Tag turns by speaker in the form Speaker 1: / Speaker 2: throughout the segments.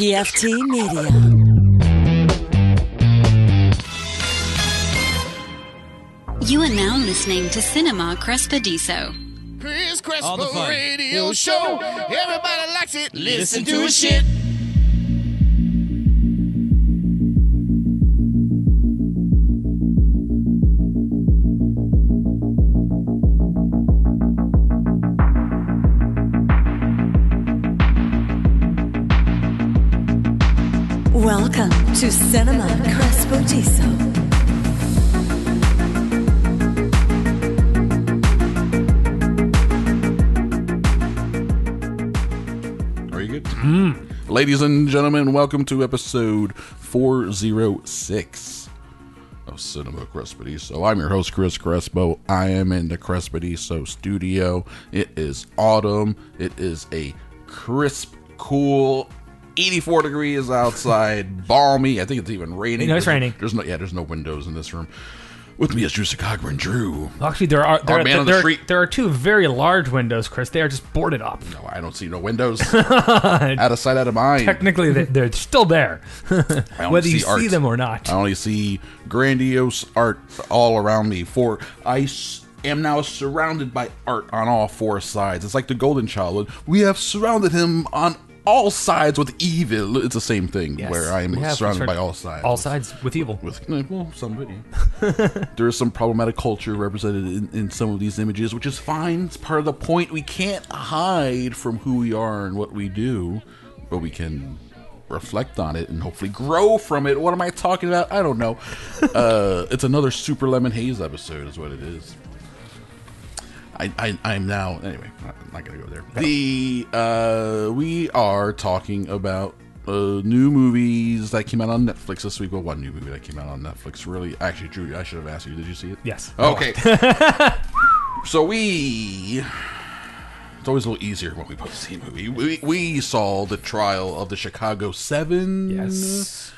Speaker 1: PFT Media.
Speaker 2: You are now listening to Cinema Crespediso.
Speaker 3: Chris
Speaker 4: All the
Speaker 3: Crespo
Speaker 4: fun.
Speaker 3: Radio Show. Everybody likes it.
Speaker 4: Listen
Speaker 3: Listen, to
Speaker 4: to
Speaker 3: it, shit.
Speaker 1: Welcome to Cinema Crespo
Speaker 5: Are you good?
Speaker 6: Mm.
Speaker 5: Ladies and gentlemen, welcome to episode 406 of Cinema Crespediso. I'm your host, Chris Crespo. I am in the Crespediso studio. It is autumn. It is a crisp, cool 84 degrees outside, balmy. I think it's even raining.
Speaker 6: No, it's
Speaker 5: There's-
Speaker 6: raining.
Speaker 5: There's no, yeah, there's no windows in this room. With me is Juicy Cogburn, Drew.
Speaker 6: Well, Actually, there are there,
Speaker 5: Our
Speaker 6: are,
Speaker 5: Oh, man on
Speaker 6: there,
Speaker 5: the
Speaker 6: there are
Speaker 5: street.
Speaker 6: two very large windows, Chris. They are just boarded up.
Speaker 5: No, I don't see no windows. out of sight, out of mind.
Speaker 6: Technically, they- they're still there,
Speaker 5: I only
Speaker 6: whether you see
Speaker 5: art.
Speaker 6: them or not.
Speaker 5: I only see grandiose art all around me. For I s- am now surrounded by art on all four sides. It's like the Golden Child. We have surrounded him on all sides with evil. It's the same thing
Speaker 6: Yes,
Speaker 5: where I am
Speaker 6: we have
Speaker 5: surrounded
Speaker 6: concern-
Speaker 5: by all sides.
Speaker 6: All sides with evil.
Speaker 5: With eh, well, somebody. there is some problematic culture represented in, in some of these images, which is fine. It's part of the point. We can't hide from who we are and what we do, but we can reflect on it and hopefully grow from it. What am I talking about? I don't know. uh, it's another Super Lemon Haze episode, is what it is. I, I, I'm now anyway. I'm not gonna go there. The uh, we are talking about uh, new movies that came out on Netflix this week. Well, one new movie that came out on Netflix. Really, actually, Drew, I should have asked you. Did you see it?
Speaker 6: Yes.
Speaker 5: Okay. so we. It's always a little easier when we both see a movie. We, we saw the trial of the Chicago Seven.
Speaker 6: Yes.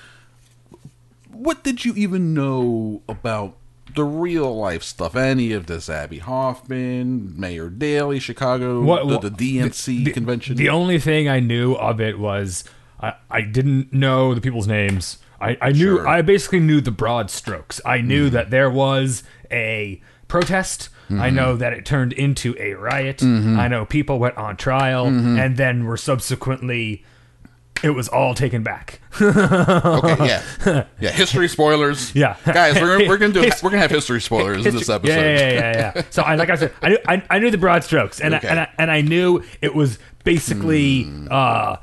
Speaker 5: What did you even know about the real life stuff? Any of this? Abby Hoffman, Mayor Daley, Chicago, the,
Speaker 6: What- what-
Speaker 5: the DNC
Speaker 6: the-
Speaker 5: convention.
Speaker 6: The only thing I knew of it was I, I didn't know the people's names. I, I knew
Speaker 5: Sure.
Speaker 6: I basically knew the broad strokes. I knew that there was a protest. I know that it turned into a riot. I know people went on trial and then were subsequently it was all taken back.
Speaker 5: okay, yeah, yeah. History spoilers.
Speaker 6: Yeah.
Speaker 5: guys, we're, gonna- we're gonna do we're gonna have history spoilers in this
Speaker 6: History-
Speaker 5: episode.
Speaker 6: Yeah, yeah, yeah, yeah. So I, like I said, I knew, I, I knew the broad strokes, and
Speaker 5: Okay. Hmm.
Speaker 6: I, and I, and I knew it was basically uh,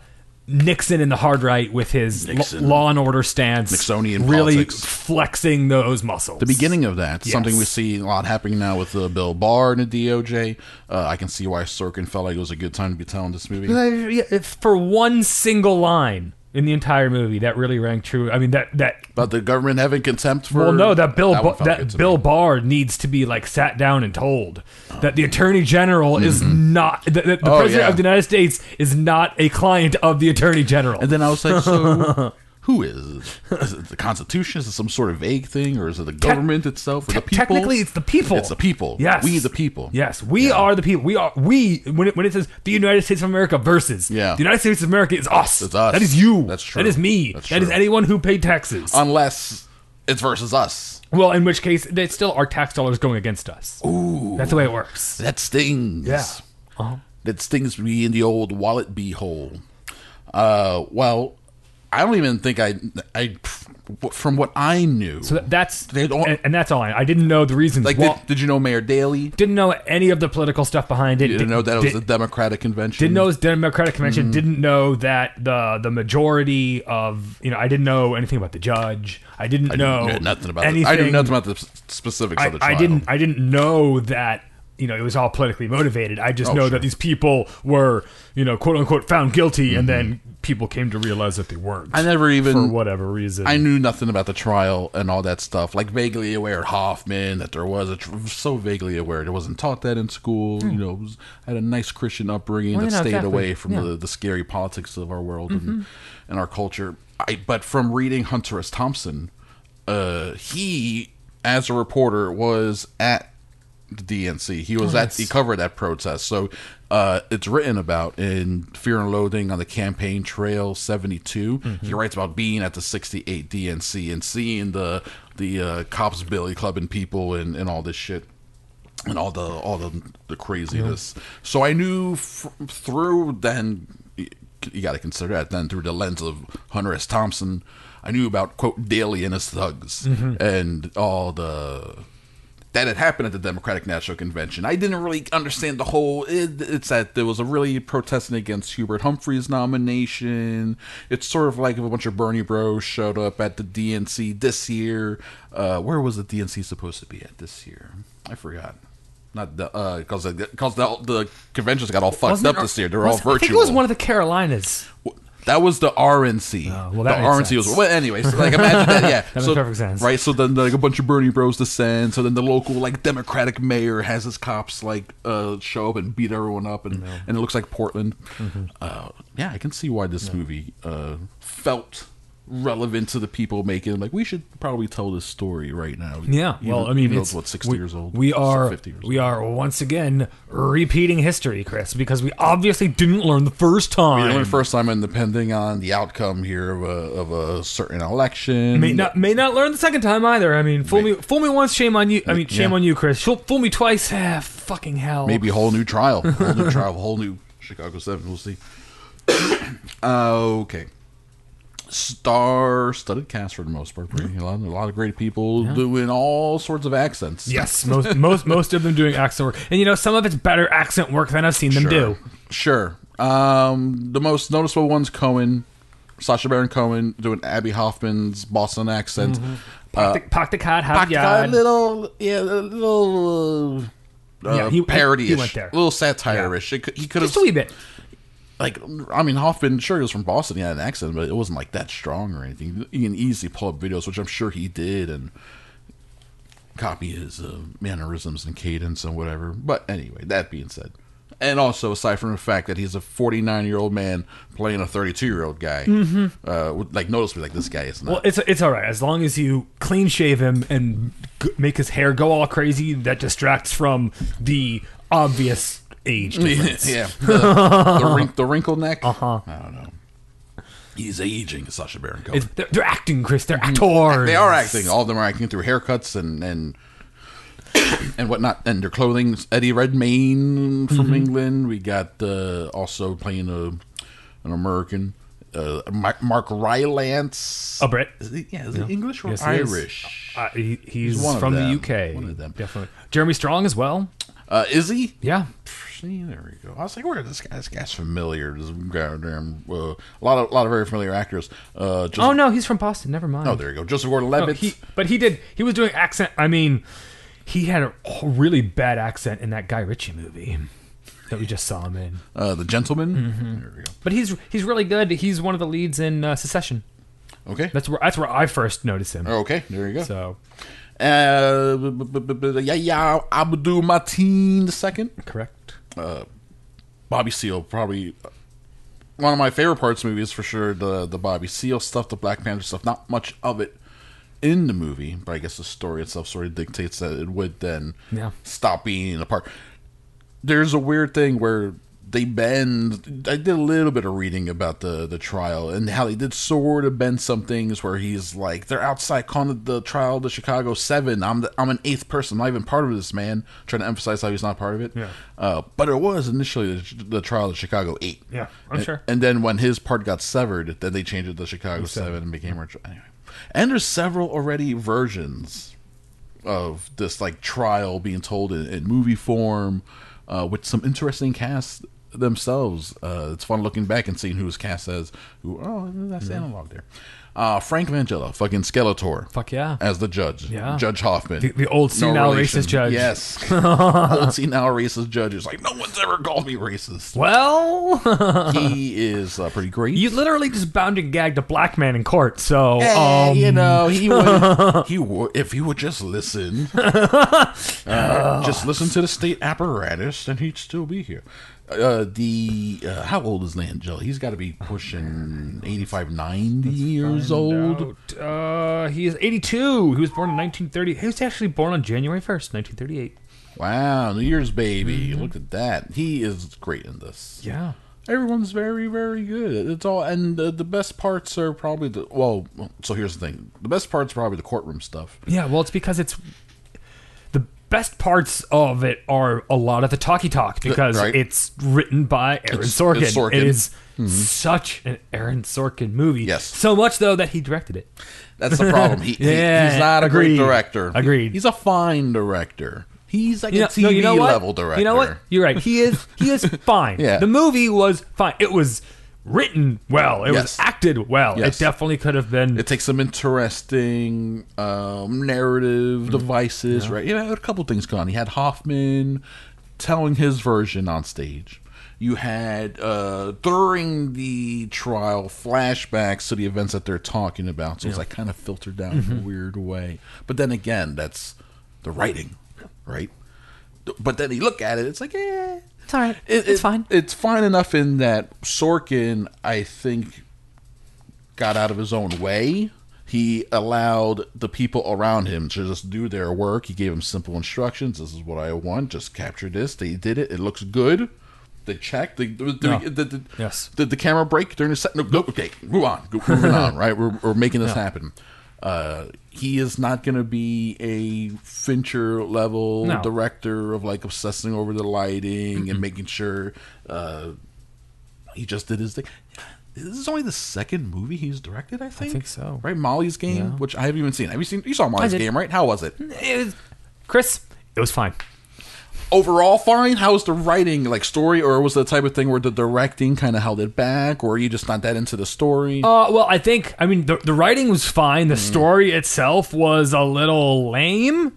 Speaker 6: Nixon in the hard right with his l-
Speaker 5: Nixon.
Speaker 6: law and order stance,
Speaker 5: Nixonian
Speaker 6: really
Speaker 5: politics.
Speaker 6: flexing those muscles.
Speaker 5: the beginning of that.
Speaker 6: Yes.
Speaker 5: Something we see a lot happening now with uh, Bill Barr and the DOJ. Uh, I can see why Sorkin felt like it was a good time to be telling this movie.
Speaker 6: Uh, yeah, if- for one single line in the entire movie that really rang true. I mean that that.
Speaker 5: About the government having contempt for.
Speaker 6: Well, no, that Bill
Speaker 5: one
Speaker 6: that,
Speaker 5: felt good to
Speaker 6: that
Speaker 5: me.
Speaker 6: Bill Barr needs to be like sat down and told that the Attorney General is not the, the, the
Speaker 5: Mm-hmm. Oh,
Speaker 6: President
Speaker 5: yeah.
Speaker 6: of the United States is not a client of the Attorney General.
Speaker 5: And then I was like, so. Who is? it? Is it the Constitution? Is it some sort of vague thing, or is it the government itself, or the
Speaker 6: Te-
Speaker 5: people?
Speaker 6: Technically, it's the people.
Speaker 5: It's the people.
Speaker 6: Yes,
Speaker 5: we the people.
Speaker 6: Yes, we are the people. We are we. When it, when it says the United States of America versus,
Speaker 5: Yeah.
Speaker 6: the United States of America is us.
Speaker 5: It's us.
Speaker 6: That is you.
Speaker 5: That's true.
Speaker 6: That is me.
Speaker 5: That's
Speaker 6: That is
Speaker 5: true. Uh,
Speaker 6: anyone who paid taxes.
Speaker 5: Unless it's versus us.
Speaker 6: well, in which case, it's still our tax dollars going against us. Ooh, that's the way it works.
Speaker 5: That stings.
Speaker 6: Yeah. Uh-huh.
Speaker 5: That stings me in the old wallet bee hole. Uh, well, I don't even think I. I from what I knew.
Speaker 6: So that, that's
Speaker 5: They don't-
Speaker 6: and, and that's all. I, I didn't know the reasons.
Speaker 5: like,
Speaker 6: why-
Speaker 5: did, did you know Mayor Daley?
Speaker 6: didn't know any of the political stuff behind it.
Speaker 5: You didn't know that it was
Speaker 6: did,
Speaker 5: a Mm. Democratic convention.
Speaker 6: didn't know it was Democratic convention. Didn't know that the the majority of you know. I didn't know anything about the judge. I didn't know
Speaker 5: Yeah, nothing about.
Speaker 6: anything.
Speaker 5: The, I knew nothing about the s- specifics
Speaker 6: I,
Speaker 5: of the
Speaker 6: I
Speaker 5: trial.
Speaker 6: didn't. I didn't know that you know it was all politically motivated. I just
Speaker 5: Oh,
Speaker 6: know
Speaker 5: sure.
Speaker 6: that these people were you know quote unquote found guilty, and then people came to realize that they weren't.
Speaker 5: Mm-hmm. I never even.
Speaker 6: for whatever reason.
Speaker 5: I knew nothing about the trial and all that stuff. Like vaguely aware of Hoffman that there was a tr- so vaguely aware. I wasn't taught that in school. You know, it was, I had a nice Christian upbringing
Speaker 6: Hmm. Well,
Speaker 5: that
Speaker 6: you know,
Speaker 5: stayed
Speaker 6: exactly.
Speaker 5: away from
Speaker 6: Yeah. Mm-hmm.
Speaker 5: the, the scary politics of our world and, and our culture. I but from reading Hunter S. Thompson, uh, he as
Speaker 6: Oh,
Speaker 5: a reporter was at the DNC. He was at he covered that protest. So uh, it's written about in Fear and Loathing on the Campaign Trail 72.
Speaker 6: Mm-hmm.
Speaker 5: He writes about being at the 68 DNC and seeing the the uh, cops billy clubbing people and, and all this shit and all the all the, the craziness. So I knew f- through then y- you got to consider that then through the lens of Hunter S. Thompson, I knew about quote Daley and his thugs and all the that had happened at the Democratic National Convention. I didn't really understand the whole. It, it's that there was a really protesting against Hubert Humphrey's nomination. It's sort of like if a bunch of Bernie Bros showed up at the DNC this year. Uh, where was the DNC supposed to be at this year? I forgot. Not the because because the, the conventions got all fucked
Speaker 6: Wasn't
Speaker 5: up
Speaker 6: it-
Speaker 5: this year. They're all
Speaker 6: was-
Speaker 5: virtual.
Speaker 6: I think it was one of the Carolinas.
Speaker 5: That was the RNC.
Speaker 6: Oh, well,
Speaker 5: the
Speaker 6: that makes
Speaker 5: RNC was
Speaker 6: sense.
Speaker 5: well. Anyway, so like imagine that. Yeah,
Speaker 6: makes
Speaker 5: so,
Speaker 6: perfect sense.
Speaker 5: Right. So then like a bunch of Bernie Bros descend. So then the local like Democratic mayor has his cops like uh, show up and beat everyone up, and, and it looks like Portland.
Speaker 6: Mm-hmm.
Speaker 5: Uh, yeah, I can see why this movie uh, felt relevant to the people making. it. Like we should probably tell this story right now.
Speaker 6: Yeah,
Speaker 5: Even-
Speaker 6: well, I mean,
Speaker 5: even though
Speaker 6: it's,
Speaker 5: what sixty
Speaker 6: we,
Speaker 5: years old.
Speaker 6: We are
Speaker 5: 50 years
Speaker 6: we are once again repeating history, Chris, because we obviously didn't learn the first time.
Speaker 5: Old. First time, and depending on the outcome here of a, of a certain election,
Speaker 6: May not may not learn the second time either. I mean, fool
Speaker 5: May-
Speaker 6: me fool me once, shame on you. I mean, shame
Speaker 5: Yeah.
Speaker 6: on you, Chris. Fool- Fool me twice, ah, fucking hell.
Speaker 5: maybe a whole new trial, a whole new trial, a whole new Chicago Seven. We'll see. okay, star-studded cast for the most part. Pretty- A lot, a lot of great people doing all sorts of accents.
Speaker 6: Yes, most most most of them doing accent work, and you know some of it's better accent work than I've seen them do.
Speaker 5: Sure. Um, the most noticeable one's Cohen, Sasha Baron Cohen doing Abby Hoffman's Boston accent.
Speaker 6: Mm-hmm.
Speaker 5: Uh,
Speaker 6: Pock the- Pock the cat, have
Speaker 5: Pocket-
Speaker 6: yard.
Speaker 5: a little, yeah, a little. Uh,
Speaker 6: Yeah, he- he-
Speaker 5: parody-ish,
Speaker 6: he went there.
Speaker 5: little satire-ish. It could- he could have
Speaker 6: just a wee bit.
Speaker 5: like I mean Hoffman sure he was from Boston he had an accent but it wasn't like that strong or anything he can easily pull up videos which I'm sure he did and copy his uh, mannerisms and cadence and whatever but anyway that being said and also aside from the fact that he's a 49 year old man playing a 32 year old guy uh, would- like noticeably like this guy is not
Speaker 6: Mm-hmm. Well, it's it's all right as long as you clean shave him and g- make his hair go all crazy. That distracts from the obvious age
Speaker 5: Mm.
Speaker 6: difference.
Speaker 5: yeah the, the, wrink, the wrinkle neck uh-huh I don't know he's aging Sasha Baron Cohen
Speaker 6: It's- they're, they're acting, Chris. They're actors.
Speaker 5: Mm-hmm. They are acting. All of them are acting through haircuts and and and whatnot, and their clothing. Eddie Redmayne from England. We got uh, also playing a an American. Uh, Ma- Mark Rylance.
Speaker 6: A Brit.
Speaker 5: Is he, yeah, is he English or
Speaker 6: Oh, Yes, he is.
Speaker 5: Irish?
Speaker 6: Uh, he, he's,
Speaker 5: He's one of
Speaker 6: from
Speaker 5: them.
Speaker 6: the UK.
Speaker 5: One of them.
Speaker 6: Definitely. Jeremy Strong as well.
Speaker 5: Uh, is he?
Speaker 6: Yeah.
Speaker 5: See, there we go. I was like, where is this guy? This guy's familiar. This goddamn uh, a lot of lot of very familiar actors. Uh, just,
Speaker 6: Oh no, he's from Boston. Never mind.
Speaker 5: Oh, there you go. Joseph
Speaker 6: No,
Speaker 5: Gordon-Levitt.
Speaker 6: he, but he did. He was doing accent. I mean, he had a really bad accent in that Guy Ritchie movie that we just saw him in.
Speaker 5: uh, the gentleman.
Speaker 6: Mm-hmm.
Speaker 5: There we go.
Speaker 6: But he's he's really good. He's one of the leads in uh, Secession.
Speaker 5: Okay.
Speaker 6: That's where that's where I first noticed him.
Speaker 5: okay. There you go.
Speaker 6: So
Speaker 5: Uh, b- b- b- b- Yahya Abdul Mateen the second.
Speaker 6: correct.
Speaker 5: Bobby Seal, probably one of my favorite parts of the movie is for sure the the Bobby Seal stuff, the Black Panther stuff. Not much of it in the movie, but I guess the story itself sort of dictates that it would then
Speaker 6: Yeah.
Speaker 5: stop being a part. There's a weird thing where they bend. I did a little bit of reading about the the trial and how they did sort of bend some things where he's like, they're outside calling the trial the Chicago Seven. I'm the, I'm an eighth person. I'm not even part of this man. Trying to emphasize how he's not part of it.
Speaker 6: Yeah.
Speaker 5: Uh, but it was initially the, the trial of Chicago Eight.
Speaker 6: Yeah, I'm
Speaker 5: And-
Speaker 6: sure.
Speaker 5: And then when his part got severed, then they changed it to Chicago Seven and became our tri- anyway. And there's several already versions of this like trial being told in, in movie form, uh, with some interesting cast themselves. Uh, it's fun looking back and seeing who's cast as who. Oh, that's
Speaker 6: Mm-hmm.
Speaker 5: the analog there. Uh, Frank Langella, fucking Skeletor,
Speaker 6: Fuck yeah.
Speaker 5: as the judge,
Speaker 6: Yeah.
Speaker 5: Judge Hoffman,
Speaker 6: The- the old senile
Speaker 5: relation.
Speaker 6: racist judge.
Speaker 5: Yes, old senile racist judge is like no one's ever called me racist.
Speaker 6: Well,
Speaker 5: He is uh, pretty great.
Speaker 6: you literally just bound and gagged a black man in court. So
Speaker 5: Hey,
Speaker 6: um,
Speaker 5: you know, he would, he would, if he would just listen, uh, just listen to the state apparatus, then he'd still be here. Uh, the uh, how old is Langella? He's got to be pushing 85, 90 years old.
Speaker 6: Out. Uh, he is 82. He was born in 1930. He was actually born on January 1st, 1938.
Speaker 5: Wow, New Year's baby. Look at that. He is great in this.
Speaker 6: Yeah.
Speaker 5: Everyone's very, very good. It's all, and the, the best parts are probably the. Well, so here's the thing: the best parts are probably the courtroom stuff.
Speaker 6: Yeah, well, it's because it's the best parts of it are a lot of the talkie talk because
Speaker 5: Uh, right.
Speaker 6: it's written by Aaron
Speaker 5: It's-
Speaker 6: Sorkin.
Speaker 5: it's Sorkin. Mm-hmm.
Speaker 6: It is such an Aaron Sorkin movie.
Speaker 5: Yes.
Speaker 6: So much though that he directed it.
Speaker 5: That's the problem. He, he-
Speaker 6: Yeah,
Speaker 5: he's not a
Speaker 6: agreed.
Speaker 5: great director.
Speaker 6: Agreed.
Speaker 5: He's a fine director. He's like
Speaker 6: You
Speaker 5: a
Speaker 6: know,
Speaker 5: TV
Speaker 6: no, you know what?
Speaker 5: level director.
Speaker 6: You know what? You're right. He is he is fine.
Speaker 5: Yeah.
Speaker 6: The movie was fine. It was written well. It
Speaker 5: Yes.
Speaker 6: was acted well.
Speaker 5: Yes.
Speaker 6: It definitely could have been
Speaker 5: It takes some interesting um, narrative devices, right? You know, a couple things gone. You had Hoffman telling his version on stage. You had uh, during the trial flashbacks to the events that they're talking about. So it's like kind of filtered down in a weird way. But then again, that's the writing, right? But then you look at it, it's like, eh.
Speaker 6: It's all right.
Speaker 5: It-
Speaker 6: It's
Speaker 5: it-
Speaker 6: fine.
Speaker 5: It's fine enough in that Sorkin, I think, got out of his own way. He allowed the people around him to just do their work. He gave them simple instructions. This is what I want. Just capture this. They did it. It looks good. They checked. They, the,
Speaker 6: No.
Speaker 5: the, the,
Speaker 6: Yes.
Speaker 5: Did the camera break during the set? No. Go, okay. Move on. Go, moving on. Right. We're, we're making this happen. Uh, he is not going to be a Fincher level
Speaker 6: No.
Speaker 5: director of like obsessing over the lighting and making sure uh, he just did his thing. This is only the second movie he's directed, I think.
Speaker 6: think so.
Speaker 5: Right, Molly's Game,
Speaker 6: Yeah.
Speaker 5: which I haven't even seen. Have you seen? You saw Molly's
Speaker 6: did.
Speaker 5: Game, right? How was it?
Speaker 6: it was, Chris, it was fine.
Speaker 5: Overall, fine. How was the writing, like story, or was it the type of thing where the directing kind of held it back, or are you just not that into the story?
Speaker 6: Uh, well, I think I mean the, the writing was fine.
Speaker 5: Mm.
Speaker 6: The story itself was a little lame.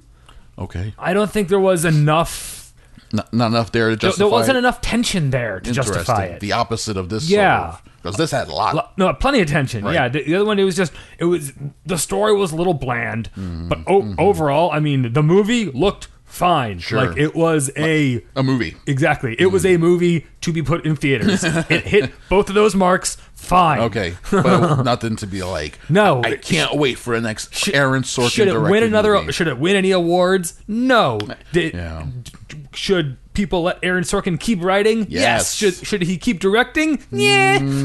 Speaker 5: okay,
Speaker 6: I don't think there was enough.
Speaker 5: not, not enough there to
Speaker 6: There,
Speaker 5: justify.
Speaker 6: there wasn't
Speaker 5: it.
Speaker 6: enough tension there to
Speaker 5: Interesting.
Speaker 6: justify it.
Speaker 5: The opposite of this.
Speaker 6: Yeah.
Speaker 5: because this had a lot.
Speaker 6: Lo- No, plenty of tension.
Speaker 5: Right.
Speaker 6: Yeah, the, the other one it was just it was the story was a little bland,
Speaker 5: Mm-hmm.
Speaker 6: but o- overall, I mean, the movie looked fine.
Speaker 5: Sure. Mm-hmm.
Speaker 6: Like it was a
Speaker 5: a movie.
Speaker 6: exactly. It was a movie to be put in theaters. it hit both of those marks. Fine.
Speaker 5: Okay, but nothing to be like.
Speaker 6: No.
Speaker 5: I can't wait for the next Aaron Sorkin.
Speaker 6: should it win
Speaker 5: directed
Speaker 6: another
Speaker 5: movie.
Speaker 6: should it win any awards no Did-
Speaker 5: Yeah.
Speaker 6: d- should people let aaron sorkin keep writing
Speaker 5: Yes. Mm-hmm.
Speaker 6: should should he keep directing yeah
Speaker 5: You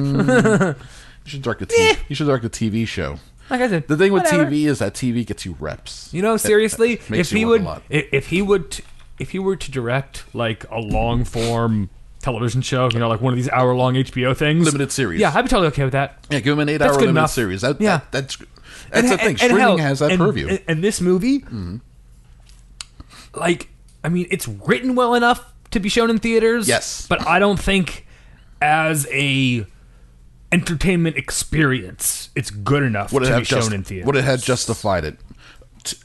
Speaker 5: should direct a TV. You should direct a TV show.
Speaker 6: like i said
Speaker 5: The thing with
Speaker 6: Eh. whatever.
Speaker 5: TV is that TV gets you reps.
Speaker 6: you know seriously
Speaker 5: makes
Speaker 6: if
Speaker 5: you
Speaker 6: he
Speaker 5: work a
Speaker 6: would
Speaker 5: lot.
Speaker 6: if, if he would t- if he were to direct like a long form television show you know like one of these hour long hbo things
Speaker 5: Limited series.
Speaker 6: yeah i'd be totally okay with that
Speaker 5: yeah, give him an eight-hour
Speaker 6: That's good
Speaker 5: limited
Speaker 6: enough.
Speaker 5: series. That,
Speaker 6: Yeah.
Speaker 5: that- that's that's
Speaker 6: And-
Speaker 5: the thing.
Speaker 6: and- and
Speaker 5: Streaming
Speaker 6: hell,
Speaker 5: has that
Speaker 6: and-
Speaker 5: purview. Mm-hmm.
Speaker 6: And, and this movie, like, I mean, it's written well enough to be shown in theaters.
Speaker 5: Yes.
Speaker 6: but I don't think as a entertainment experience, it's good enough
Speaker 5: would it
Speaker 6: to
Speaker 5: have
Speaker 6: be shown
Speaker 5: just-
Speaker 6: in theaters.
Speaker 5: would it have justified it? T-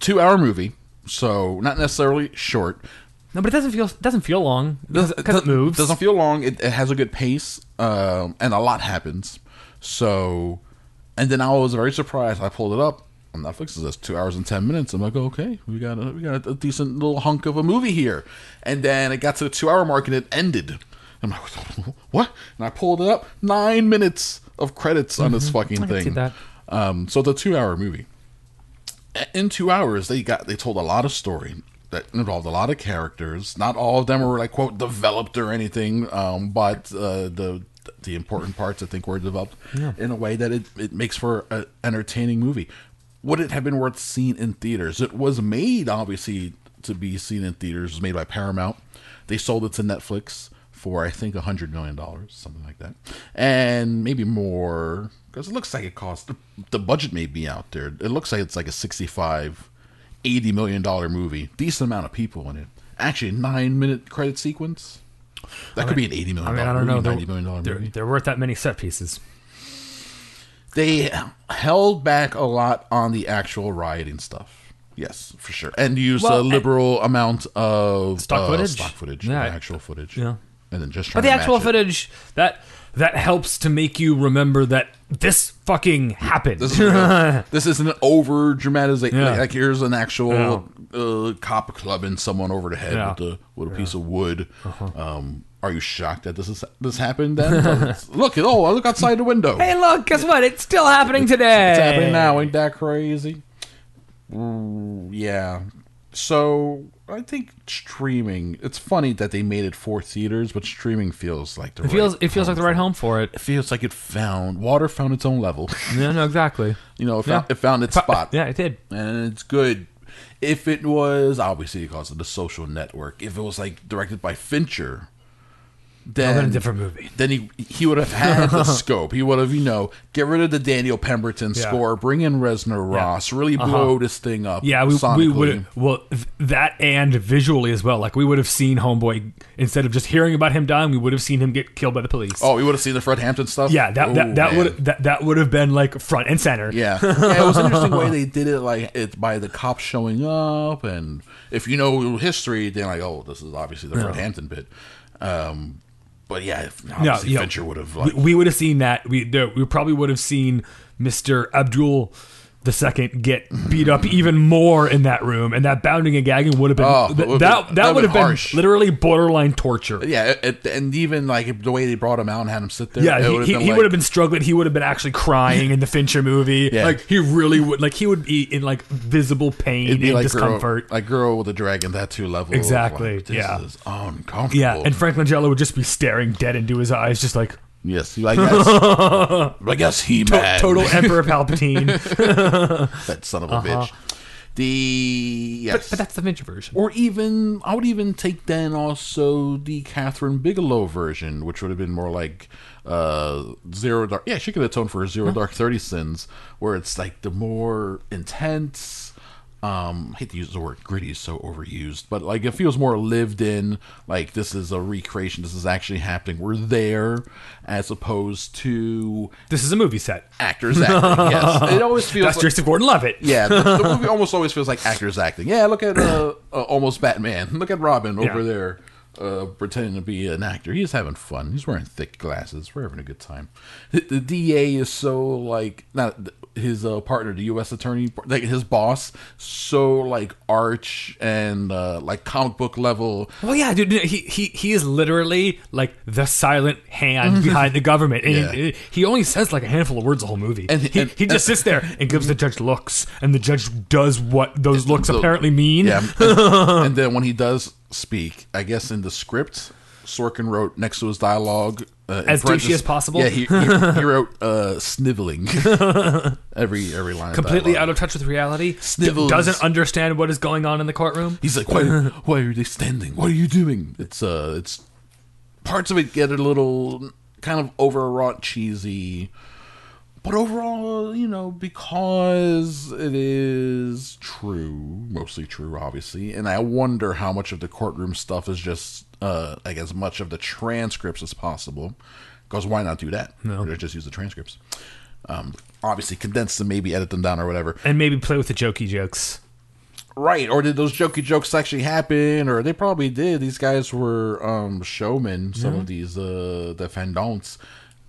Speaker 5: two-hour movie, so not necessarily short.
Speaker 6: no, but it doesn't feel doesn't feel long because
Speaker 5: Doesn't-
Speaker 6: because it moves.
Speaker 5: Doesn't feel long. It, it has a good pace, um, and a lot happens. So, and then I was very surprised. I pulled it up on Netflix. It says two hours and ten minutes. I'm like, okay, we got a, we got a decent little hunk of a movie here. And then it got to the two hour mark and it ended. I'm like, what? And I pulled it up. Nine minutes of credits on this fucking
Speaker 6: Mm-hmm. I can
Speaker 5: thing.
Speaker 6: see that.
Speaker 5: Um, so it's a two hour movie in two hours they got they told a lot of story that involved a lot of characters not all of them were like quote developed or anything um, but uh, the the important parts i think were developed in a way that it, it makes for an entertaining movie would it have been worth seeing in theaters it was made obviously to be seen in theaters it was made by paramount they sold it to netflix for i think a hundred million dollars something like that and maybe more because it looks like it cost the budget may be out there it looks like it's like a 65 80 million dollar movie decent amount of people in it actually nine minute credit sequence that could be an 80
Speaker 6: I
Speaker 5: million
Speaker 6: mean, I
Speaker 5: dollar
Speaker 6: don't know.
Speaker 5: movie,
Speaker 6: There,
Speaker 5: 90 million dollar
Speaker 6: there,
Speaker 5: movie
Speaker 6: there weren't that many set pieces.
Speaker 5: they held back a lot on the actual rioting stuff yes for sure and used
Speaker 6: Well,
Speaker 5: a
Speaker 6: and-
Speaker 5: liberal amount of
Speaker 6: Stock
Speaker 5: uh,
Speaker 6: footage?
Speaker 5: stock footage
Speaker 6: Yeah.
Speaker 5: actual footage
Speaker 6: Yeah.
Speaker 5: and then just
Speaker 6: But
Speaker 5: trying
Speaker 6: the
Speaker 5: to match
Speaker 6: actual
Speaker 5: it.
Speaker 6: footage that that helps to make you remember that this fucking happened.
Speaker 5: This is real. this isn't an over dramatization.
Speaker 6: Yeah.
Speaker 5: Like, like, here's an actual uh, cop clubbing someone over the head
Speaker 6: Yeah. Uh-huh.
Speaker 5: with a with a piece of wood. Um, are you shocked that this is this happened? Then look at oh look outside the window.
Speaker 6: Hey, look, guess what? It's still happening today.
Speaker 5: It's happening now. Ain't that crazy? Mm, yeah. So I think streaming. It's funny that they made it for theaters, but streaming feels like the
Speaker 4: It feels
Speaker 5: right
Speaker 4: it feels like the right
Speaker 5: for
Speaker 4: home for it.
Speaker 5: It feels like it found water found its own level.
Speaker 4: No, no, exactly.
Speaker 5: You know, it found, it found its spot.
Speaker 4: Yeah, it did.
Speaker 5: and it's good. If it was obviously because of the social network, if it was like directed by Fincher, then
Speaker 6: then a different movie.
Speaker 5: Then he he would have had the scope. He would have you know get rid of the Daniel Pemberton
Speaker 6: Yeah. Uh-huh.
Speaker 5: score, bring in Reznor Ross, really blow this thing up.
Speaker 6: Yeah, we, we
Speaker 5: sonically.
Speaker 6: would well th- that and visually as well. Like we would have seen Homeboy instead of just hearing about him dying, we would have seen him get killed by the police.
Speaker 5: Oh, we would have seen the Fred Hampton stuff.
Speaker 6: yeah, that
Speaker 5: Oh,
Speaker 6: that, that
Speaker 5: man.
Speaker 6: would that, that would have been like front and center.
Speaker 5: Yeah. yeah, it was an interesting way they did it, like it's by the cops showing up, and if you know history, then like, oh, this is obviously the Fred Hampton bit. Um, but yeah, if-
Speaker 6: No,
Speaker 5: obviously
Speaker 6: you know,
Speaker 5: Fincher would have like
Speaker 6: we, we would have seen that. We there, we probably would have seen Mister Abdul the second get beat up even more in that room, and that bounding and gagging would have been
Speaker 5: Oh, it
Speaker 6: th-
Speaker 5: would have
Speaker 6: that
Speaker 5: been-
Speaker 6: that would have been,
Speaker 5: harsh.
Speaker 6: literally borderline torture.
Speaker 5: yeah, it, it- and even like the way they brought him out and had him sit there.
Speaker 6: Yeah,
Speaker 5: it
Speaker 6: he,
Speaker 5: would've
Speaker 6: he,
Speaker 5: been
Speaker 6: he
Speaker 5: like-
Speaker 6: would have been struggling. He would have been actually crying in the Fincher movie.
Speaker 5: Yeah.
Speaker 6: Like he really would. Like he would be in like visible pain
Speaker 5: It'd
Speaker 6: and
Speaker 5: be like
Speaker 6: discomfort.
Speaker 5: girl, like girl with a dragon tattoo level. of,
Speaker 6: Exactly,
Speaker 5: like, this
Speaker 6: yeah.
Speaker 5: is uncomfortable.
Speaker 6: yeah, and Frank Langella would just be staring dead into his eyes, just like
Speaker 5: yes, like yes, like yes, he
Speaker 6: to-
Speaker 5: man,
Speaker 6: total Emperor Palpatine.
Speaker 5: that son of a
Speaker 6: Uh-huh.
Speaker 5: bitch. The yes,
Speaker 4: But that's the Fincher version.
Speaker 5: or even I would even take then also the Catherine Bigelow version, which would have been more like uh zero dark. Yeah, she could atone for her zero dark thirty sins, where it's like the more intense. Um, I hate to use the word gritty, it's so overused, but like it feels more lived in. Like this is a recreation. This is actually happening. We're there, as opposed to
Speaker 6: this is a movie set.
Speaker 5: actors acting. yes, it always feels
Speaker 6: That's
Speaker 5: like-
Speaker 6: Jason Gordon-Levitt.
Speaker 5: yeah, the, the movie almost always feels like actors acting. Yeah, look at uh, uh, almost Batman. Look at Robin over
Speaker 6: Yeah.
Speaker 5: there uh, pretending to be an actor. He's having fun. He's wearing thick glasses. We're having a good time. The, the DA is so like not th- his uh, partner, the U.S. attorney, like his boss, so like arch and uh, like comic book level.
Speaker 6: Well, yeah, dude. He he he is literally like the silent hand behind the government, and he,
Speaker 5: Mm-hmm. Yeah.
Speaker 6: he only says like a handful of words the whole movie.
Speaker 5: And-
Speaker 6: he,
Speaker 5: and-
Speaker 6: he just sits there and gives the judge looks, and the judge does what those looks
Speaker 5: the-
Speaker 6: apparently mean.
Speaker 5: Yeah, and, and then when he does speak, I guess in the script, Sorkin wrote next to his dialogue uh, in
Speaker 6: As douchey
Speaker 5: parentheses-
Speaker 6: as possible?
Speaker 5: Yeah, he, he, he wrote uh, sniveling every every line.
Speaker 6: completely
Speaker 5: of
Speaker 6: out
Speaker 5: dialogue.
Speaker 6: of touch with reality. d-
Speaker 5: Snivels.
Speaker 6: doesn't understand what is going on in the courtroom.
Speaker 5: He's like, why, why are they standing? What are you doing? It's uh, it's parts of it get a little kind of overwrought, cheesy. But overall, you know, because it is true, mostly true, obviously, and I wonder how much of the courtroom stuff is just, uh, like, as much of the transcripts as possible. Because why not do that? No. Or just use the transcripts. Um, obviously, condense them, maybe edit them down or whatever.
Speaker 6: And maybe play with the jokey jokes.
Speaker 5: Right, or did those jokey jokes actually happen? Or they probably did. These guys were um, showmen. Some of these uh, defendants.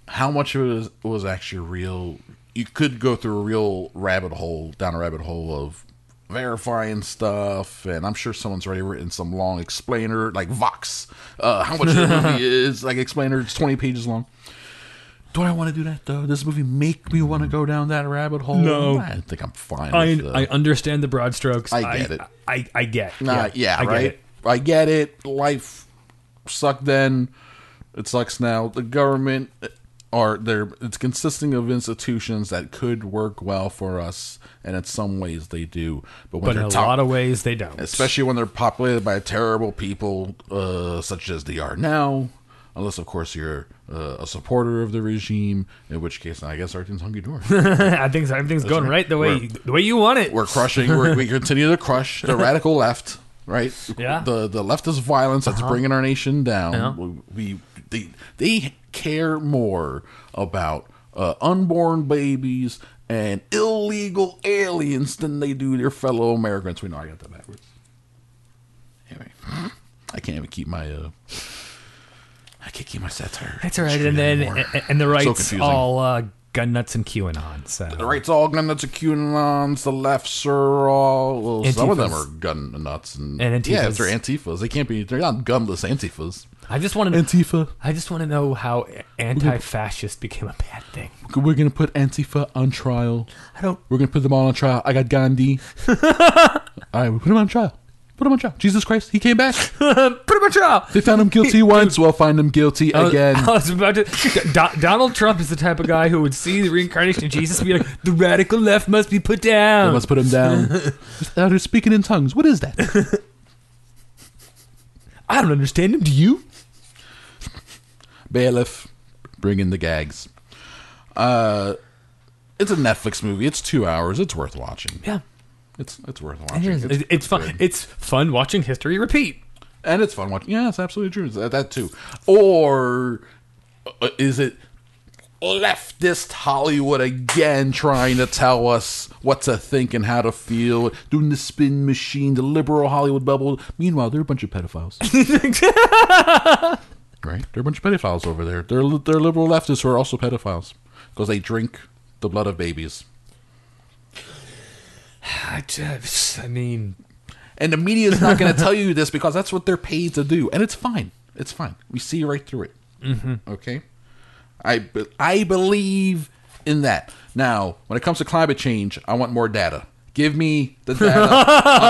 Speaker 5: How much of it was, was actually real? You could go through a real rabbit hole, down a rabbit hole of verifying stuff, and I'm sure someone's already written some long explainer, like Vox. Uh, how much of the movie is like explainer? It's 20 pages long. Do I want to do that though? Does this movie make me want to go down that rabbit hole?
Speaker 6: No.
Speaker 5: I think I'm fine.
Speaker 6: I,
Speaker 5: with, uh,
Speaker 6: I understand the broad strokes.
Speaker 5: I get it.
Speaker 6: I, I, I get.
Speaker 5: Nah, yeah,
Speaker 6: I get
Speaker 5: right.
Speaker 6: it.
Speaker 5: I get it. Life sucked then. It sucks now. The government uh, are there. It's consisting of institutions that could work well for us, and in some ways they do. But when
Speaker 6: But in
Speaker 5: they're
Speaker 6: a
Speaker 5: top-
Speaker 6: lot of ways, they don't.
Speaker 5: especially when they're populated by terrible people uh, such as they are now. Unless, of course, you're uh, a supporter of the regime, in which case, I guess everything's hunky dory.
Speaker 6: I think everything's going
Speaker 5: right.
Speaker 6: right the way
Speaker 5: We're-
Speaker 6: the way you want it.
Speaker 5: we're crushing. We're, we continue to crush the radical left, right?
Speaker 6: Yeah. Uh-huh.
Speaker 5: The the leftist violence that's bringing our nation down.
Speaker 4: Yeah.
Speaker 5: We, they they care more about uh, unborn babies and illegal aliens than they do their fellow Americans. We know I got that backwards. Anyway, I can't even keep my. Uh, I can't keep my satire.
Speaker 6: That's all right.
Speaker 5: straight
Speaker 6: And then
Speaker 5: anymore.
Speaker 6: and, and the
Speaker 5: So
Speaker 6: right's
Speaker 5: confusing.
Speaker 6: all uh, gun nuts and QAnon. So
Speaker 5: The right's all gun nuts and QAnons. The lefts are all. Well, some of them are
Speaker 6: Antifas.
Speaker 5: gun nuts and,
Speaker 6: And
Speaker 5: Yeah,
Speaker 6: Antifas.
Speaker 5: they're antifas. They can't be. They're not gunless antifas.
Speaker 6: I just want to
Speaker 5: Antifa.
Speaker 6: I just want to know how anti-fascist became a bad thing.
Speaker 5: We're gonna put Antifa on trial.
Speaker 6: I don't.
Speaker 5: We're gonna put them all on trial. I got Gandhi. all right, we put him on trial. Put him on trial. Jesus Christ, he came back.
Speaker 6: Pretty much all.
Speaker 5: They found him guilty once. Well, find him guilty
Speaker 6: I was-
Speaker 5: again.
Speaker 6: I was about to. Do- Donald Trump is the type of guy who would see the reincarnation of Jesus and be like, the radical left must be put
Speaker 5: I
Speaker 6: down.
Speaker 5: must put him down. Without her speaking in tongues. What is that?
Speaker 6: I don't understand him. Do you?
Speaker 5: Bailiff, bring in the gags. Uh, it's a Netflix movie. It's two hours. It's worth watching.
Speaker 6: Yeah.
Speaker 5: It's it's worth
Speaker 6: It
Speaker 5: watching.
Speaker 6: is. It's, it's fun.
Speaker 5: good.
Speaker 6: It's fun watching history repeat.
Speaker 5: and it's fun watching. Yeah, it's absolutely true. It's That, that too. Or uh, is it leftist Hollywood again trying to tell us what to think and how to feel, doing the spin machine, the liberal Hollywood bubble? Meanwhile, they're a bunch of pedophiles. right? They're a bunch of pedophiles over there. They're they're liberal leftists who are also pedophiles because they drink the blood of babies.
Speaker 6: I, just- I mean,
Speaker 5: And the media is not going to tell you this because that's what they're paid to do, and it's fine. It's fine. We see right through it. Mm-hmm. Okay, I be- I believe in that. Now, when it comes to climate change, I want more data. Give me the data on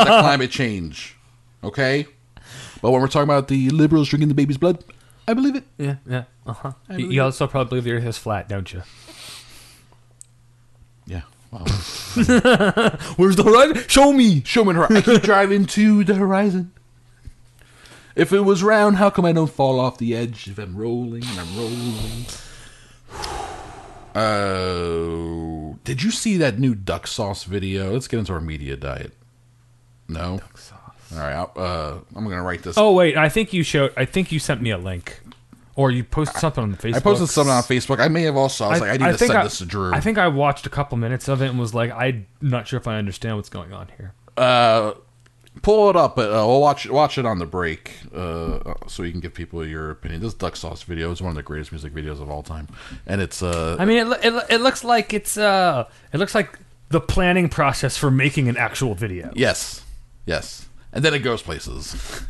Speaker 5: the climate change. Okay, but when we're talking about the liberals drinking the baby's blood, I believe it.
Speaker 6: yeah, yeah, uh huh. You,
Speaker 5: believe-
Speaker 6: you also probably believe the Earth is flat, don't you?
Speaker 5: Yeah. Wow.
Speaker 6: Where's the horizon? Show me.
Speaker 5: Showman, hor- I keep driving to the horizon. If it was round, how come I don't fall off the edge if I'm rolling and I'm rolling? Oh, did you see that new duck sauce video? Let's get into our media diet. No, duck sauce. All right, I'll, uh, I'm gonna write this.
Speaker 6: Oh wait, I think you showed. I think you sent me a link, or you posted something on Facebook.
Speaker 5: I posted something on Facebook. I may have also. I was like, I need to
Speaker 6: think
Speaker 5: send
Speaker 6: I-
Speaker 5: this to Drew.
Speaker 6: I think I watched a couple minutes of it and was like, I'm not sure if I understand what's going on here.
Speaker 5: pull it up, but uh, we'll watch watch it on the break, uh, so you can give people your opinion. This duck sauce video is one of the greatest music videos of all time, and it's uh,
Speaker 6: I mean, it, lo- it, lo- it looks like it's uh, it looks like the planning process for making an actual video.
Speaker 5: Yes. Yes. And then it goes places.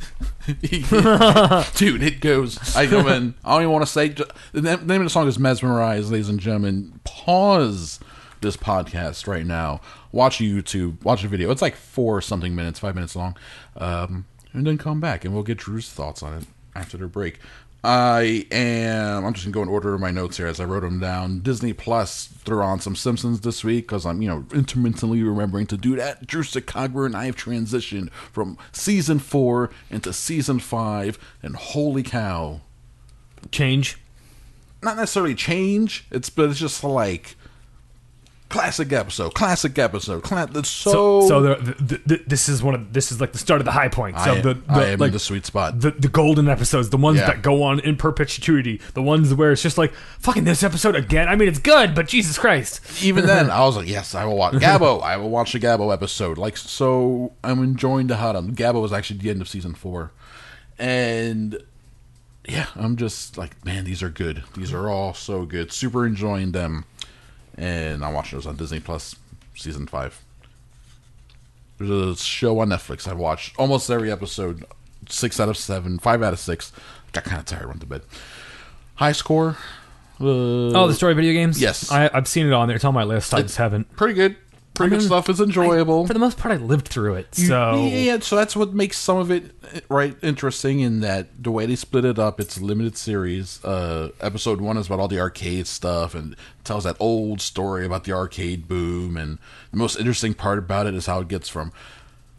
Speaker 5: Dude, it goes. I come in. I don't even want to say. ju- The na- name of the song is Mesmerize, ladies and gentlemen. Pause this podcast right now. Watch YouTube. Watch the video. It's like four something minutes, five minutes long. Um, and then come back and we'll get Drew's thoughts on it after the break. I am. I'm just gonna go in order of my notes here as I wrote them down. Disney Plus threw on some Simpsons this week because I'm, you know, intermittently remembering to do that. Drew Sakagra and I have transitioned from season four into season five, and holy cow!
Speaker 6: Change.
Speaker 5: Not necessarily change. It's but it's just like classic episode, classic episode. Cla- it's so
Speaker 6: so, so the, the, the, this is one of this is like the start of the high point. So
Speaker 5: I,
Speaker 6: the,
Speaker 5: I
Speaker 6: the-
Speaker 5: am
Speaker 6: like
Speaker 5: in the sweet spot.
Speaker 6: the, the golden episodes, the ones
Speaker 5: Yeah.
Speaker 6: that go on in perpetuity, the ones where it's just like fucking this episode again. I mean, it's good, but Jesus Christ,
Speaker 5: even then, I was like, yes, I will watch Gabbo. I will watch the Gabbo episode. Like, so I'm enjoying the hot. um, Gabbo was actually the end of season four, and yeah, I'm just like, man, these are good. These are all so good. Super enjoying them, and I'm watching those on Disney Plus season five. There's a show on Netflix I watched almost every episode, six out of seven, five out of six. Got kind of tired, went to bed. High score. Uh,
Speaker 6: oh, the story video games.
Speaker 5: Yes.
Speaker 6: I, I've seen it on there. It's on my list. I just haven't.
Speaker 5: pretty good. Pretty good stuff. It's enjoyable.
Speaker 6: For the most part, I lived through it.
Speaker 5: You-
Speaker 6: So
Speaker 5: yeah, yeah, so that's what makes some of it eh, right interesting in that the way they split it up. It's a limited series. Uh, episode one is about all the arcade stuff and tells that old story about the arcade boom. And the most interesting part about it is how it gets from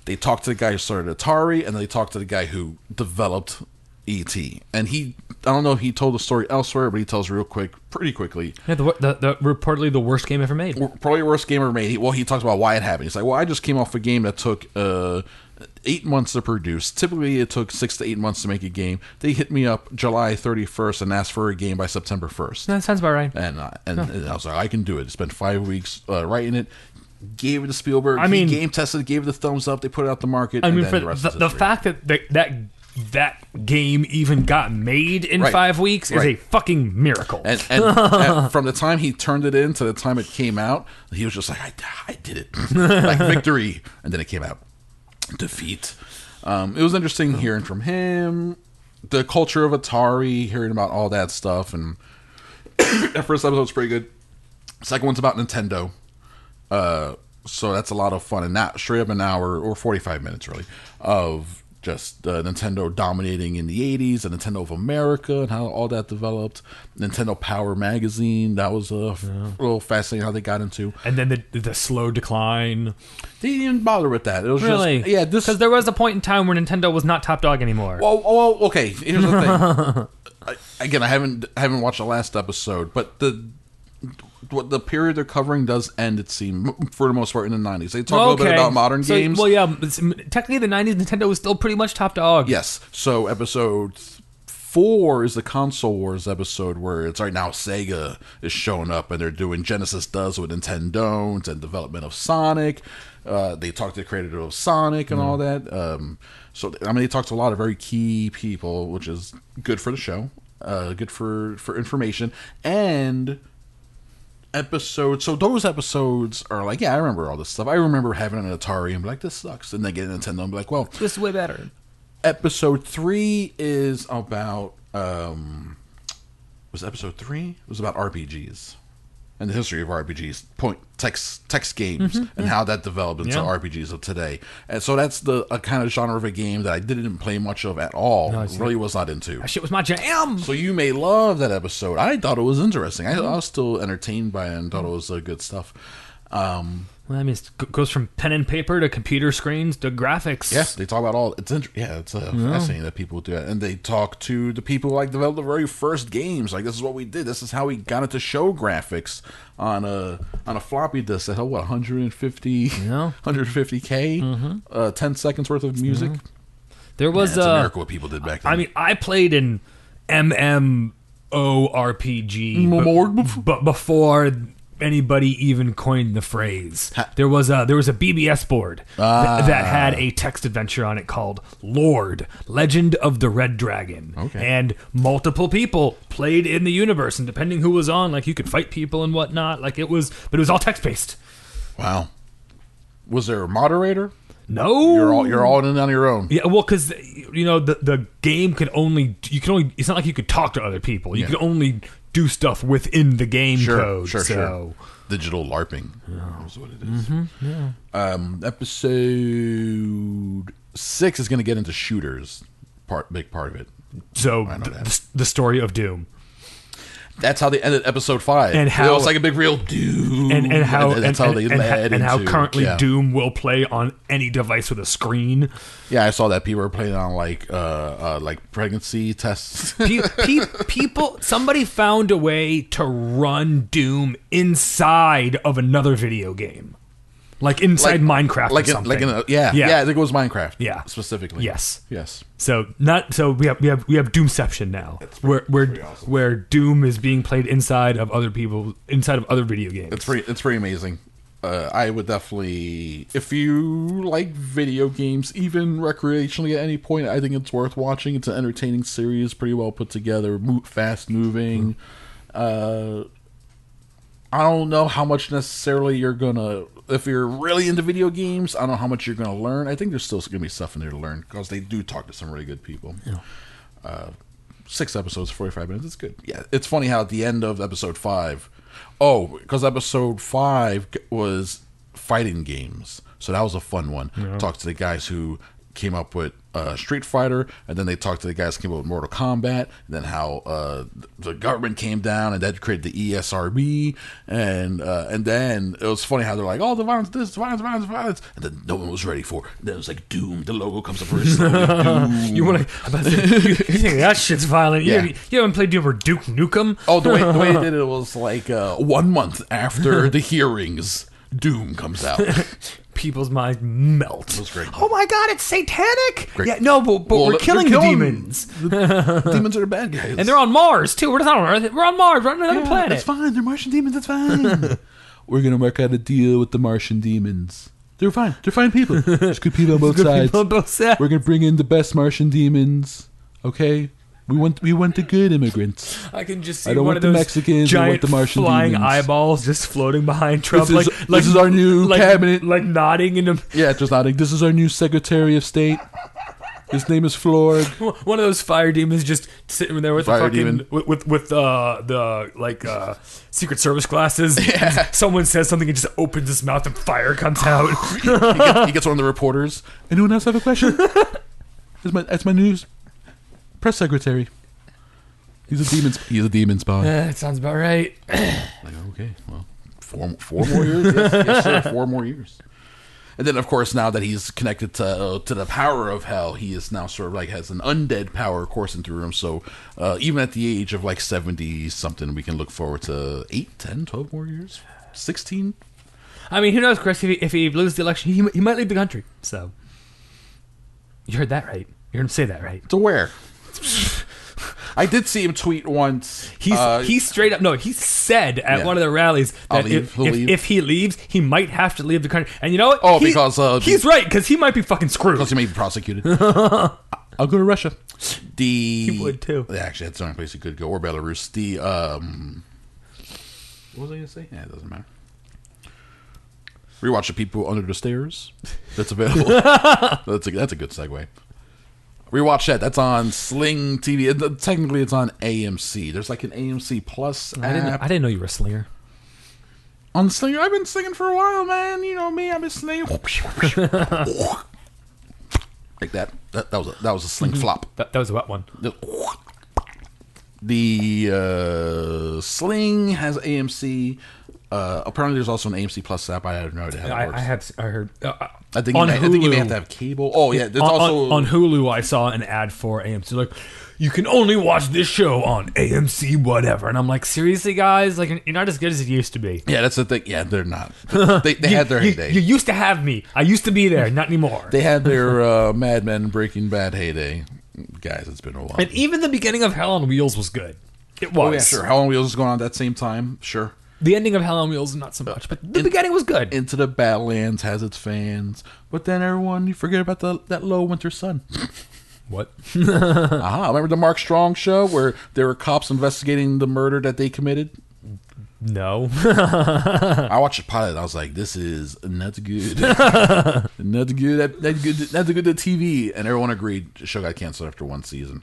Speaker 5: they talk to the guy who started Atari and they talk to the guy who developed ET. And he, I don't know if he told the story elsewhere, but he tells real quick, pretty quickly,
Speaker 6: Yeah, the, the, the reportedly the worst game ever made.
Speaker 5: probably worst game ever made. He, well, he talks about why it happened. He's like, well, I just came off a game that took uh, eight months to produce. Typically, it took six to eight months to make a game. They hit me up July 31st and asked for a game by September 1st.
Speaker 6: That sounds about right.
Speaker 5: And, uh, and, and I was like, I can do it. Spent five weeks uh, writing it. Gave it to Spielberg.
Speaker 6: I
Speaker 5: He
Speaker 6: mean-
Speaker 5: game tested, it, gave it the thumbs up. They put it out to market.
Speaker 6: I
Speaker 5: and
Speaker 6: mean,
Speaker 5: then
Speaker 6: for
Speaker 5: the,
Speaker 6: the,
Speaker 5: rest
Speaker 6: the,
Speaker 5: is history.
Speaker 6: fact that the, that that game even got made in
Speaker 5: Right.
Speaker 6: five weeks is
Speaker 5: Right.
Speaker 6: a fucking miracle.
Speaker 5: And, and, and from the time he turned it in to the time it came out, he was just like, I, I did it. like victory. And then it came out. Defeat. Um, it was interesting hearing from him, the culture of Atari, hearing about all that stuff. And that first episode was pretty good. Second one's about Nintendo. Uh, So that's a lot of fun, and that straight up an hour or forty-five minutes really of just uh, Nintendo dominating in the '80s, the Nintendo of America, and how all that developed. Nintendo Power Magazine that was a f- little fascinating how they got into.
Speaker 6: and then the the slow decline.
Speaker 5: They didn't even bother with that. It was
Speaker 4: Really?
Speaker 5: just yeah, this
Speaker 6: because there was a point in time where Nintendo was not top dog anymore.
Speaker 5: Oh, oh, oh, okay. Here's the thing. I, again, I haven't I haven't watched the last episode, but the what the period they're covering does end. It seemed for the most part in the nineties. They talk a little bit about modern
Speaker 6: So-
Speaker 5: games.
Speaker 6: Well, yeah, it's- technically the '90s Nintendo was still pretty much top dog.
Speaker 5: Yes. So episode four is the console wars episode where it's right now Sega is showing up and they're doing Genesis does with Nintendo's and development of Sonic. Uh, they talked to the creator of Sonic and all that. Um, so I mean, they talked to a lot of very key people, which is good for the show, uh, good for for information and episodes. So those episodes are like, yeah, I remember all this stuff. I remember having an Atari and be like, this sucks, and then get a Nintendo and be like, well,
Speaker 6: this is way better.
Speaker 5: episode three is about um was it episode three it was about rpgs and the history of rpgs point text text games and how that developed into
Speaker 6: Mm-hmm, Yeah.
Speaker 5: rpgs of today and so that's the a kind of genre of a game that i didn't play much of at all really was not into
Speaker 6: That shit was my jam.
Speaker 5: so you may love that episode i thought it was interesting i,
Speaker 6: Mm-hmm.
Speaker 5: I was still entertained by it and thought it was uh, good stuff um
Speaker 6: Well, I mean, it g- goes from pen and paper to computer screens to graphics.
Speaker 5: Yeah, they talk about all. It's inter- yeah, it's uh, fascinating that people do that, and they talk to the people who, like developed the very first games. Like this is what we did. This is how we got it to show graphics on a on a floppy disk that held what 150 150k,
Speaker 6: Mm-hmm.
Speaker 5: uh, 10 seconds worth of music.
Speaker 6: There
Speaker 5: Yeah,
Speaker 6: was
Speaker 5: it's a
Speaker 6: uh,
Speaker 5: miracle what people did back then.
Speaker 6: Mm-hmm. I mean, I played an MMORPG, but-
Speaker 5: Mmorg-
Speaker 6: but before anybody even coined the phrase, there was a there was a BBS board th-
Speaker 5: Ah.
Speaker 6: that had a text adventure on it called Lord Legend of the Red Dragon,
Speaker 5: Okay.
Speaker 6: and multiple people played in the universe, and depending who was on, like you could fight people and whatnot. Like it was, but it was all text based.
Speaker 5: wow. Was there a moderator?
Speaker 6: No,
Speaker 5: You're all you're all in on your own.
Speaker 6: Yeah, well, because you know the the game could only you can only it's not like you could talk to other people. You
Speaker 5: Yeah.
Speaker 6: could only do stuff within the game
Speaker 5: Sure,
Speaker 6: code.
Speaker 5: sure,
Speaker 6: so. Mm-hmm,
Speaker 5: sure. Digital LARPing is what it is. Um, episode six is going to get into shooters, part big part of it.
Speaker 6: So
Speaker 5: know
Speaker 6: th-
Speaker 5: that.
Speaker 6: the, the story of Doom
Speaker 5: That's how they ended episode five.
Speaker 6: And
Speaker 5: it
Speaker 6: how-
Speaker 5: was like a big real dude,
Speaker 6: and and how and,
Speaker 5: that's how
Speaker 6: and-
Speaker 5: they
Speaker 6: and-
Speaker 5: led
Speaker 6: and how
Speaker 5: into-
Speaker 6: currently
Speaker 5: yeah.
Speaker 6: Doom will play on any device with a screen.
Speaker 5: Yeah, I saw that people were playing on like uh, uh like pregnancy tests.
Speaker 6: Pe- pe- people, somebody found a way to run Doom inside of another video game, like inside Minecraft,
Speaker 5: like
Speaker 6: or
Speaker 5: in,
Speaker 6: something.
Speaker 5: like in a, yeah, yeah
Speaker 6: Yeah.
Speaker 5: I think it was Minecraft
Speaker 6: Yeah.
Speaker 5: specifically
Speaker 6: Yes.
Speaker 5: yes
Speaker 6: So not so we have we have we have Doomception now, where where where Doom is being played inside of other people inside of other video games.
Speaker 5: It's pretty. It's pretty amazing. Uh, I would definitely, if you like video games, even recreationally at any point, I think it's worth watching. It's an entertaining series, pretty well put together, mo- fast moving. Uh, I don't know how much necessarily you're gonna. If you're really into video games, I don't know how much you're gonna learn. I think there's still gonna be stuff in there to learn because they do talk to some really good people. Uh, six episodes, forty five minutes. It's good. Yeah, it's funny how at the end of episode five, oh, because episode five g- was fighting games, so that was a fun one. Talk to the guys who came up with uh, Street Fighter, and then they talked to the guys who came up with Mortal Kombat, and then how uh, the government came down and that created the E ESRB, and uh, and then it was funny how they're like, oh, the violence, this violence, violence, violence, and then no one was ready for. It. Then it was like Doom. The logo comes up very slowly. Doom.
Speaker 6: you want to? You, you think that shit's violent? You,
Speaker 5: Yeah.
Speaker 6: haven't- you haven't played Doom or Duke Nukem?
Speaker 5: Oh, the way the way they did it was like uh, one month after the hearings, Doom comes out.
Speaker 6: People's minds melt.
Speaker 5: was great.
Speaker 6: Oh my god, it's satanic!
Speaker 5: Great.
Speaker 6: Yeah, no, but, but
Speaker 5: Well,
Speaker 6: we're
Speaker 5: they're
Speaker 6: killing, the
Speaker 5: killing-
Speaker 6: demons,
Speaker 5: demons are the bad guys,
Speaker 6: and they're on Mars too. We're not on Earth. We're on Mars. We're on another
Speaker 5: Yeah,
Speaker 6: planet.
Speaker 5: It's fine. They're Martian demons. It's fine. We're gonna work out a deal with the Martian demons. They're fine. They're fine people. There's good people on both
Speaker 6: Good
Speaker 5: sides.
Speaker 6: people on both sides.
Speaker 5: We're gonna bring in the best Martian demons. Okay, we want we want the good immigrants.
Speaker 6: I can just see
Speaker 5: I don't
Speaker 6: one
Speaker 5: want
Speaker 6: of
Speaker 5: the
Speaker 6: those
Speaker 5: Mexicans, I want
Speaker 6: giant
Speaker 5: the Martian
Speaker 6: flying
Speaker 5: demons.
Speaker 6: eyeballs just floating behind Trump.
Speaker 5: This is-
Speaker 6: like, like
Speaker 5: this is our new
Speaker 6: like,
Speaker 5: cabinet.
Speaker 6: like nodding in the
Speaker 5: Yeah, just nodding. This is our new Secretary of State. His name is Flord.
Speaker 6: One of those fire demons just sitting there with
Speaker 5: Fire
Speaker 6: the fucking
Speaker 5: demon.
Speaker 6: with, with with uh, the like uh, secret service glasses. Someone says something, it just opens his mouth and fire comes
Speaker 5: Oh,
Speaker 6: out.
Speaker 5: he, gets, he gets one of the reporters. Anyone else have a question? that's my that's my news press secretary. He's a demon. sp- He's a demon spawn.
Speaker 6: that sounds about right.
Speaker 5: Like, okay, well, four four more years. Yes, yes, sir, four more years. And then, of course, now that he's connected to uh, to the power of hell, he is now sort of like has an undead power coursing through him. So, uh, even at the age of like seventy something, we can look forward to 8, 10, 12 more years, sixteen.
Speaker 6: I mean, who knows, Chris? If he, if he loses the election, he, he might leave the country. So you heard that right. You heard him say that right.
Speaker 5: To where? I did see him tweet once.
Speaker 6: He's
Speaker 5: uh,
Speaker 6: he straight up no. He said at
Speaker 5: Yeah.
Speaker 6: one of the rallies
Speaker 5: I'll
Speaker 6: that
Speaker 5: leave,
Speaker 6: if,
Speaker 5: he'll
Speaker 6: if,
Speaker 5: leave.
Speaker 6: if he leaves, he might have to leave the country. And you know what?
Speaker 5: Oh,
Speaker 6: He-
Speaker 5: because, uh,
Speaker 6: he's right because he might be fucking screwed.
Speaker 5: Plus, he may be prosecuted. I'll go to Russia. The he
Speaker 6: would, too.
Speaker 5: Actually, that's the only place he could go, or Belarus. The um, what was I going to say? Yeah, it doesn't matter. Rewatch the people under the stairs. That's available. that's a that's a good segue. Rewatch that. That's on Sling TV. It- it- Technically, it's on AMC. There's like an AMC Plus.
Speaker 6: I didn't.
Speaker 5: app.
Speaker 6: I didn't know you were a slinger.
Speaker 5: on Slinger. I've been singing for a while, man. You know me. I've been slinging. like that. That, that was a, that was a sling flop.
Speaker 6: That, that was a wet one.
Speaker 5: The uh, Sling has AMC. Uh, apparently, there's also an AMC Plus app. I don't know how that
Speaker 6: I,
Speaker 5: works.
Speaker 6: I had. I heard. Uh,
Speaker 5: I think, you may, I think you may have to have cable. Oh yeah, there's
Speaker 6: on, on-
Speaker 5: also
Speaker 6: on Hulu, I saw an ad for AMC. Like, you can only watch this show on AMC, whatever. And I'm like, seriously, guys, like you're not as good as it used to be.
Speaker 5: yeah, that's the thing. Yeah, they're not. They, they had their
Speaker 6: you,
Speaker 5: heyday.
Speaker 6: you used to have me. I used to be there. Not anymore.
Speaker 5: they had their uh, Mad Men, Breaking Bad heyday. Guys, it's been a while.
Speaker 6: and even the beginning of Hell on Wheels was good. It was.
Speaker 5: oh yeah, sure. How long Wheels is going on at that same time? Sure.
Speaker 6: The ending of Hell on Wheels not so much, but the
Speaker 5: In-
Speaker 6: beginning was good.
Speaker 5: Into the Badlands has its fans, but then everyone you forget about the, that low winter sun.
Speaker 6: what?
Speaker 5: Aha! Remember the Mark Strong show where there were cops investigating the murder that they committed?
Speaker 6: No.
Speaker 5: I watched the pilot. I was like, "This is not good, not good, that, that good, not good to TV." And everyone agreed. The show got canceled after one season.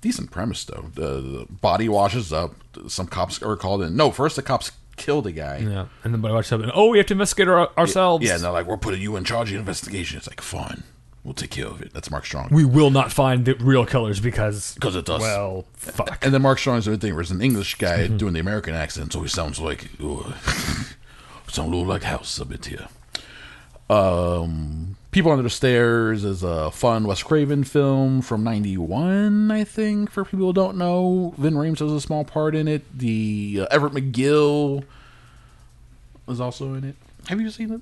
Speaker 5: Decent premise though. The, the body washes up. Some cops are called in. No, first the cops kill the guy.
Speaker 6: yeah. And then I watched something. Oh, we have to investigate our, ourselves.
Speaker 5: Yeah, and they're like, "We're putting you in charge of the investigation." It's like, "Fine, we'll take care of it." That's Mark Strong.
Speaker 6: We will not find the real killers because
Speaker 5: 'Cause it's us.
Speaker 6: Well, fuck.
Speaker 5: And then Mark Strong's the other thing, where it's an English guy
Speaker 6: Mm-hmm.
Speaker 5: doing the American accent, so he sounds like, "Ooh, sound a little like house a bit here. Um, People Under the Stairs is a fun Wes Craven film from '91, I think. For people who don't know, Vin Rames has a small part in it. The uh, Everett McGill was also in it. Have you seen it?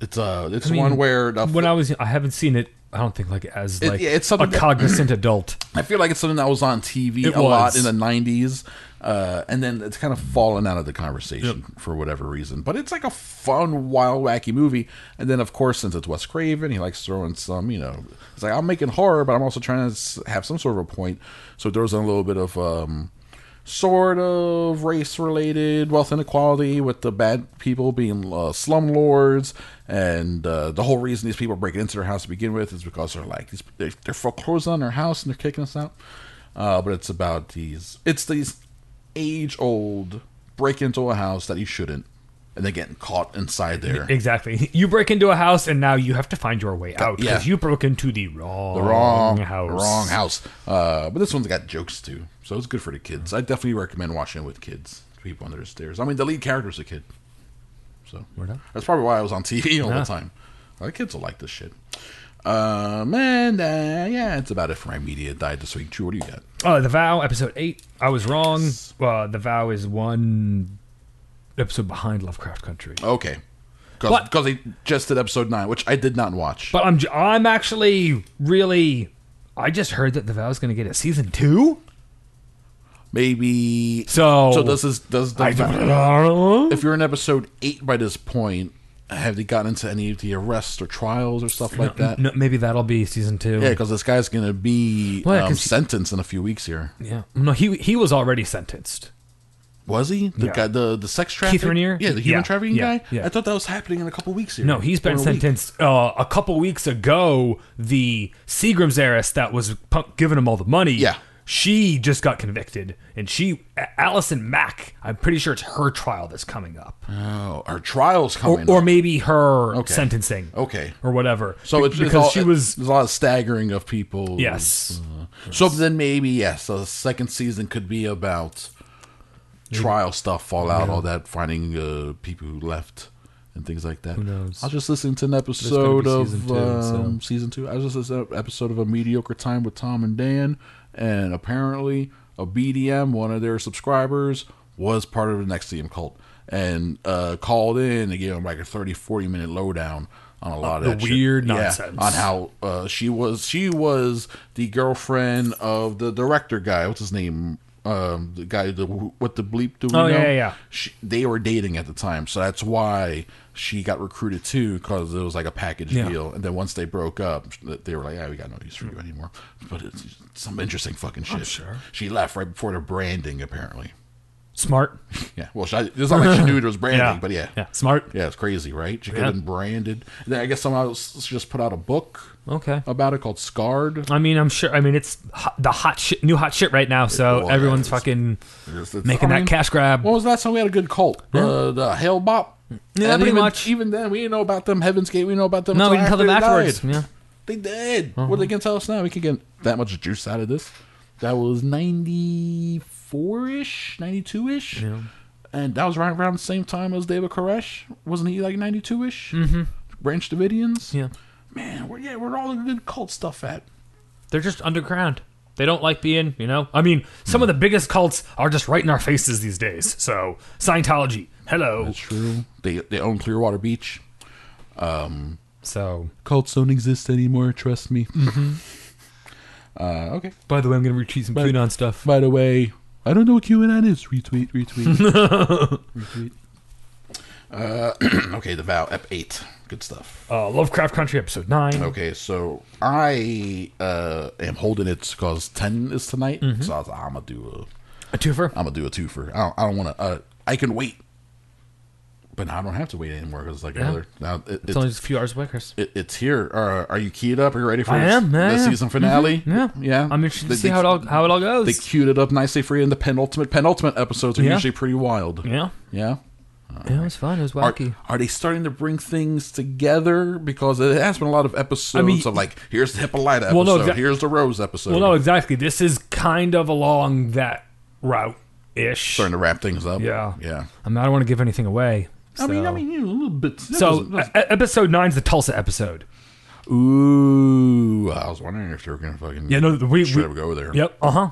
Speaker 5: It's uh, it's
Speaker 6: I mean,
Speaker 5: one where the
Speaker 6: when I was I haven't seen it. I don't think like as
Speaker 5: It-
Speaker 6: like
Speaker 5: yeah, it's
Speaker 6: a
Speaker 5: something that-
Speaker 6: cognizant adult.
Speaker 5: I feel like it's something that was on TV
Speaker 6: It
Speaker 5: a lot
Speaker 6: was.
Speaker 5: in the '90s, uh, and then it's kind of fallen out of the conversation for whatever reason. But it's like a fun, wild, wacky movie. And then, of course, since it's Wes Craven, he likes throwing some. You know, it's like I'm making horror, but I'm also trying to s- have some sort of a point. So it throws in a little bit of. Um, Sort of race related wealth inequality with the bad people being uh, slumlords, and uh, the whole reason these people are breaking into their house to begin with is because they're like, these, they're they're foreclosed on their house and they're kicking us out uh, but it's about these it's these age old break into a house that you shouldn't and they're getting caught inside there
Speaker 6: Exactly. You break into a house and now you have to find your way out
Speaker 5: yeah.
Speaker 6: because you broke into the Oh, wrong,
Speaker 5: the wrong
Speaker 6: house.
Speaker 5: wrong house uh, but this one's got jokes too so it's good for the kids i definitely recommend watching it with kids people under the stairs i mean the lead character's a kid so that's probably why i was on tv all the time the kids will like this shit um and uh, yeah it's about it for my media diet this week Drew, what do you got
Speaker 6: Uh, the Vow, episode eight. I was wrong. Uh, the Vow is one episode behind Lovecraft Country.
Speaker 5: Okay.
Speaker 6: But-
Speaker 5: Because they just did episode nine, which I did not watch.
Speaker 6: But I'm j- I'm actually really. I just heard that the Vow is going to get a season two.
Speaker 5: Maybe
Speaker 6: So-
Speaker 5: So this is does
Speaker 6: I
Speaker 5: the, if you're in episode eight by this point, have they gotten into any of the arrests or trials or stuff like that?
Speaker 6: No, maybe that'll be season two.
Speaker 5: Yeah, because this guy's gonna be
Speaker 6: Well, yeah,
Speaker 5: um,
Speaker 6: 'cause he-
Speaker 5: sentenced in a few weeks here.
Speaker 6: Yeah. No, he he was already sentenced.
Speaker 5: Was he the
Speaker 6: Yeah.
Speaker 5: guy the the sex trafficking?
Speaker 6: Raniere?
Speaker 5: Yeah, the human
Speaker 6: Yeah,
Speaker 5: trafficking
Speaker 6: yeah,
Speaker 5: guy.
Speaker 6: yeah.
Speaker 5: I thought that was happening in a couple weeks here.
Speaker 6: No, he's been
Speaker 5: Or a week.
Speaker 6: sentenced uh, a couple weeks ago. The Seagram's heiress that was pump- giving him all the money.
Speaker 5: Yeah.
Speaker 6: She just got convicted, and she, A- Allison Mack, I'm pretty sure it's her trial that's coming up,
Speaker 5: Oh, our trials
Speaker 6: or,
Speaker 5: coming.
Speaker 6: or
Speaker 5: up.
Speaker 6: maybe her
Speaker 5: Okay.
Speaker 6: sentencing,
Speaker 5: Okay.
Speaker 6: or whatever.
Speaker 5: So
Speaker 6: Be-
Speaker 5: it's, it's
Speaker 6: because
Speaker 5: all-
Speaker 6: she was
Speaker 5: there's a lot of staggering of people.
Speaker 6: yes,
Speaker 5: So then maybe yes, the second season could be about trial stuff, fallout, all that, finding uh, people who left and things like that. Who
Speaker 4: knows?
Speaker 5: I was just listening to an
Speaker 4: gonna
Speaker 5: episode
Speaker 4: be
Speaker 5: of
Speaker 4: season two,
Speaker 5: um, season two. I was just listening to an episode of a mediocre time with Tom and Dan, and apparently a BDM, one of their subscribers, was part of the Nexium cult and uh, called in and gave him like a 30, 40 minute lowdown. On a lot of
Speaker 6: the
Speaker 5: that shit.
Speaker 6: weird
Speaker 5: Yeah,
Speaker 6: nonsense.
Speaker 5: on how out, uh, she was she was the girlfriend of the director guy. What's his name? Um, the guy. The what the bleep do we
Speaker 6: Oh,
Speaker 5: know?
Speaker 6: yeah, yeah, yeah.
Speaker 5: She, they were dating at the time, so that's why she got recruited too because it was like a package
Speaker 6: Yeah.
Speaker 5: deal. And then once they broke up, they were like, "Yeah, we got no use for you anymore." But it's some interesting fucking shit.
Speaker 6: sure.
Speaker 5: She left right before the branding, apparently.
Speaker 6: smart.
Speaker 5: Yeah. Well, she, it's not like she knew it was branding, but yeah,
Speaker 6: yeah, smart.
Speaker 5: yeah, it's crazy, right? She could
Speaker 6: Yeah.
Speaker 5: have been branded. And then I guess somehow she just put out a book
Speaker 6: Okay.
Speaker 5: about it called Scarred.
Speaker 6: I mean, I'm sure. I mean, it's hot, the hot shit, new hot shit right now. So
Speaker 5: well,
Speaker 6: everyone's
Speaker 5: yeah, it's-
Speaker 6: fucking
Speaker 5: It's- it's-
Speaker 6: making
Speaker 5: I
Speaker 6: that
Speaker 5: mean,
Speaker 6: cash grab.
Speaker 5: When was the last time we had a good cult? Uh, the Hell Bop?
Speaker 6: Yeah,
Speaker 5: And
Speaker 6: pretty
Speaker 5: even,
Speaker 6: much.
Speaker 5: Even then, we didn't know about them. Heaven's Gate, we didn't know about them.
Speaker 6: no, we can tell them
Speaker 5: they
Speaker 6: afterwards.
Speaker 5: died.
Speaker 6: Yeah. Uh-huh.
Speaker 5: They did. What are they going to tell us now? We can get that much juice out of this. That was 94 ish, 92 ish. And that was right around the same time as David Koresh. Wasn't he like 92 ish? Mm-hmm. Branch Davidians?
Speaker 6: Yeah.
Speaker 5: Man, we're, yeah, we're all the good cult stuff at.
Speaker 6: They're just underground. They don't like being, you know. I mean, some of the biggest cults are just right in our faces these days. So Scientology, hello.
Speaker 5: True. They, they own Clearwater Beach.
Speaker 6: So
Speaker 5: Cults don't exist anymore, trust me.
Speaker 6: Mm-hmm.
Speaker 5: Uh, okay.
Speaker 4: By the way, I'm going to retweet some
Speaker 5: But-
Speaker 4: QAnon stuff.
Speaker 5: By the way, I don't know what QAnon is. Retweet, retweet, retweet. Uh, okay, the vow ep eight, good stuff.
Speaker 6: uh, Lovecraft Country episode nine.
Speaker 5: Okay, so I uh, am holding it because ten is tonight,
Speaker 6: Mm-hmm.
Speaker 5: so I was, I'm gonna do
Speaker 6: A twofer.
Speaker 5: a, I'm gonna do a twofer. I don't, I don't want to. Uh, I can wait, but now I don't have to wait anymore because like another now it,
Speaker 6: It's only just a few hours away, Chris.
Speaker 5: it, it's here. Uh, are you keyed up? Are you ready for
Speaker 6: I
Speaker 5: this,
Speaker 6: am, yeah,
Speaker 5: the
Speaker 6: yeah.
Speaker 5: season finale?
Speaker 6: Yeah,
Speaker 5: yeah.
Speaker 6: I'm interested
Speaker 5: They-
Speaker 6: to see
Speaker 5: they-
Speaker 6: how it all how it all
Speaker 5: They
Speaker 6: goes.
Speaker 5: queued it up nicely for you. And the penultimate penultimate episodes are
Speaker 6: Yeah.
Speaker 5: usually pretty wild.
Speaker 6: yeah,
Speaker 5: yeah.
Speaker 6: yeah, it was fun. It was
Speaker 5: Are,
Speaker 6: wacky.
Speaker 5: are they starting to bring things together? Because it has been a lot of episodes of like, here's the Hippolyta episode,
Speaker 6: Well, no, that-
Speaker 5: here's the Rose episode.
Speaker 6: well, no, exactly. This is kind of along that route ish.
Speaker 5: starting to wrap things up.
Speaker 6: Yeah.
Speaker 5: yeah.
Speaker 6: I mean, I don't want to give anything away.
Speaker 5: I mean, I
Speaker 6: so-
Speaker 5: mean, you know, a little bit. that
Speaker 6: So
Speaker 5: was- that was-
Speaker 6: e- episode nine's the Tulsa episode.
Speaker 5: ooh, I was wondering if they were gonna fucking
Speaker 6: Yeah, no, we,
Speaker 5: should
Speaker 6: we
Speaker 5: ever go there.
Speaker 6: Yep. Uh huh.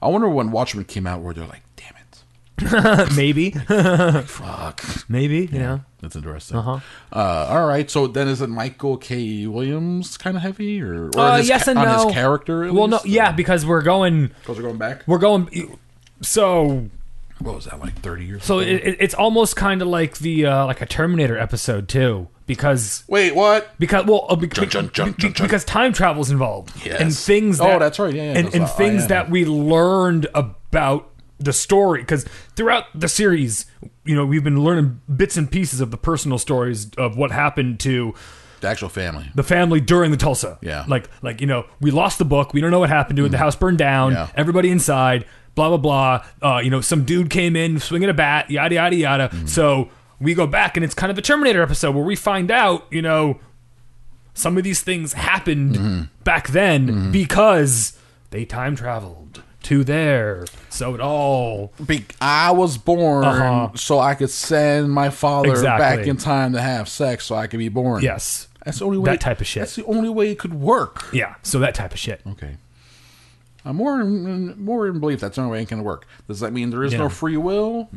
Speaker 5: I wonder when Watchmen came out where they're like, damn it,
Speaker 6: Maybe.
Speaker 5: fuck.
Speaker 6: Maybe. You know.
Speaker 5: That's interesting. Uh-huh. all right. So then, is it Michael K. Williams kind of heavy, or, or
Speaker 6: Uh,
Speaker 5: his
Speaker 6: yes
Speaker 5: ca-
Speaker 6: and
Speaker 5: on
Speaker 6: no.
Speaker 5: his character? At
Speaker 6: Well, no,
Speaker 5: least?
Speaker 6: yeah, because we're going,
Speaker 5: Because we're going back.
Speaker 6: we're going. So,
Speaker 5: What was that like? Thirty years.
Speaker 6: so
Speaker 5: ago?
Speaker 6: it, it- it's almost kind of like the uh, like a Terminator episode too, because
Speaker 5: wait, what?
Speaker 6: because well, uh,
Speaker 5: Jun,
Speaker 6: because,
Speaker 5: jun, jun, jun, jun.
Speaker 6: because time travel's involved
Speaker 5: Yes.
Speaker 6: and things.
Speaker 5: Oh,
Speaker 6: That,
Speaker 5: that's right, yeah, yeah,
Speaker 6: and,
Speaker 5: that's
Speaker 6: and
Speaker 5: right,
Speaker 6: things
Speaker 5: yeah.
Speaker 6: that we learned about the story because throughout the series, you know, we've been learning bits and pieces of the personal stories of what happened to
Speaker 5: The actual family.
Speaker 6: the family during the Tulsa.
Speaker 5: Yeah. Mm-hmm.
Speaker 6: Like like you know, we lost the book. We don't know what happened to it. The house burned down.
Speaker 5: Yeah.
Speaker 6: Everybody inside. Blah blah blah. Uh, you know, some dude came in swinging a bat. Yada yada yada.
Speaker 5: Mm-hmm.
Speaker 6: So we go back and it's kind of a Terminator episode where we find out you know some of these things happened
Speaker 5: Mm-hmm.
Speaker 6: back then because they time traveled to there. So it all
Speaker 5: Be- I was born
Speaker 6: Uh-huh.
Speaker 5: so I could send my father back
Speaker 6: Exactly.
Speaker 5: in time to have sex, so I could be born.
Speaker 6: yes
Speaker 5: that's the only way.
Speaker 6: That type of shit.
Speaker 5: That's the only way it could work.
Speaker 6: yeah. So that type of shit.
Speaker 5: Okay. I'm more in, more in belief that's the only way it can work. Does that mean there is
Speaker 6: Yeah.
Speaker 5: no free will?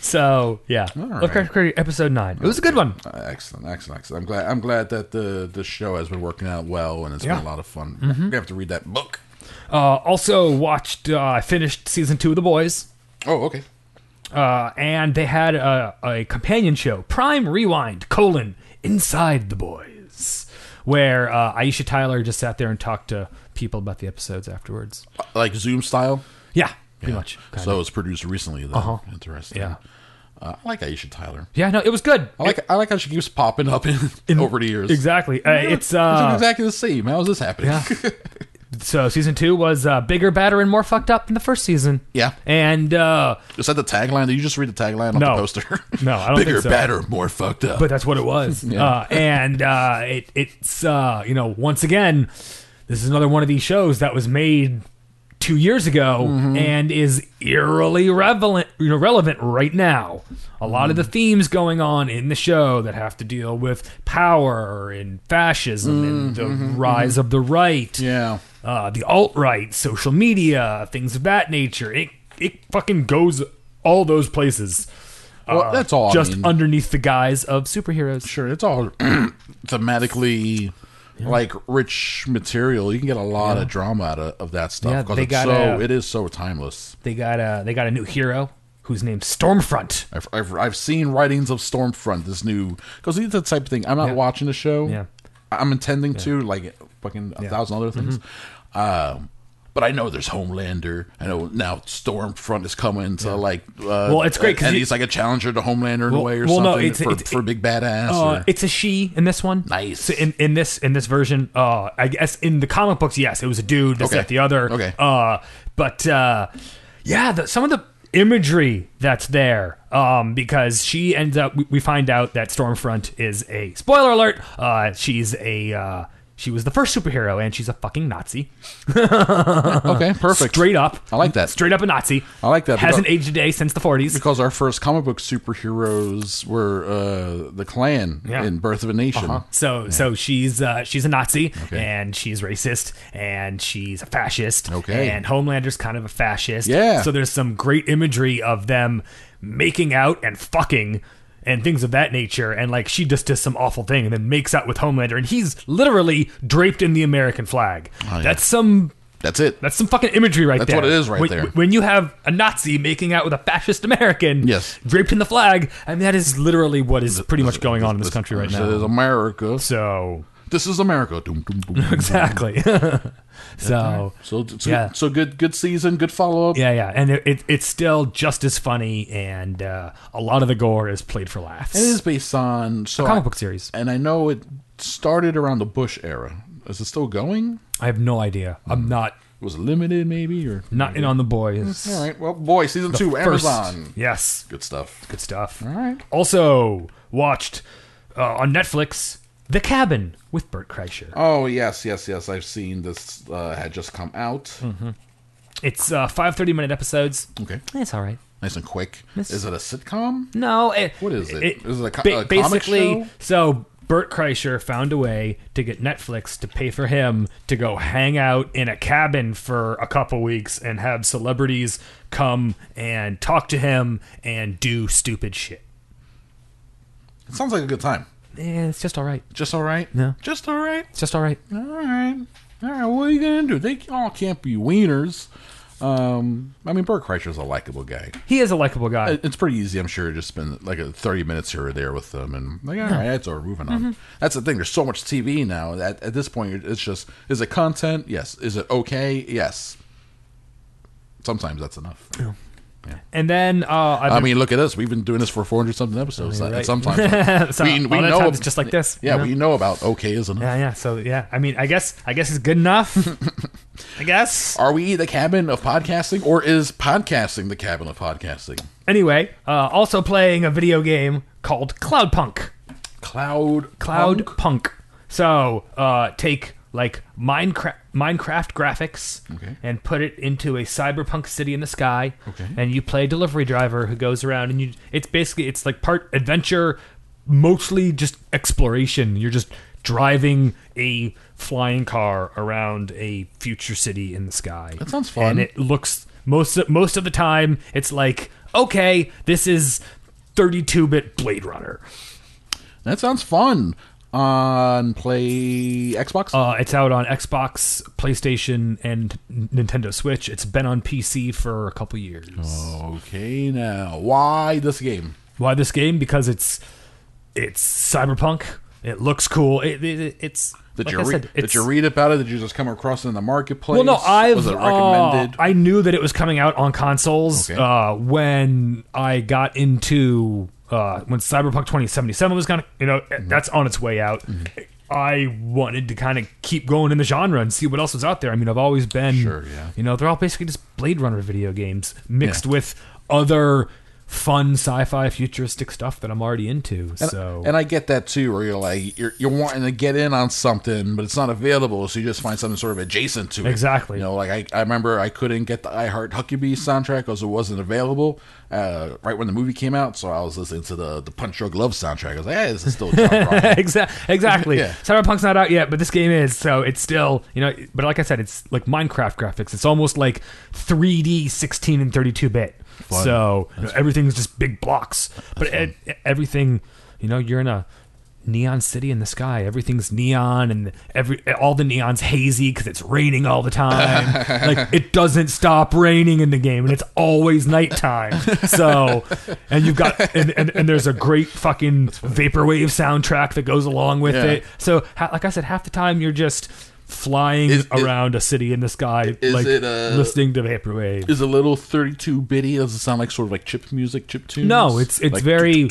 Speaker 6: So yeah,
Speaker 5: right.
Speaker 6: Lovecraft Country episode nine. It was a good one.
Speaker 5: Uh, Excellent, excellent, excellent. I'm glad. I'm glad that the the show has been working out well, and it's
Speaker 6: Yeah. Mm-hmm.
Speaker 5: been a lot of fun. We have to read that book.
Speaker 6: Uh, also watched, uh, I finished season two of The Boys,
Speaker 5: Oh, okay.
Speaker 6: uh, and they had a, a companion show, Prime Rewind: colon Inside the Boys, where uh, Aisha Tyler just sat there and talked to
Speaker 4: people about the episodes afterwards.
Speaker 5: like Zoom style.
Speaker 4: Yeah, pretty much. kinda.
Speaker 5: So it was produced recently. Though.
Speaker 6: Uh-huh.
Speaker 5: Interesting.
Speaker 4: Yeah.
Speaker 5: Uh, I like Aisha Tyler.
Speaker 4: yeah, no, it was good.
Speaker 5: I like I like how she keeps popping up in, over the years.
Speaker 6: Exactly. Uh, it's
Speaker 5: It's
Speaker 6: uh,
Speaker 5: exactly the same. How is this happening?
Speaker 4: Yeah. so season two was uh, bigger, badder, and more fucked up than the first season.
Speaker 5: Yeah.
Speaker 4: and uh,
Speaker 5: Is that the tagline? Did you just read the tagline on
Speaker 6: No.
Speaker 5: the poster?
Speaker 6: No, I don't
Speaker 5: Bigger,
Speaker 6: think so.
Speaker 5: badder, more fucked up.
Speaker 6: but that's what it was. uh, and uh, it, it's uh, you know once again, this is another one of these shows that was made two years ago
Speaker 5: Mm-hmm.
Speaker 6: and is eerily relevant, you know, relevant right now. A lot
Speaker 5: Mm-hmm.
Speaker 6: of the themes going on in the show that have to deal with power and fascism and the rise of the right,
Speaker 5: Mm-hmm. yeah.
Speaker 6: uh, the alt right, social media, things of that nature. It it fucking goes all those places.
Speaker 5: Well,
Speaker 6: uh,
Speaker 5: that's all. Oh, I
Speaker 6: Just
Speaker 5: mean.
Speaker 6: underneath the guise of superheroes.
Speaker 5: sure it's all thematically like rich material you can get a lot of drama out of, of that stuff
Speaker 6: Yeah,
Speaker 5: 'cause
Speaker 6: they
Speaker 5: it's
Speaker 6: got
Speaker 5: so
Speaker 6: a-
Speaker 5: it is so timeless
Speaker 6: They got a they got a new hero who's named Stormfront.
Speaker 5: I've, I've, I've seen writings of stormfront this new because these are the type of thing i'm not
Speaker 6: Yeah.
Speaker 5: watching the show
Speaker 6: Yeah.
Speaker 5: i'm intending to like fucking a thousand other things
Speaker 6: Mm-hmm.
Speaker 5: um but I know there's Homelander. I know now Stormfront is coming to like. Uh,
Speaker 6: Well, it's great 'cause
Speaker 5: and
Speaker 6: you-
Speaker 5: he's like a challenger to Homelander in a
Speaker 6: Well-
Speaker 5: way or
Speaker 6: well, no,
Speaker 5: something
Speaker 6: it's-
Speaker 5: for,
Speaker 6: it's-
Speaker 5: for big badass.
Speaker 6: Uh,
Speaker 5: or,
Speaker 6: it's a she in this one.
Speaker 5: Nice.
Speaker 6: So in, in this in this version, uh, I guess in the comic books, yes, it was a dude. This
Speaker 5: Okay.
Speaker 6: that, the other.
Speaker 5: Okay.
Speaker 6: Uh, but uh, yeah, the, some of the imagery that's there, um, because she ends up. We, we find out that Stormfront is a spoiler alert. Uh, she's a uh, she was the first superhero, and she's a fucking Nazi.
Speaker 5: okay, perfect.
Speaker 6: uh, Straight up.
Speaker 5: I like that.
Speaker 6: Straight up a Nazi.
Speaker 5: I like that
Speaker 6: Hasn't
Speaker 5: because-
Speaker 6: aged a day since the 40s.
Speaker 5: because our first comic book superheroes were uh, the Klan
Speaker 6: Yeah. Uh-huh.
Speaker 5: in Birth of a Nation.
Speaker 6: So so she's uh, she's a Nazi and she's racist and she's a fascist.
Speaker 5: Okay.
Speaker 6: And Homelander's kind of a fascist.
Speaker 5: Yeah.
Speaker 6: So there's some great imagery of them making out and fucking and things of that nature and like she just does some awful thing and then makes out with Homelander and he's literally draped in the American flag.
Speaker 5: Oh, yeah.
Speaker 6: That's some
Speaker 5: That's it.
Speaker 6: that's some fucking imagery right
Speaker 5: That's
Speaker 6: there.
Speaker 5: what it is right
Speaker 6: when,
Speaker 5: there.
Speaker 6: When you have a Nazi making out with a fascist American,
Speaker 5: Yes.
Speaker 6: draped in the flag, I mean that is literally what is pretty much going on in this
Speaker 5: This-
Speaker 6: country right
Speaker 5: this
Speaker 6: now.
Speaker 5: is America.
Speaker 6: So
Speaker 5: This is America. Doom, doom, doom, doom.
Speaker 6: exactly. so
Speaker 5: So, so,
Speaker 6: Yeah.
Speaker 5: so good. Good season. Good follow up.
Speaker 6: yeah, yeah, and it, it, it's still just as funny, and uh, a lot of the gore is played for laughs.
Speaker 5: It is based on so
Speaker 6: comic
Speaker 5: I-
Speaker 6: book series.
Speaker 5: and I know it started around the Bush era. Is it still going?
Speaker 6: I have no idea. I'm not
Speaker 5: Was it limited maybe or?
Speaker 6: not in on the boys.
Speaker 5: All right. Well, boy, season two,
Speaker 6: First,
Speaker 5: Amazon.
Speaker 6: yes,
Speaker 5: Good stuff.
Speaker 6: good stuff. All
Speaker 5: right.
Speaker 6: Also watched uh, on Netflix, The Cabin with Burt Kreischer.
Speaker 5: Oh yes, yes, yes. I've seen this. Uh, had just come out.
Speaker 6: Hmm. It's uh, five thirty minute episodes.
Speaker 5: Okay.
Speaker 6: It's all right.
Speaker 5: Nice and quick. Is it a sitcom?
Speaker 6: No, eh, it,
Speaker 5: What is it? Is it a co-
Speaker 6: ba-
Speaker 5: a comic
Speaker 6: basically?
Speaker 5: show?
Speaker 6: So Bert Kreischer found a way to get Netflix to pay for him to go hang out in a cabin for a couple weeks and have celebrities come and talk to him and do stupid shit.
Speaker 5: It sounds like a good time.
Speaker 6: Eh, it's just all right.
Speaker 5: Just all right.
Speaker 6: No.
Speaker 5: Just all right.
Speaker 6: It's just all right.
Speaker 5: All right. All right. What are you gonna do? They all can't be wieners. Um, I mean, Bert Kreischer's a likable guy.
Speaker 6: He is a likable guy.
Speaker 5: It- Uh, It's pretty easy, I'm sure. to Just spend like a 30 minutes here or there with them, and like, all right, it's over. Moving on. That's the thing. There's so much TV now. At, at this point, it's just is it content? Yes. Is it okay? Yes. Sometimes that's enough.
Speaker 6: and then uh, I've
Speaker 5: I
Speaker 6: been-
Speaker 5: mean, look at us. We've been doing this for 400 something episodes.
Speaker 6: you're
Speaker 5: and
Speaker 6: Oh, right.
Speaker 5: Sometimes
Speaker 6: So, all that time it's just like this,
Speaker 5: Yeah,
Speaker 6: you know?
Speaker 5: we know about okay is enough.
Speaker 6: yeah, yeah. So yeah, I mean, I guess I guess it's good enough. I guess.
Speaker 5: Are we the cabin of podcasting, or is podcasting the cabin of podcasting?
Speaker 6: Anyway, uh, also playing a video game called Cloudpunk.
Speaker 5: Cloud,
Speaker 6: cloud punk. So uh, take like Minecraft Minecraft graphics
Speaker 5: Okay.
Speaker 6: and put it into a cyberpunk city in the sky.
Speaker 5: Okay.
Speaker 6: And you play a delivery driver who goes around and you. It's basically it's like part adventure, mostly just exploration. You're just driving a flying car around a future city in the sky.
Speaker 5: That sounds fun.
Speaker 6: And it looks most of, most of the time it's like okay, this is 32-bit Blade Runner.
Speaker 5: That sounds fun. On play Xbox.
Speaker 6: Uh, it's out on Xbox, PlayStation, and N- Nintendo Switch. It's been on PC for a couple years.
Speaker 5: Oh. okay, now why this game?
Speaker 6: Why this game? Because it's it's cyberpunk. It looks cool. It, it, it's
Speaker 5: Did
Speaker 6: like
Speaker 5: you
Speaker 6: I
Speaker 5: read?
Speaker 6: said,
Speaker 5: did
Speaker 6: it's-
Speaker 5: you read about it? Did you just come across it in the marketplace?
Speaker 6: Well, no, I've
Speaker 5: was it
Speaker 6: uh,
Speaker 5: recommended?
Speaker 6: I knew that it was coming out on consoles
Speaker 5: Okay.
Speaker 6: uh, when I got into uh, when Cyberpunk 2077 was gonna, you know,
Speaker 5: Mm-hmm.
Speaker 6: that's on its way out. I wanted to kind of keep going in the genre and see what else was out there. I mean, I've always been,
Speaker 5: Sure, yeah.
Speaker 6: you know, they're all basically just Blade Runner video games mixed with other fun sci-fi futuristic stuff that I'm already into. so
Speaker 5: And I get that too, where you're like you're, you're wanting to get in on something, but it's not available, so you just find something sort of adjacent to it.
Speaker 6: Exactly.
Speaker 5: You know, like I, I remember I couldn't get the I Heart Huckabee soundtrack because it wasn't available uh, right when the movie came out, so I was listening to the the Punch Drug Love soundtrack. I was like, hey, this is still John Bryan."
Speaker 6: Exa- exactly.
Speaker 5: Yeah.
Speaker 6: Cyberpunk's not out yet, but this game is, so it's still, you know, but like I said, it's like Minecraft graphics. It's almost like 3D 16 and 32 bit. So you know, everything's just big blocks. but e- everything, you know, you're in a neon city in the sky. Everything's neon and every all the neon's hazy cuz it's raining all the time. like it doesn't stop raining in the game and it's always nighttime. So, and you've got and, and, and there's a great fucking vaporwave soundtrack that goes along with
Speaker 5: Yeah.
Speaker 6: it. So, ha- like I said, half the time you're just flying
Speaker 5: Is- is-
Speaker 6: around a city in the sky
Speaker 5: is
Speaker 6: like
Speaker 5: it, uh,
Speaker 6: listening to vaporwave.
Speaker 5: Is a little 32 bitty? Does it sound like sort of like chip music, chip tunes?
Speaker 6: No, it's it's
Speaker 5: Like,
Speaker 6: very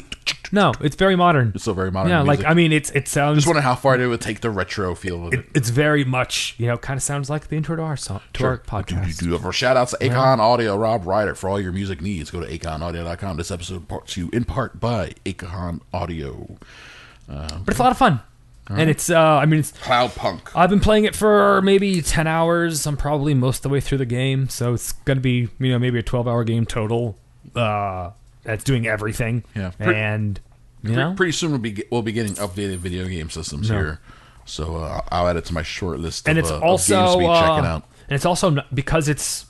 Speaker 6: no, it's very modern.
Speaker 5: It's still very modern.
Speaker 6: yeah,
Speaker 5: music.
Speaker 6: like I mean, it's it sounds
Speaker 5: just wonder how far they would take the retro feel of it.
Speaker 6: it- it's very much you know kind of sounds like the intro to our song to our podcast.
Speaker 5: Do, do, do. Shout out to Akon Audio, Rob Ryder, for all your music needs. Go to akonaudio.com. This episode part two in part by Akon Audio.
Speaker 6: But it's a lot of fun. And it's, uh, I mean, it's.
Speaker 5: Cloud Punk.
Speaker 6: I've been playing it for maybe ten hours. I'm probably most of the way through the game, so it's gonna be, you know, maybe a twelve-hour game total. Uh, that's doing everything.
Speaker 5: Yeah.
Speaker 6: and you
Speaker 5: Pre-
Speaker 6: know,
Speaker 5: Pretty soon we'll be, get- we'll be getting updated video game systems here. So uh, I'll add it to my short list
Speaker 6: and
Speaker 5: of,
Speaker 6: it's
Speaker 5: uh, of
Speaker 6: also
Speaker 5: games to be
Speaker 6: uh,
Speaker 5: checking out.
Speaker 6: and it's also not, because it's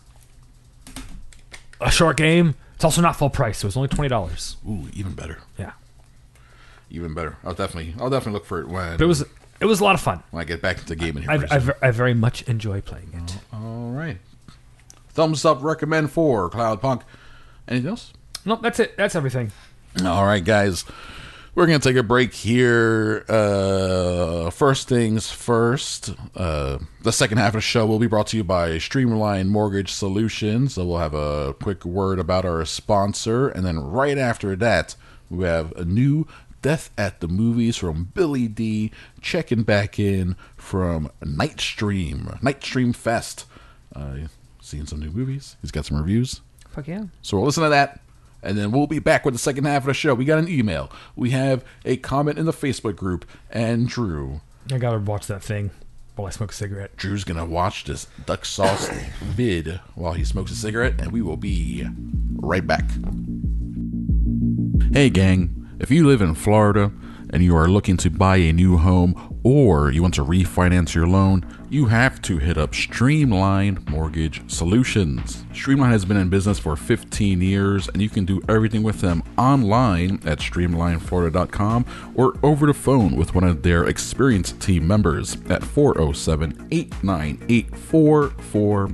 Speaker 6: a short game. It's also not full price, so it's only twenty dollars.
Speaker 5: Ooh, even better.
Speaker 6: Yeah,
Speaker 5: Even better. I'll definitely I'll definitely look for it when,
Speaker 6: but it was it was a lot of fun.
Speaker 5: when I get back into gaming here.
Speaker 6: I,
Speaker 5: pretty
Speaker 6: I,
Speaker 5: soon.
Speaker 6: ver- I very much enjoy playing it.
Speaker 5: all right. Thumbs up recommend for Cloud Punk. Anything else?
Speaker 6: No, that's it. That's everything.
Speaker 5: All right, guys. We're going to take a break here. Uh, first things first, uh, the second half of the show will be brought to you by Streamline Mortgage Solutions. So we'll have a quick word about our sponsor. And then right after that, we have a new Death at the Movies from Billy D. Checking back in from Nightstream, Nightstream Fest. Uh, seeing some new movies. He's got some reviews.
Speaker 6: Fuck yeah.
Speaker 5: So we'll listen to that, and then we'll be back with the second half of the show. We got an email, we have a comment in the Facebook group, and Drew.
Speaker 6: I gotta watch that thing while I smoke a cigarette.
Speaker 5: Drew's gonna watch this duck sauce vid while he smokes a cigarette, and we will be right back. Hey, gang, if you live in Florida and you are looking to buy a new home or you want to refinance your loan, you have to hit up Streamline Mortgage Solutions. Streamline has been in business for 15 years and you can do everything with them online at streamlineflorida.com or over the phone with one of their experienced team members at 407 898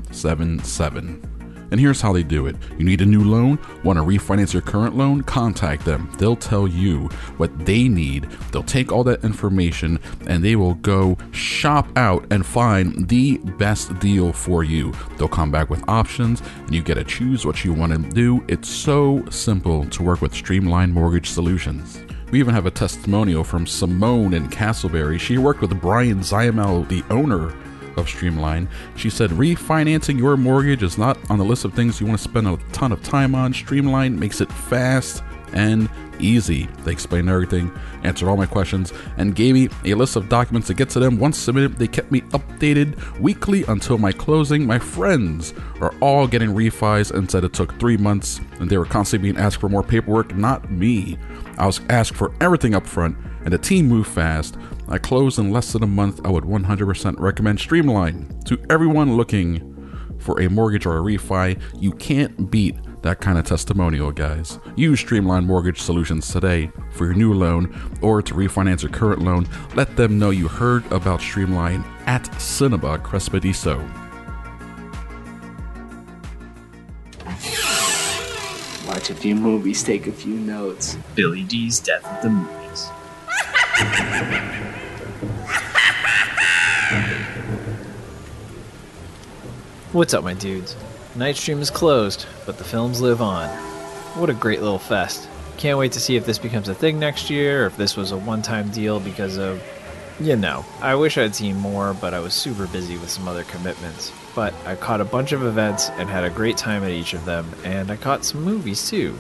Speaker 5: 4477. And here's how they do it. You need a new loan? Want to refinance your current loan? Contact them. They'll tell you what they need. They'll take all that information and they will go shop out and find the best deal for you. They'll come back with options and you get to choose what you want to do. It's so simple to work with Streamline Mortgage Solutions. We even have a testimonial from Simone in Castleberry. She worked with Brian Ziamel, the owner of Streamline. She said, refinancing your mortgage is not on the list of things you want to spend a ton of time on. Streamline makes it fast and easy. They explained everything, answered all my questions, and gave me a list of documents to get to them. Once submitted, they kept me updated weekly until my closing. My friends are all getting refis and said it took three months, and they were constantly being asked for more paperwork, not me. I was asked for everything up front, and the team moved fast. I closed in less than a month. I would 100% recommend Streamline to everyone looking for a mortgage or a refi. You can't beat that kind of testimonial, guys. Use Streamline Mortgage Solutions today for your new loan or to refinance your current loan. Let them know you heard about Streamline at Cinema Crespediso.
Speaker 7: Watch a few movies, take a few notes.
Speaker 8: Billy D's Death at the Movies. What's up, my dudes? Night stream is closed, but the films live on. What a great little fest. Can't wait to see if this becomes a thing next year, or if this was a one time deal because of. You know, I wish I'd seen more, but I was super busy with some other commitments. But I caught a bunch of events and had a great time at each of them, and I caught some movies too.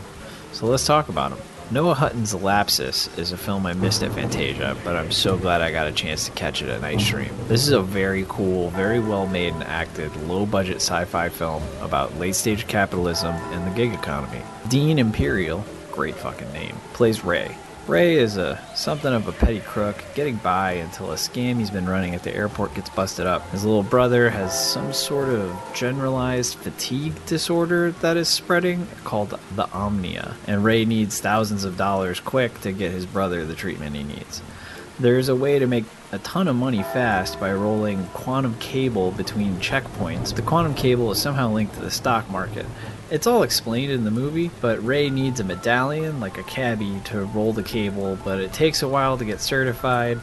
Speaker 8: So let's talk about them. Noah Hutton's Lapsus is a film I missed at Fantasia, but I'm so glad I got a chance to catch it at Night Stream. This is a very cool, very well made and acted, low budget sci fi film about late stage capitalism and the gig economy. Dean Imperial, great fucking name, plays Ray. Ray is a something of a petty crook, getting by until a scam he's been running at the airport gets busted up. His little brother has some sort of generalized fatigue disorder that is spreading called the Omnia, and Ray needs thousands of dollars quick to get his brother the treatment he needs. There's a way to make a ton of money fast by rolling quantum cable between checkpoints. The quantum cable is somehow linked to the stock market. It's all explained in the movie, but Ray needs a medallion, like a cabbie, to roll the cable, but it takes a while to get certified.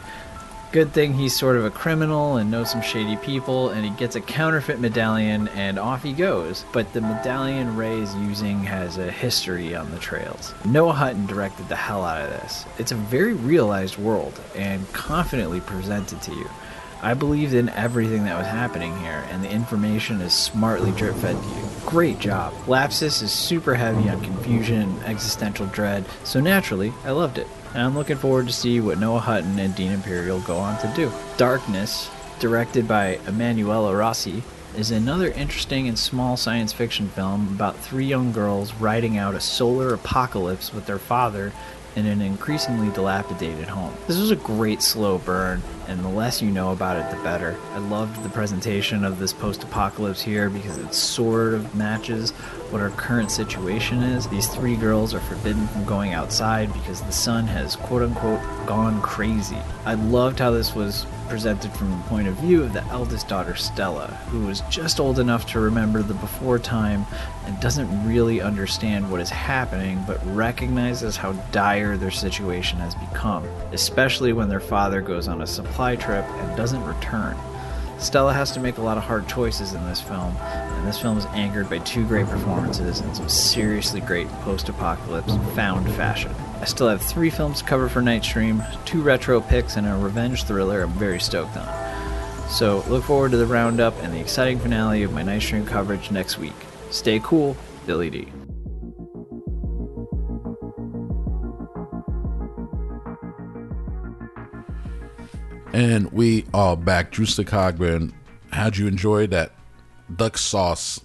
Speaker 8: Good thing he's sort of a criminal and knows some shady people, and he gets a counterfeit medallion and off he goes. But the medallion Ray is using has a history on the trails. Noah Hutton directed the hell out of this. It's a very realized world and confidently presented to you. I believed in everything that was happening here, and the information is smartly drip fed to you. Great job. Lapsus is super heavy on confusion and existential dread, so naturally, I loved it. And I'm looking forward to see what Noah Hutton and Dean Imperial go on to do. Darkness, directed by Emanuela Rossi, is another interesting and small science fiction film about three young girls riding out a solar apocalypse with their father in an increasingly dilapidated home. This was a great slow burn, and the less you know about it, the better. I loved the presentation of this post apocalypse here because it sort of matches what our current situation is. These three girls are forbidden from going outside because the sun has quote unquote gone crazy. I loved how this was presented from the point of view of the eldest daughter Stella, who is just old enough to remember the before time and doesn't really understand what is happening but recognizes how dire their situation has become, especially when their father goes on a supply trip and doesn't return. Stella has to make a lot of hard choices in this film, and this film is anchored by two great performances and some seriously great post apocalypse found fashion. I still have three films to cover for Night Stream, two retro picks, and a revenge thriller I'm very stoked on. So look forward to the roundup and the exciting finale of my Night Stream coverage next week. Stay cool, Billy D.
Speaker 5: And we are back. Drew Cogburn, how'd you enjoy that duck sauce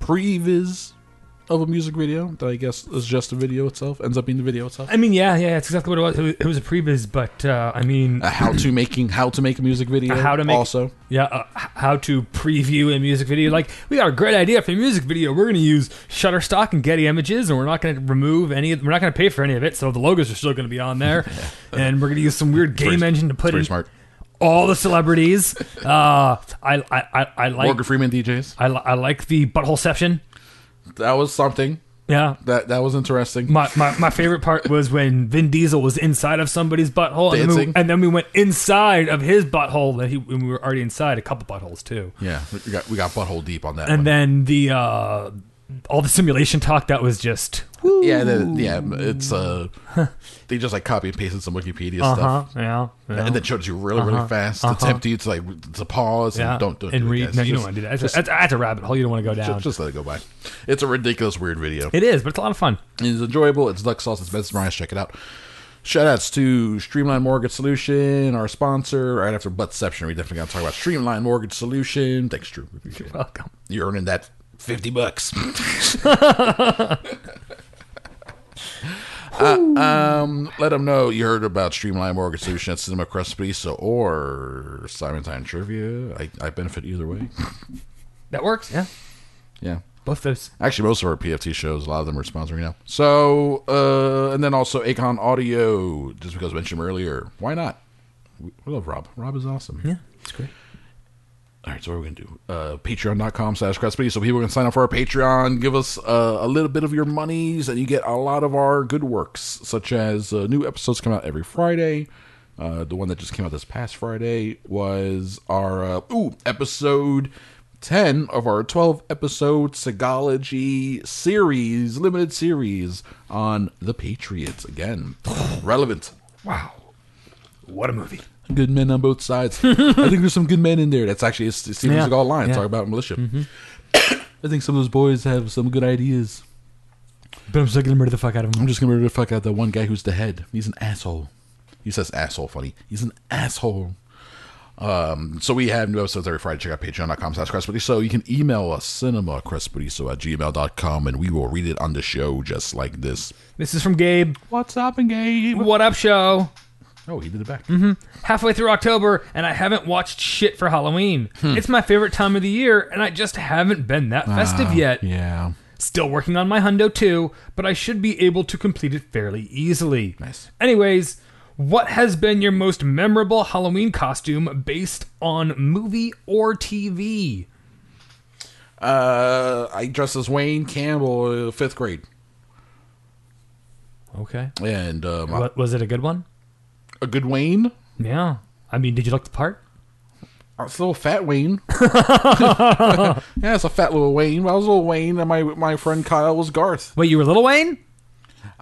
Speaker 5: previs of a music video that I guess is just the video itself, ends up being the video itself?
Speaker 4: I mean, yeah, yeah, it's exactly what it was. It was- It was a previs, but uh, I mean,
Speaker 5: A how to making how to make a music video.
Speaker 4: how to make
Speaker 5: also.
Speaker 4: yeah, uh, h- how to preview a music video. Like, we got a great idea for a music video. We're going to use Shutterstock and Getty Images, and we're not going to remove any. Of, we're not going to pay for any of it, so the logos are still going to be on there, and we're going to use some weird game
Speaker 5: Very-
Speaker 4: engine to put
Speaker 5: very
Speaker 4: in
Speaker 5: smart.
Speaker 4: all the celebrities. Uh, I, I, I, I like.
Speaker 5: Morgan Freeman DJs.
Speaker 4: I, li- I like the buttholeception.
Speaker 5: That was something.
Speaker 4: Yeah.
Speaker 5: That that was interesting.
Speaker 4: My, my, my favorite part was when Vin Diesel was inside of somebody's butthole, and then, we,
Speaker 5: Dancing.
Speaker 4: and then we went inside of his butthole. That he when we were already inside a couple buttholes too.
Speaker 5: yeah, we got we got butthole deep on that.
Speaker 4: And
Speaker 5: one.
Speaker 4: then the uh, all the simulation talk that was just woo,
Speaker 5: yeah, the, yeah, it's uh, they just like copy and pasted some Wikipedia
Speaker 4: uh-huh,
Speaker 5: stuff.
Speaker 4: yeah, yeah.
Speaker 5: And then showed it to you really, really fast to tempt you to like to pause
Speaker 4: yeah.
Speaker 5: and don't do it.
Speaker 4: and
Speaker 5: do it,
Speaker 4: read.
Speaker 5: guys.
Speaker 4: No, you
Speaker 5: Just-
Speaker 4: don't want to do that. That's, that's, that's a rabbit hole. You don't want to go down.
Speaker 5: Just, just let it go by. It's a ridiculous, weird video.
Speaker 4: it is, but it's a lot of fun.
Speaker 5: It's enjoyable. It's duck sauce. It's mesmerized. Check it out. Shoutouts to Streamline Mortgage Solution, our sponsor. Right after Buttception, we definitely got to talk about Streamline Mortgage Solution. Thanks, Drew. Appreciate it.
Speaker 4: Welcome.
Speaker 5: You're earning that fifty bucks. Uh, um, let them know you heard about Streamline Mortgage Solution at Cinema Crespisa or Simon Time Trivia. I, I benefit either way.
Speaker 4: That works. Yeah,
Speaker 5: Yeah.
Speaker 4: both those.
Speaker 5: Actually, most of our PFT shows, a lot of them are sponsoring now. So, uh, and then also Acon Audio, just because I mentioned him earlier. Why not? We we love Rob. Rob is awesome. Yeah, it's great. All right, so what are we going to do? Uh, Patreon.com slash Crespity. So people can sign up for our Patreon, give us uh, a little bit of your monies, and you get a lot of our good works, such as uh, new episodes come out every Friday. Uh, the one that just came out this past Friday was our uh, ooh episode 10 of our 12 episode Sigology series, limited series on the Patriots. Again, relevant.
Speaker 6: Wow. What a movie.
Speaker 5: Good men on both sides. I think there's some good men in there. That's actually a S- Steven
Speaker 6: Yeah.
Speaker 5: Seagal line.
Speaker 6: Yeah.
Speaker 5: Talk about militia. I think some of those boys have some good ideas.
Speaker 6: But I'm still gonna murder the fuck out of him.
Speaker 5: I'm just gonna murder the fuck out that one guy who's the head. He's an asshole. He says asshole funny. He's an asshole. Um, so we have new episodes every Friday. Check out patreon.com slash crespity. So you can email us cinema crespity at gmail.com and we will read it on the show just like this.
Speaker 6: This is from Gabe.
Speaker 5: What's up, Gabe?
Speaker 6: What up, show?
Speaker 5: Oh, he did it back.
Speaker 6: Halfway through October, and I haven't watched shit for Halloween.
Speaker 5: Hmm.
Speaker 6: It's my favorite time of the year, and I just haven't been that festive yet.
Speaker 5: Ah, Yeah.
Speaker 6: Still working on my Hundo too, but I should be able to complete it fairly easily.
Speaker 5: Nice.
Speaker 6: Anyways, what has been your most memorable Halloween costume based on movie or TV?
Speaker 5: Uh, I dressed as Wayne Campbell, uh, fifth grade.
Speaker 6: Okay.
Speaker 5: And um,
Speaker 6: What, was it a good one?
Speaker 5: a good Wayne?
Speaker 6: Yeah. I mean, did you look the part?
Speaker 5: I was a little fat Wayne. yeah, it's a fat little Wayne. I was a little Wayne, and my my friend Kyle was Garth.
Speaker 6: Wait, you were Little Wayne?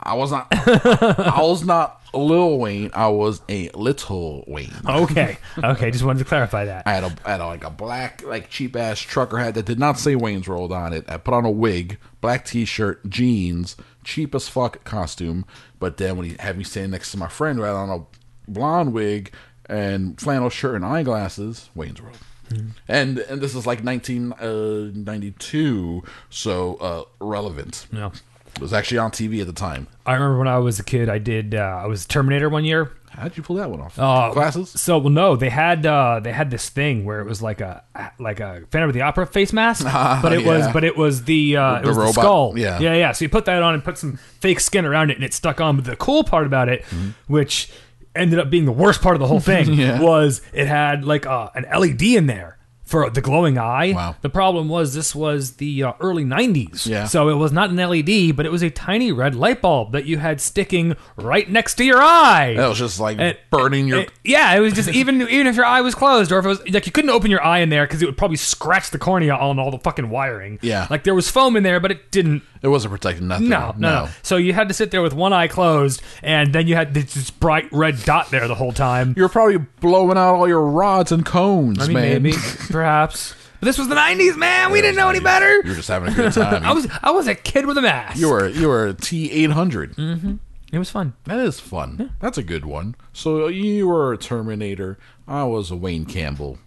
Speaker 5: I was not. I was not a little Wayne. I was a little Wayne.
Speaker 6: Okay. okay, just wanted to clarify that.
Speaker 5: I had a, I had a like a black like cheap ass trucker hat that did not say Wayne's World on it. I put on a wig, black t shirt, jeans, cheap as fuck costume. But then when he had me standing next to my friend who had on a blonde wig and flannel shirt and eyeglasses, Wayne's World.
Speaker 6: Mm-hmm.
Speaker 5: And and this is like 1992, so uh, relevant.
Speaker 6: Yeah.
Speaker 5: It was actually on TV at the time.
Speaker 6: I remember when I was a kid, I did, uh, I was Terminator one year.
Speaker 5: How'd you pull that one off?
Speaker 6: Uh,
Speaker 5: Glasses?
Speaker 6: So well, no, they had uh, they had this thing where it was like a like a Phantom of the Opera face mask, but it was
Speaker 5: Ah, yeah.
Speaker 6: but it was the uh, it
Speaker 5: The
Speaker 6: was
Speaker 5: robot,
Speaker 6: the skull.
Speaker 5: yeah.
Speaker 6: yeah, yeah. So you put that on and put some fake skin around it, and it stuck on. But the cool part about it, which ended up being the worst part of the whole thing,
Speaker 5: Mm-hmm. Yeah.
Speaker 6: was it had like uh, an LED in there. For the glowing eye.
Speaker 5: Wow.
Speaker 6: The problem was this was the uh, early 90s.
Speaker 5: Yeah.
Speaker 6: So it was not an LED, but it was a tiny red light bulb that you had sticking right next to your eye.
Speaker 5: That was just like
Speaker 6: It-
Speaker 5: burning your.
Speaker 6: it- yeah, it was just even even if your eye was closed or if it was like you couldn't open your eye in there because it would probably scratch the cornea on all the fucking wiring.
Speaker 5: Yeah.
Speaker 6: like there was foam in there, but it didn't.
Speaker 5: it wasn't protecting nothing.
Speaker 6: No, no, no. So you had to sit there with one eye closed, and then you had this, this bright red dot there the whole time.
Speaker 5: You're probably blowing out all your rods and cones,
Speaker 6: I mean,
Speaker 5: man.
Speaker 6: maybe, perhaps. But this was the '90s, man. We didn't know any better.
Speaker 5: You're just having a good time.
Speaker 6: I was I was a kid with a mask.
Speaker 5: you were you were a T eight hundred.
Speaker 6: Mm. It was fun.
Speaker 5: That is fun. That's a good one. So you were a Terminator. I was a Wayne Campbell.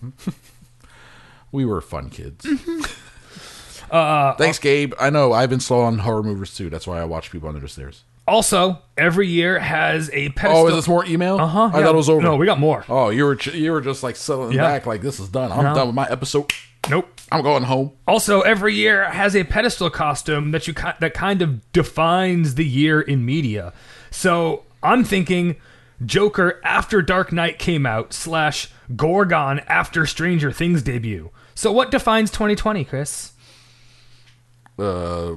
Speaker 5: we were fun kids.
Speaker 6: Uh,
Speaker 5: Thanks, Gabe. I know I've been slow on horror movies too. That's why I watch people under the stairs.
Speaker 6: Also, every year has a pedestal.
Speaker 5: Oh, is this more email?
Speaker 6: Uh huh.
Speaker 5: I thought it was over.
Speaker 6: No, we got more.
Speaker 5: Oh, you were you were just like settling
Speaker 6: Yeah.
Speaker 5: back, like this is done. I'm
Speaker 6: No.
Speaker 5: done with my episode.
Speaker 6: Nope.
Speaker 5: I'm going home.
Speaker 6: Also, every year has a pedestal costume that you ki- that kind of defines the year in media. So I'm thinking Joker after Dark Knight came out slash Gorgon after Stranger Things debut. So what defines 2020, Chris?
Speaker 5: uh,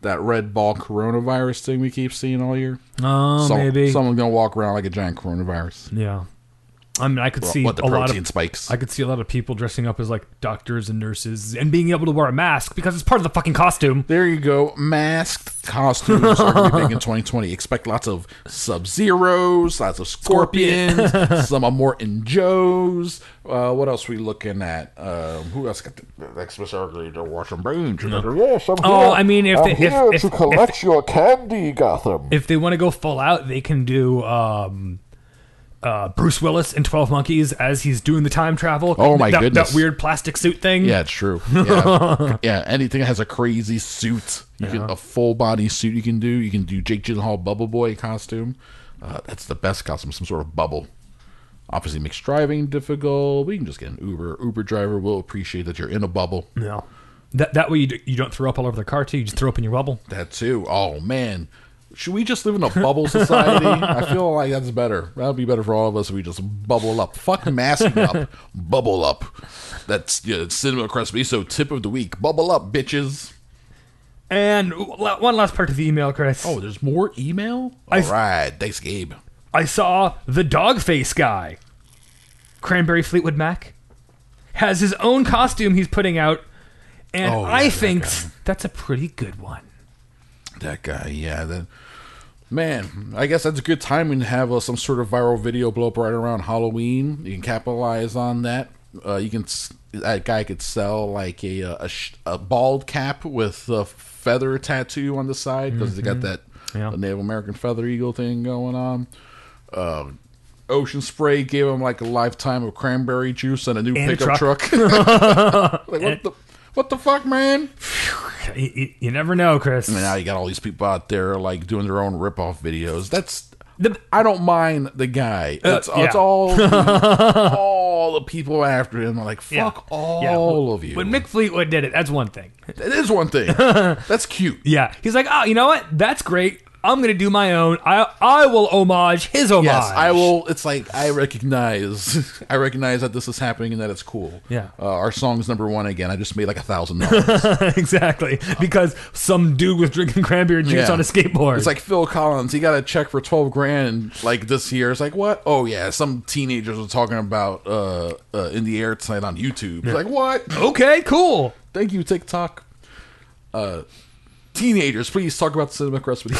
Speaker 5: that red ball coronavirus thing we keep seeing all year.
Speaker 6: Oh,
Speaker 5: Some- someone's gonna walk around like a giant coronavirus.
Speaker 6: Yeah. I mean, I could see
Speaker 5: what the
Speaker 6: a lot
Speaker 5: protein
Speaker 6: of
Speaker 5: spikes?
Speaker 6: I could see a lot of people dressing up as like doctors and nurses and being able to wear a mask because it's part of the fucking costume.
Speaker 5: there you go. Masked costumes are going to be big in 2020. Expect lots of Sub Zeros, lots of Scorpions, some of Morton Joes. Uh, what else we looking at? Um, who else got the next Miss Arcade or Wash and Brains? Yes, I'm
Speaker 6: Oh,
Speaker 5: here.
Speaker 6: I mean, if
Speaker 5: I'm
Speaker 6: they- if-
Speaker 5: here
Speaker 6: if-
Speaker 5: to
Speaker 6: if-
Speaker 5: collect your candy, Gotham.
Speaker 6: if they want to go full out, they can do um, uh, Bruce Willis in Twelve Monkeys as he's doing the time travel.
Speaker 5: Oh, my
Speaker 6: that,
Speaker 5: goodness.
Speaker 6: That weird plastic suit thing.
Speaker 5: Yeah, it's true. Yeah, yeah. Anything that has a crazy suit, you can a full body suit. You can do. You can do Jake Gyllenhaal Bubble Boy costume. Uh, that's the best costume. Some sort of bubble. Obviously, makes driving difficult. We can just get an Uber. Uber driver will appreciate that you're in a bubble.
Speaker 6: No. That that way you, d- you don't throw up all over the car too. You just throw up in your bubble.
Speaker 5: That too. Oh man, should we just live in a bubble society? I feel like that's better. That'd be better for all of us if we just bubble up. Fuck masking up. Bubble up. That's yeah, cinema crispy. So tip of the week. Bubble up, bitches.
Speaker 6: And la- one last part of the email, Chris.
Speaker 5: Oh, there's more email?
Speaker 6: I-
Speaker 5: All right. Thanks, Gabe.
Speaker 6: I saw the dog face guy, Cranberry Fleetwood Mac. has his own costume he's putting out, and
Speaker 5: Oh, yeah,
Speaker 6: I
Speaker 5: that
Speaker 6: think that's a pretty good one.
Speaker 5: That guy, yeah. That man, I guess that's a good timing to have uh, some sort of viral video blow up right around Halloween. You can capitalize on that. Uh, you can s- that guy could sell like a uh, a, sh- a bald cap with a feather tattoo on the side because they got
Speaker 6: Mm-hmm.
Speaker 5: that Native American feather eagle thing going on. Uh, Ocean Spray gave him like a lifetime of cranberry juice and a new
Speaker 6: And a
Speaker 5: pickup
Speaker 6: truck.
Speaker 5: truck. like, what the what the fuck, man?
Speaker 6: You, you- you never know, Chris.
Speaker 5: And now you got all these people out there like doing their own rip-off videos. That's
Speaker 6: The-
Speaker 5: I don't mind the guy. It's,
Speaker 6: Uh, yeah.
Speaker 5: it's all all the people after him. Like
Speaker 6: Yeah.
Speaker 5: fuck
Speaker 6: Yeah.
Speaker 5: all of you.
Speaker 6: When Mick Fleetwood did it, that's one thing.
Speaker 5: it is one thing. That's cute.
Speaker 6: Yeah, he's like, oh, you know what? That's great. I'm gonna do my own. I I will homage his homage.
Speaker 5: Yes, I will. It's like I recognize. I recognize that this is happening and that it's cool.
Speaker 6: Yeah.
Speaker 5: Uh, our song's number one again. I just made like a thousand dollars.
Speaker 6: exactly because some dude was drinking cranberry juice
Speaker 5: Yeah.
Speaker 6: on a skateboard.
Speaker 5: It's like Phil Collins. He got a check for twelve grand like this year. It's like what? Oh yeah, some teenagers were talking about uh, uh in the air tonight on YouTube. It's like what?
Speaker 6: okay, cool.
Speaker 5: Thank you, TikTok. Uh, teenagers, please talk about cinema recipes.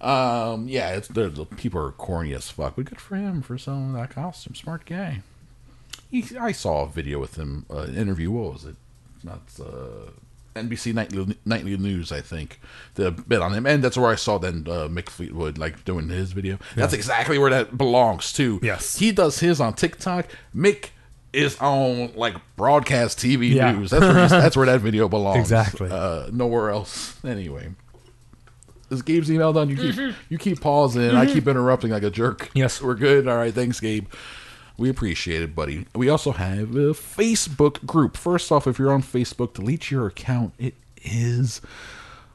Speaker 5: um, yeah, it's they're, the people are corny as fuck, but good for him for selling that costume. Smart guy. He, I saw a video with him, uh, an interview. What was it? Not uh, NBC Nightly, Nightly News, I think. The bit on him, and that's where I saw then uh, Mick Fleetwood like doing his video. That's exactly where that belongs too.
Speaker 6: Yes.
Speaker 5: he does his on TikTok. Mick is on like broadcast TV
Speaker 6: Yeah.
Speaker 5: news. That's where, that's where that video belongs.
Speaker 6: Exactly.
Speaker 5: Uh, nowhere else. Anyway. Is Gabe's email done? You keep you keep pausing. I keep interrupting like a jerk.
Speaker 6: Yes.
Speaker 5: we're good. All right, thanks, Gabe. We appreciate it, buddy. We also have a Facebook group. First off, if you're on Facebook, delete your account. It is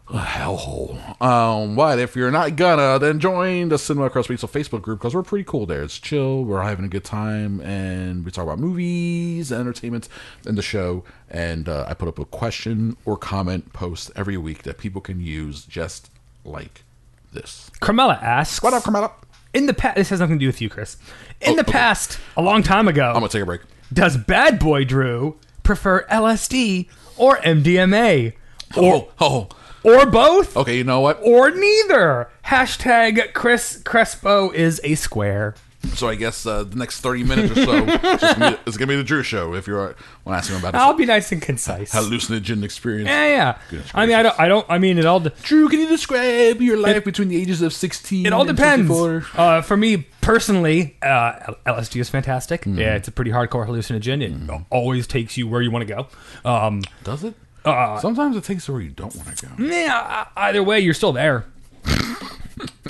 Speaker 5: a hellhole. Um, but if you're not gonna, then join the Cinema Across Pizza Facebook group because we're pretty cool there. It's chill. We're having a good time, and we talk about movies, and entertainment, and the show. And uh, I put up a question or comment post every week that people can use, just like this.
Speaker 6: Carmela asks,
Speaker 5: What up, Carmella?
Speaker 6: In the past, this has nothing to do with you, Chris. In
Speaker 5: Oh,
Speaker 6: the
Speaker 5: okay.
Speaker 6: past, a long time ago,
Speaker 5: I'm gonna take a break.
Speaker 6: does Bad Boy Drew prefer LSD or MDMA
Speaker 5: Oh, oh,
Speaker 6: or both
Speaker 5: okay. You know what?
Speaker 6: or neither? Hashtag Chris Crespo is a square.
Speaker 5: So I guess uh, the next thirty minutes or so it's just gonna be- it's gonna be the Drew show. If you're when I ask him about
Speaker 6: I'll
Speaker 5: his
Speaker 6: be nice and concise.
Speaker 5: hallucinogen experience.
Speaker 6: Yeah, yeah.
Speaker 5: Goodness
Speaker 6: I mean, I don't. I don't. I mean, it all. de-
Speaker 5: Drew, can you describe your life between the ages of 16
Speaker 6: It all
Speaker 5: and
Speaker 6: depends.
Speaker 5: 24?
Speaker 6: Uh, for me personally, uh, L- LSD is fantastic. Yeah, it's a pretty hardcore hallucinogen. It always takes you where you want to go. Um,
Speaker 5: Does it? Sometimes it takes to where you don't want to go.
Speaker 6: yeah, e- either way, you're still there.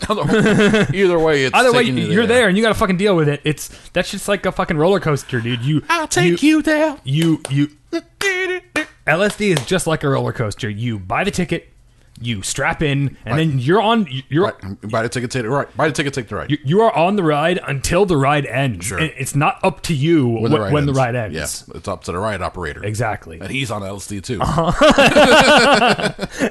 Speaker 5: Either- Either way, it's
Speaker 6: Either way,
Speaker 5: taking you
Speaker 6: you're there, and you got to fucking deal with it. It's that's just like a fucking roller coaster, dude. You,
Speaker 5: I'll take you, there.
Speaker 6: you, you. LSD is just like a roller coaster. You buy the ticket, you strap in, and then you're on. You're
Speaker 5: Right, buy the ticket, take the right. Buy the ticket, take the right.
Speaker 6: you, you are on the ride until the ride ends.
Speaker 5: Sure.
Speaker 6: And It's not up to you when, the, ride when the ride ends.
Speaker 5: Yes, it's up to the right operator.
Speaker 6: Exactly. Uh-huh.
Speaker 5: And he's on LSD too.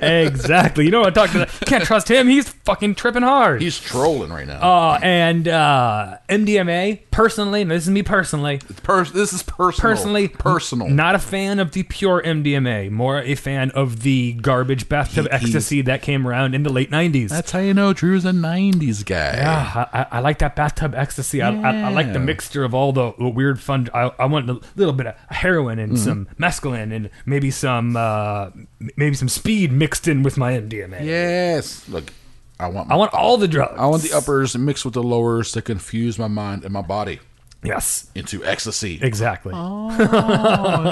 Speaker 6: exactly. You know what I'm talking about. You can't trust him. He's fucking tripping hard.
Speaker 5: He's trolling right now.
Speaker 6: Uh, and uh, MDMA, personally, and this is me personally,
Speaker 5: It's pers- this is personal.
Speaker 6: personally,
Speaker 5: personal.
Speaker 6: not a fan of the pure MDMA, more a fan of the garbage bathtub
Speaker 5: He- he-
Speaker 6: ecstasy that came around in the late 90s.
Speaker 5: That's how you know Drew's a '90s guy.
Speaker 6: Ah, I, I- I like that bathtub ecstasy. I, I, I like the
Speaker 5: Yeah.
Speaker 6: mixture of all the weird fun. I, I want a little bit of heroin and
Speaker 5: Mm-hmm.
Speaker 6: some mescaline and maybe some uh, m- maybe some speed mixed in with my MDMA.
Speaker 5: Yes. Look, I want.
Speaker 6: I want all the drugs.
Speaker 5: I want the uppers mixed with the lowers to confuse my mind and my body
Speaker 6: Yes,
Speaker 5: into ecstasy.
Speaker 6: exactly.
Speaker 5: Oh,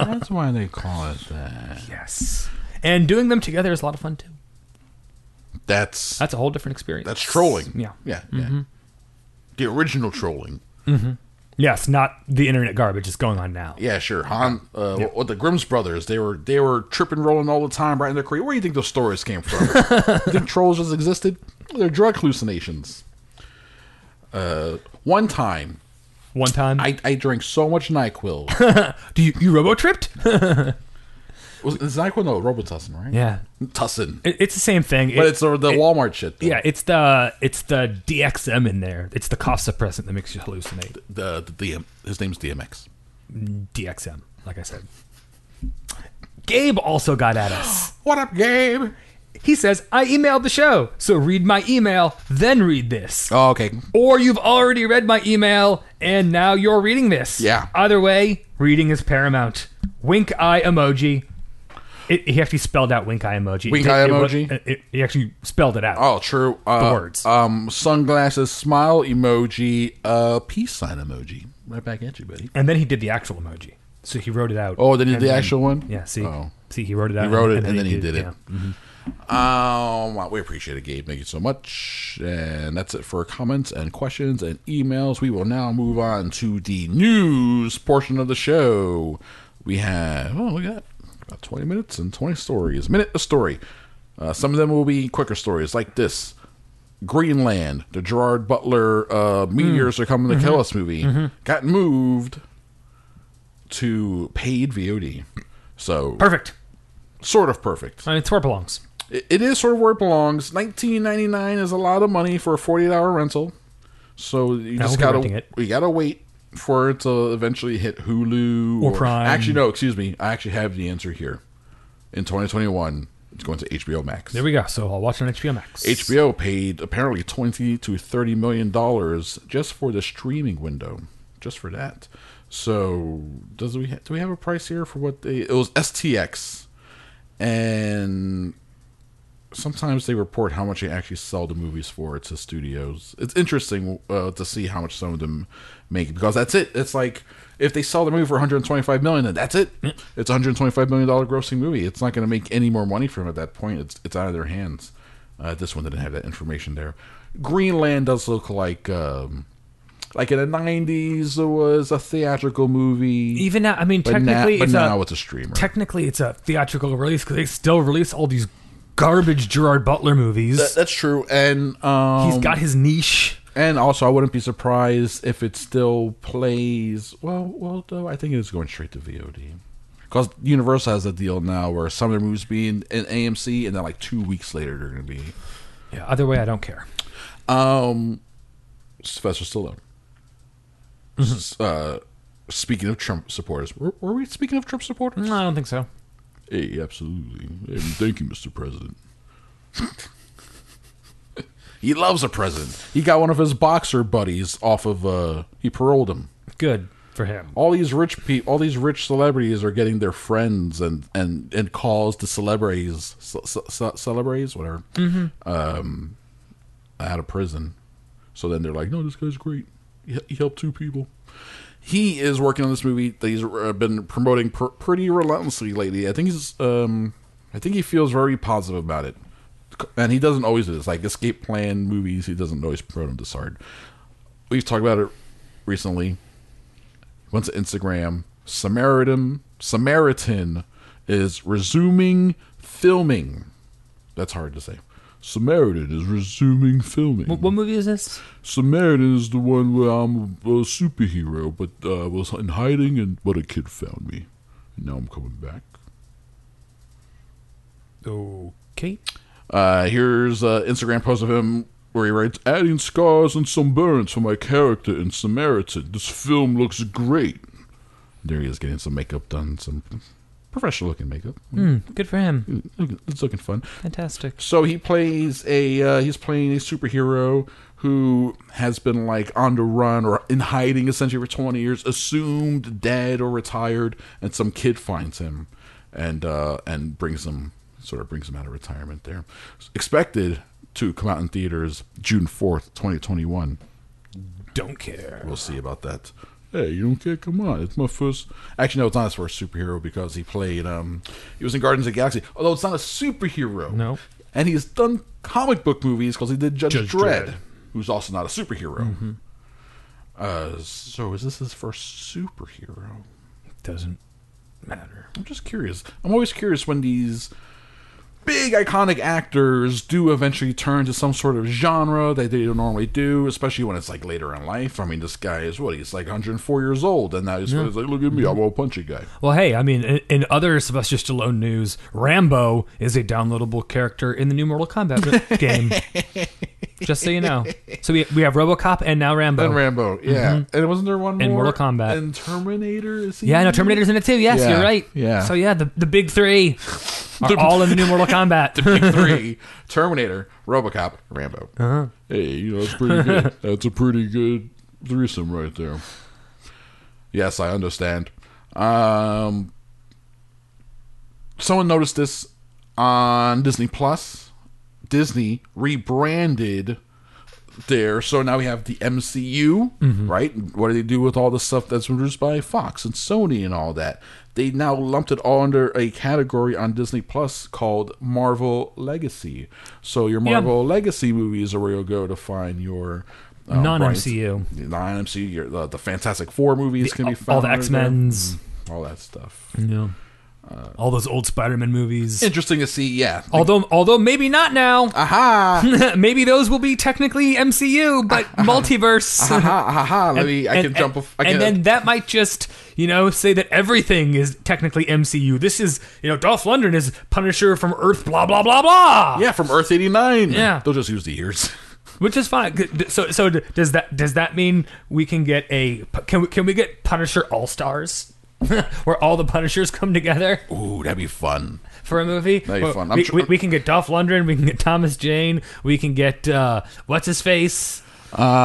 Speaker 5: that's why they call it that.
Speaker 6: Yes, and doing them together is a lot of fun too.
Speaker 5: That's
Speaker 6: That's a whole different experience.
Speaker 5: that's trolling.
Speaker 6: Yeah.
Speaker 5: yeah, Mm-hmm. yeah. The original trolling.
Speaker 6: Yes, not the internet garbage that's going on now.
Speaker 5: Yeah, sure. Han, uh, what the Grimm's brothers, they were they were tripping, rolling all the time, right in their career. Where do you think those stories came from? You think trolls just existed? They're drug hallucinations. Uh, one time,
Speaker 6: One time,
Speaker 5: I, I drank so much Nyquil.
Speaker 6: do you, you robo tripped?
Speaker 5: was is Nyquil no Robitussin, right?
Speaker 6: yeah,
Speaker 5: Tussin.
Speaker 6: It- it's the same thing.
Speaker 5: but
Speaker 6: It-
Speaker 5: it's the, the
Speaker 6: it-
Speaker 5: Walmart shit. Though.
Speaker 6: Yeah, it's the it's the DXM in there. It's the cough suppressant that makes you hallucinate.
Speaker 5: the, the, the his name's DMX.
Speaker 6: DXM, like I said. Gabe also got at us.
Speaker 5: What up, Gabe?
Speaker 6: He says, I emailed the show, so read my email, then read this.
Speaker 5: Oh, okay.
Speaker 6: Or you've already read my email and now you're reading this.
Speaker 5: Yeah.
Speaker 6: Either way, reading is paramount. Wink eye emoji. It, he actually spelled out wink eye emoji.
Speaker 5: Wink
Speaker 6: It-
Speaker 5: eye
Speaker 6: it was-
Speaker 5: emoji?
Speaker 6: it- it- he actually spelled it out.
Speaker 5: Oh, true. Uh,
Speaker 6: The words.
Speaker 5: Um, sunglasses, smile emoji, uh, peace sign emoji. Right back at you, buddy.
Speaker 6: And then he did the actual emoji. So he wrote it out.
Speaker 5: Oh, then he did
Speaker 6: And
Speaker 5: the actual one?
Speaker 6: Yeah, see?
Speaker 5: Oh.
Speaker 6: See, he wrote it out.
Speaker 5: He
Speaker 6: and-
Speaker 5: wrote it and then he did it. Mm-hmm.
Speaker 6: yeah.
Speaker 5: Um, well, we appreciate it, Gabe. Thank you so much. And that's it for comments and questions and emails. We will now move on to the news portion of the show. We have, oh, look at that. About 20 minutes and 20 stories. Minute a story. Uh, some of them will be quicker stories like this Greenland, the Gerard Butler uh, meteors are coming to kill us movie got moved to paid VOD. So,
Speaker 6: Perfect.
Speaker 5: sort of perfect.
Speaker 6: I mean, it's where it belongs.
Speaker 5: It it is sort of where it belongs. Nineteen ninety nine is a lot of money for a forty eight hour rental, so you
Speaker 6: I
Speaker 5: just
Speaker 6: won't be renting
Speaker 5: gotta
Speaker 6: it.
Speaker 5: you gotta wait for it to eventually hit Hulu
Speaker 6: Or Prime.
Speaker 5: Actually, no, excuse me. I actually have the answer here. In twenty twenty one, it's going to HBO Max.
Speaker 6: There we go. So I'll watch it on HBO Max.
Speaker 5: HBO paid apparently twenty to thirty million dollars just for the streaming window, just for that. So does we ha- do we have a price here for what they? It was STX, and sometimes they report how much they actually sell the movies for to studios. It's interesting uh, to see how much some of them make because that's it. It's like if they sell the movie for 125 million, then that's it. It's a 125 million dollar grossing movie. It's not going to make any more money from it at that point. It's it's out of their hands. Uh, this one didn't have that information there. Greenland does look like. Um, like in the '90s, there was a theatrical movie.
Speaker 6: Even now, I mean,
Speaker 5: But na-
Speaker 6: technically,
Speaker 5: but
Speaker 6: it's
Speaker 5: now
Speaker 6: a,
Speaker 5: it's a streamer.
Speaker 6: technically it's a theatrical release because they still release all these garbage Gerard Butler movies.
Speaker 5: That- that's true, and um,
Speaker 6: He's got his niche.
Speaker 5: And also, I wouldn't be surprised if it still plays. Well, well, though I think it is going straight to VOD because Universal has a deal now where some of their movies be in, in AMC, and then like two weeks later they're going to be
Speaker 6: Yeah. Either way, I don't care.
Speaker 5: um, Sylvester Stallone. S- uh, speaking of Trump supporters, were, were we speaking of Trump supporters?
Speaker 6: No, Mm, I don't think so.
Speaker 5: Hey, absolutely. Hey, thank you, Mr. President. he loves a president. He got one of his boxer buddies off of. Uh, he paroled him.
Speaker 6: Good for him.
Speaker 5: All these rich people, all these rich celebrities are getting their friends and and and calls to celebrities, ce- ce- ce- celebrities, whatever, um, out of prison. So then they're like, "No, this guy's great. He, he helped two people." He is working on this movie that he's uh, been promoting pr- pretty relentlessly lately. I think he's, um, I think he feels very positive about it, and he doesn't always do this. Like escape plan movies, he doesn't always promote them this hard. We've talked about it recently went to Instagram. Samaritan Samaritan is resuming filming. That's hard to say. Samaritan is resuming filming.
Speaker 6: What movie is this?
Speaker 5: Samaritan is the one where I'm a superhero, but uh, I was in hiding, and but a kid found me. Now I'm coming back.
Speaker 6: Okay.
Speaker 5: Uh, here's an Instagram post of him where he writes, "Adding scars and some burns for my character in Samaritan. This film looks great." There he is getting some makeup done, some professional-looking makeup.
Speaker 6: Good for him.
Speaker 5: It's looking fun.
Speaker 6: Fantastic.
Speaker 5: So he plays a uh, he's playing a superhero who has been like on the run or in hiding essentially for 20 years, assumed dead or retired, and some kid finds him and uh, and brings him sort of brings him out of retirement there. Expected to come out in theaters June 4th, 2021.
Speaker 6: Don't care.
Speaker 5: We'll see about that. Hey, you don't care? Come on, it's my first. Actually, no, it's not his first superhero because he played. Um, he was in Guardians of the Galaxy. Although it's not a superhero.
Speaker 6: No.
Speaker 5: And he's done comic book movies because he did Judge,
Speaker 6: Judge
Speaker 5: Dredd,
Speaker 6: Dredd.
Speaker 5: who's also not a superhero. Uh, so is this his first superhero?
Speaker 6: Doesn't matter.
Speaker 5: I'm just curious. I'm always curious when these big iconic actors do eventually turn to some sort of genre that they don't normally do, especially when it's like later in life. I mean, this guy is what he's like 104 years old, and now he's he's like, look at me, I'm a punchy guy.
Speaker 6: Well, hey, I mean, in, in other Sylvester Stallone news, Rambo is a downloadable character in the new Mortal Kombat game. Just so you know. So we, we have RoboCop and now Rambo.
Speaker 5: And Rambo, yeah. And wasn't there one
Speaker 6: Mm-hmm. And
Speaker 5: more?
Speaker 6: Mortal Kombat.
Speaker 5: And Terminator? Is he
Speaker 6: yeah,
Speaker 5: in
Speaker 6: no,
Speaker 5: it?
Speaker 6: Terminator's in it too. Yes,
Speaker 5: Yeah,
Speaker 6: you're right.
Speaker 5: yeah.
Speaker 6: So yeah, the, the big three are all in the new Mortal Kombat.
Speaker 5: Three, Terminator, Robocop, Rambo. Uh-huh. Hey, you know, that's pretty good. That's a pretty good threesome right there. Yes, I understand. Um, someone noticed this on Disney Plus. Disney rebranded there, so now we have the MCU,
Speaker 6: Mm-hmm.
Speaker 5: right? What do they do with all the stuff that's produced by Fox and Sony and all that? They now lumped it all under a category on Disney Plus called Marvel Legacy. So your Marvel Legacy movies are where you'll go to find your um,
Speaker 6: Non-MCU.
Speaker 5: non MCU, your uh, the, the Fantastic Four movies can be found
Speaker 6: all the
Speaker 5: under
Speaker 6: X Men's.
Speaker 5: there, all that stuff.
Speaker 6: Yeah. all those old Spider-Man movies.
Speaker 5: Uh, Interesting to see, yeah.
Speaker 6: Although, although maybe not now.
Speaker 5: aha,
Speaker 6: maybe those will be technically MCU, but multiverse.
Speaker 5: aha, aha. Let me. I can
Speaker 6: and,
Speaker 5: jump. a- I can,
Speaker 6: and then that might just, you know, say that everything is technically MCU. This is, you know, Dolph Lundgren is Punisher from Earth, blah blah blah blah.
Speaker 5: yeah, from Earth eighty nine.
Speaker 6: Yeah.
Speaker 5: they'll just use the ears.
Speaker 6: which is fine. G- d- So, so d- does that does that mean we can get a can we can we get Punisher All Stars, where all the Punishers come together
Speaker 5: Ooh, that'd be fun.
Speaker 6: for a movie?
Speaker 5: That'd be
Speaker 6: Well,
Speaker 5: fun. I'm
Speaker 6: We,
Speaker 5: tr-
Speaker 6: we, we can get Dolph Lundgren, we can get Thomas Jane, we can get uh, what's his face.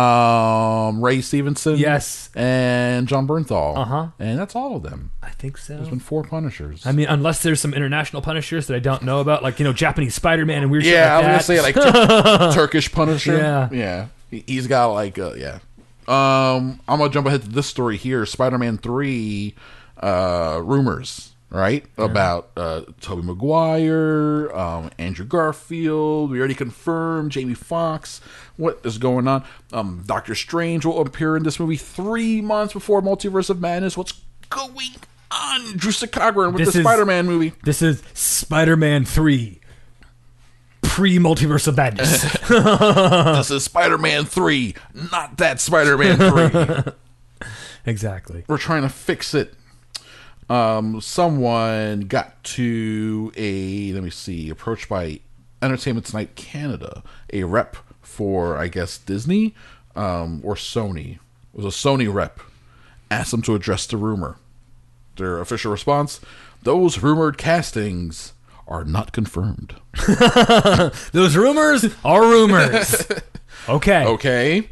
Speaker 5: Um, Ray Stevenson.
Speaker 6: Yes.
Speaker 5: and John Bernthal. Uh
Speaker 6: Uh-huh.
Speaker 5: And that's all of them.
Speaker 6: I think so.
Speaker 5: There's been four Punishers.
Speaker 6: I mean, unless there's some international Punishers that I don't know about, like you know Japanese Spider Man and weird
Speaker 5: yeah, I was gonna
Speaker 6: shit
Speaker 5: say
Speaker 6: like
Speaker 5: like Tur- Turkish Punisher.
Speaker 6: Yeah.
Speaker 5: yeah. He- He's got like uh, yeah. Um, I'm gonna jump ahead to this story here. Spider-Man three, uh, rumors right about uh, Tobey Maguire, um, Andrew Garfield. We already confirmed Jamie Fox. What is going on? Um, Doctor Strange will appear in this movie three months before Multiverse of Madness. What's going on, Drew Sicogran with
Speaker 6: This
Speaker 5: the
Speaker 6: is-
Speaker 5: Spider-Man movie?
Speaker 6: that. This is Spider Man three, pre Multiverse of Madness.
Speaker 5: This is Spider-Man three, not that Spider-Man three.
Speaker 6: exactly.
Speaker 5: we're trying to fix it. Um, someone got to a let me see, approached by Entertainment Tonight Canada, a rep for I guess Disney um, or Sony. It was a Sony rep. Asked them to address the rumor. Their official response: Those rumored castings are not confirmed.
Speaker 6: Those rumors are rumors. okay.
Speaker 5: Okay,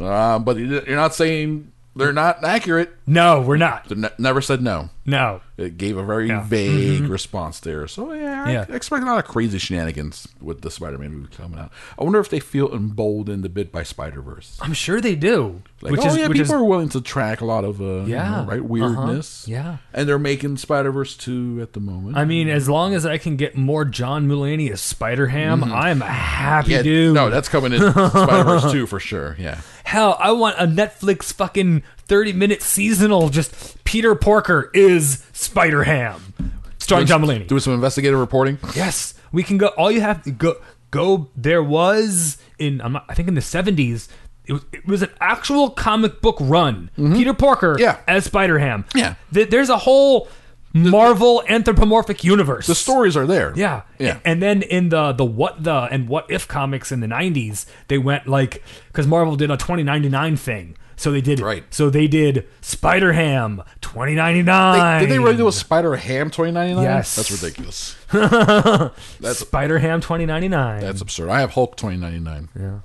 Speaker 5: uh, but you- you're not saying they're not accurate.
Speaker 6: No, we're not.
Speaker 5: They ne- never said no.
Speaker 6: No.
Speaker 5: It gave a very
Speaker 6: Yeah. Mm-hmm.
Speaker 5: vague response there. So yeah, I
Speaker 6: Yeah.
Speaker 5: expect a lot of crazy shenanigans with the Spider-Man movie coming out. I wonder if they feel emboldened a bit by Spider-Verse.
Speaker 6: I'm sure they do.
Speaker 5: Like,
Speaker 6: which
Speaker 5: oh
Speaker 6: is
Speaker 5: yeah,
Speaker 6: which
Speaker 5: people
Speaker 6: is
Speaker 5: are willing to track a lot of uh, yeah,
Speaker 6: Yeah. Uh-huh.
Speaker 5: right weirdness.
Speaker 6: Yeah.
Speaker 5: and they're making Spider-Verse two at the moment.
Speaker 6: I mean, as long as I can get more John Mulaney as Spider Ham, I'm a happy dude.
Speaker 5: Mm-hmm. no, that's coming in Spider-Verse two for sure. Yeah,
Speaker 6: Hell, I want a Netflix fucking 30 minute seasonal. Just Peter Porker is Spider Ham, starring John Mulaney.
Speaker 5: doing some investigative reporting.
Speaker 6: Yes, we can go. All you have to go go. There was in I'm not, I think in the seventies. It was, it was an actual comic book run. Peter Parker
Speaker 5: Mm-hmm. Yeah.
Speaker 6: as Spider Ham.
Speaker 5: Yeah.
Speaker 6: Th- there's a whole Marvel anthropomorphic universe.
Speaker 5: The stories are there.
Speaker 6: Yeah.
Speaker 5: yeah.
Speaker 6: And then in the the what the and what if comics in the 90s, they went like cuz Marvel did a 2099 thing. So they did
Speaker 5: Right.
Speaker 6: so they did Spider-Ham
Speaker 5: They-
Speaker 6: 2099.
Speaker 5: did they really do a Spider Ham twenty ninety nine?
Speaker 6: Yes.
Speaker 5: that's ridiculous. that's
Speaker 6: Spider-Ham 2099?
Speaker 5: That's absurd. I have Hulk twenty ninety nine. Yeah,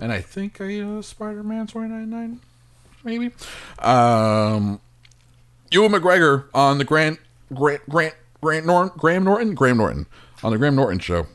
Speaker 5: and I think I uh, Spider Man twenty ninety nine, maybe. Um, Ewan McGregor on the Grant Grant Grant Grant Norton Graham Norton Graham Norton on the Graham Norton show.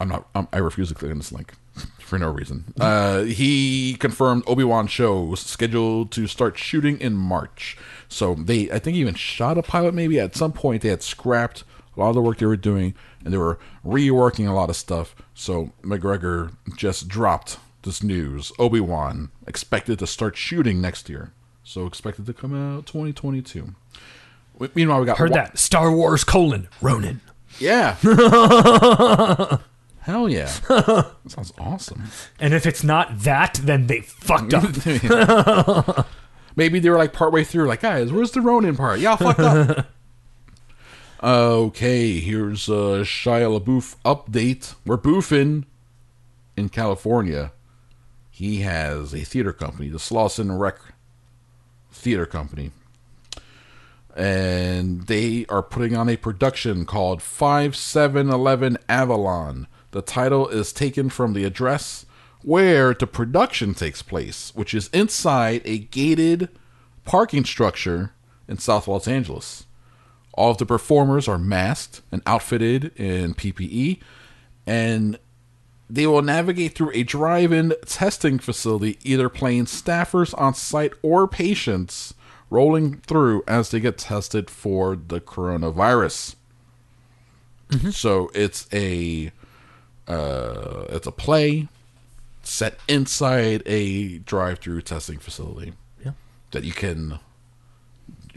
Speaker 5: I'm not. I'm, I refuse to click on this link for no reason. Uh, he confirmed Obi Wan show was scheduled to start shooting in March. So they, I think, even shot a pilot. Maybe at some point they had scrapped a lot of the work they were doing and they were reworking a lot of stuff. So McGregor just dropped this news. Obi Wan expected to start shooting next year. So expected to come out 2022. We- Meanwhile, we got
Speaker 6: Heard
Speaker 5: Wa-
Speaker 6: that. Star Wars colon Ronin.
Speaker 5: Yeah. Hell yeah. That sounds awesome.
Speaker 6: And if it's not that, then they fucked up.
Speaker 5: Maybe they were like partway through, like, guys, where's the Ronin part? Y'all fucked up. okay, uh, here's a Shia LaBeouf update. We're boofing in California. He has a theater company, the Slauson Rec Theater Company. And they are putting on a production called 5711 Avalon. The title is taken from the address where the production takes place, which is inside a gated parking structure in South Los Angeles. All of the performers are masked and outfitted in PPE, and they will navigate through a drive in testing facility, either playing staffers on site or patients rolling through as they get tested for the coronavirus. So it's a uh, it's a play set inside a drive-through testing facility
Speaker 4: Yeah.
Speaker 5: that you can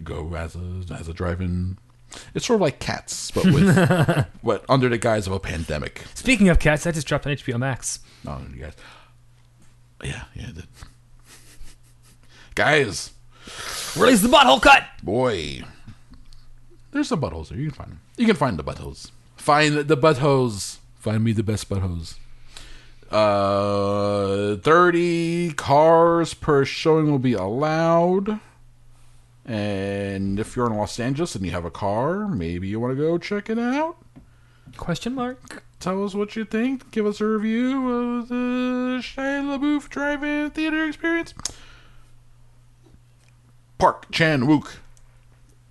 Speaker 5: go as a as a drive-in. It's sort of like cats, but with but under the guise of a pandemic.
Speaker 4: Speaking of cats, I just dropped on HBO Max.
Speaker 5: No, Oh, you guys. Yeah, yeah, I did. guys,
Speaker 4: Release the butthole cut.
Speaker 5: boy, there's some buttholes there. You can find them. You can find the buttholes. Find the buttholes. Find me the best buttholes. Uh, thirty cars per showing will be allowed. And if you're in Los Angeles and you have a car, maybe you want to go check it out.
Speaker 4: Question mark.
Speaker 5: Tell us what you think. Give us a review of the Shia LaBeouf Drive-In Theater Experience. Park Chan Wook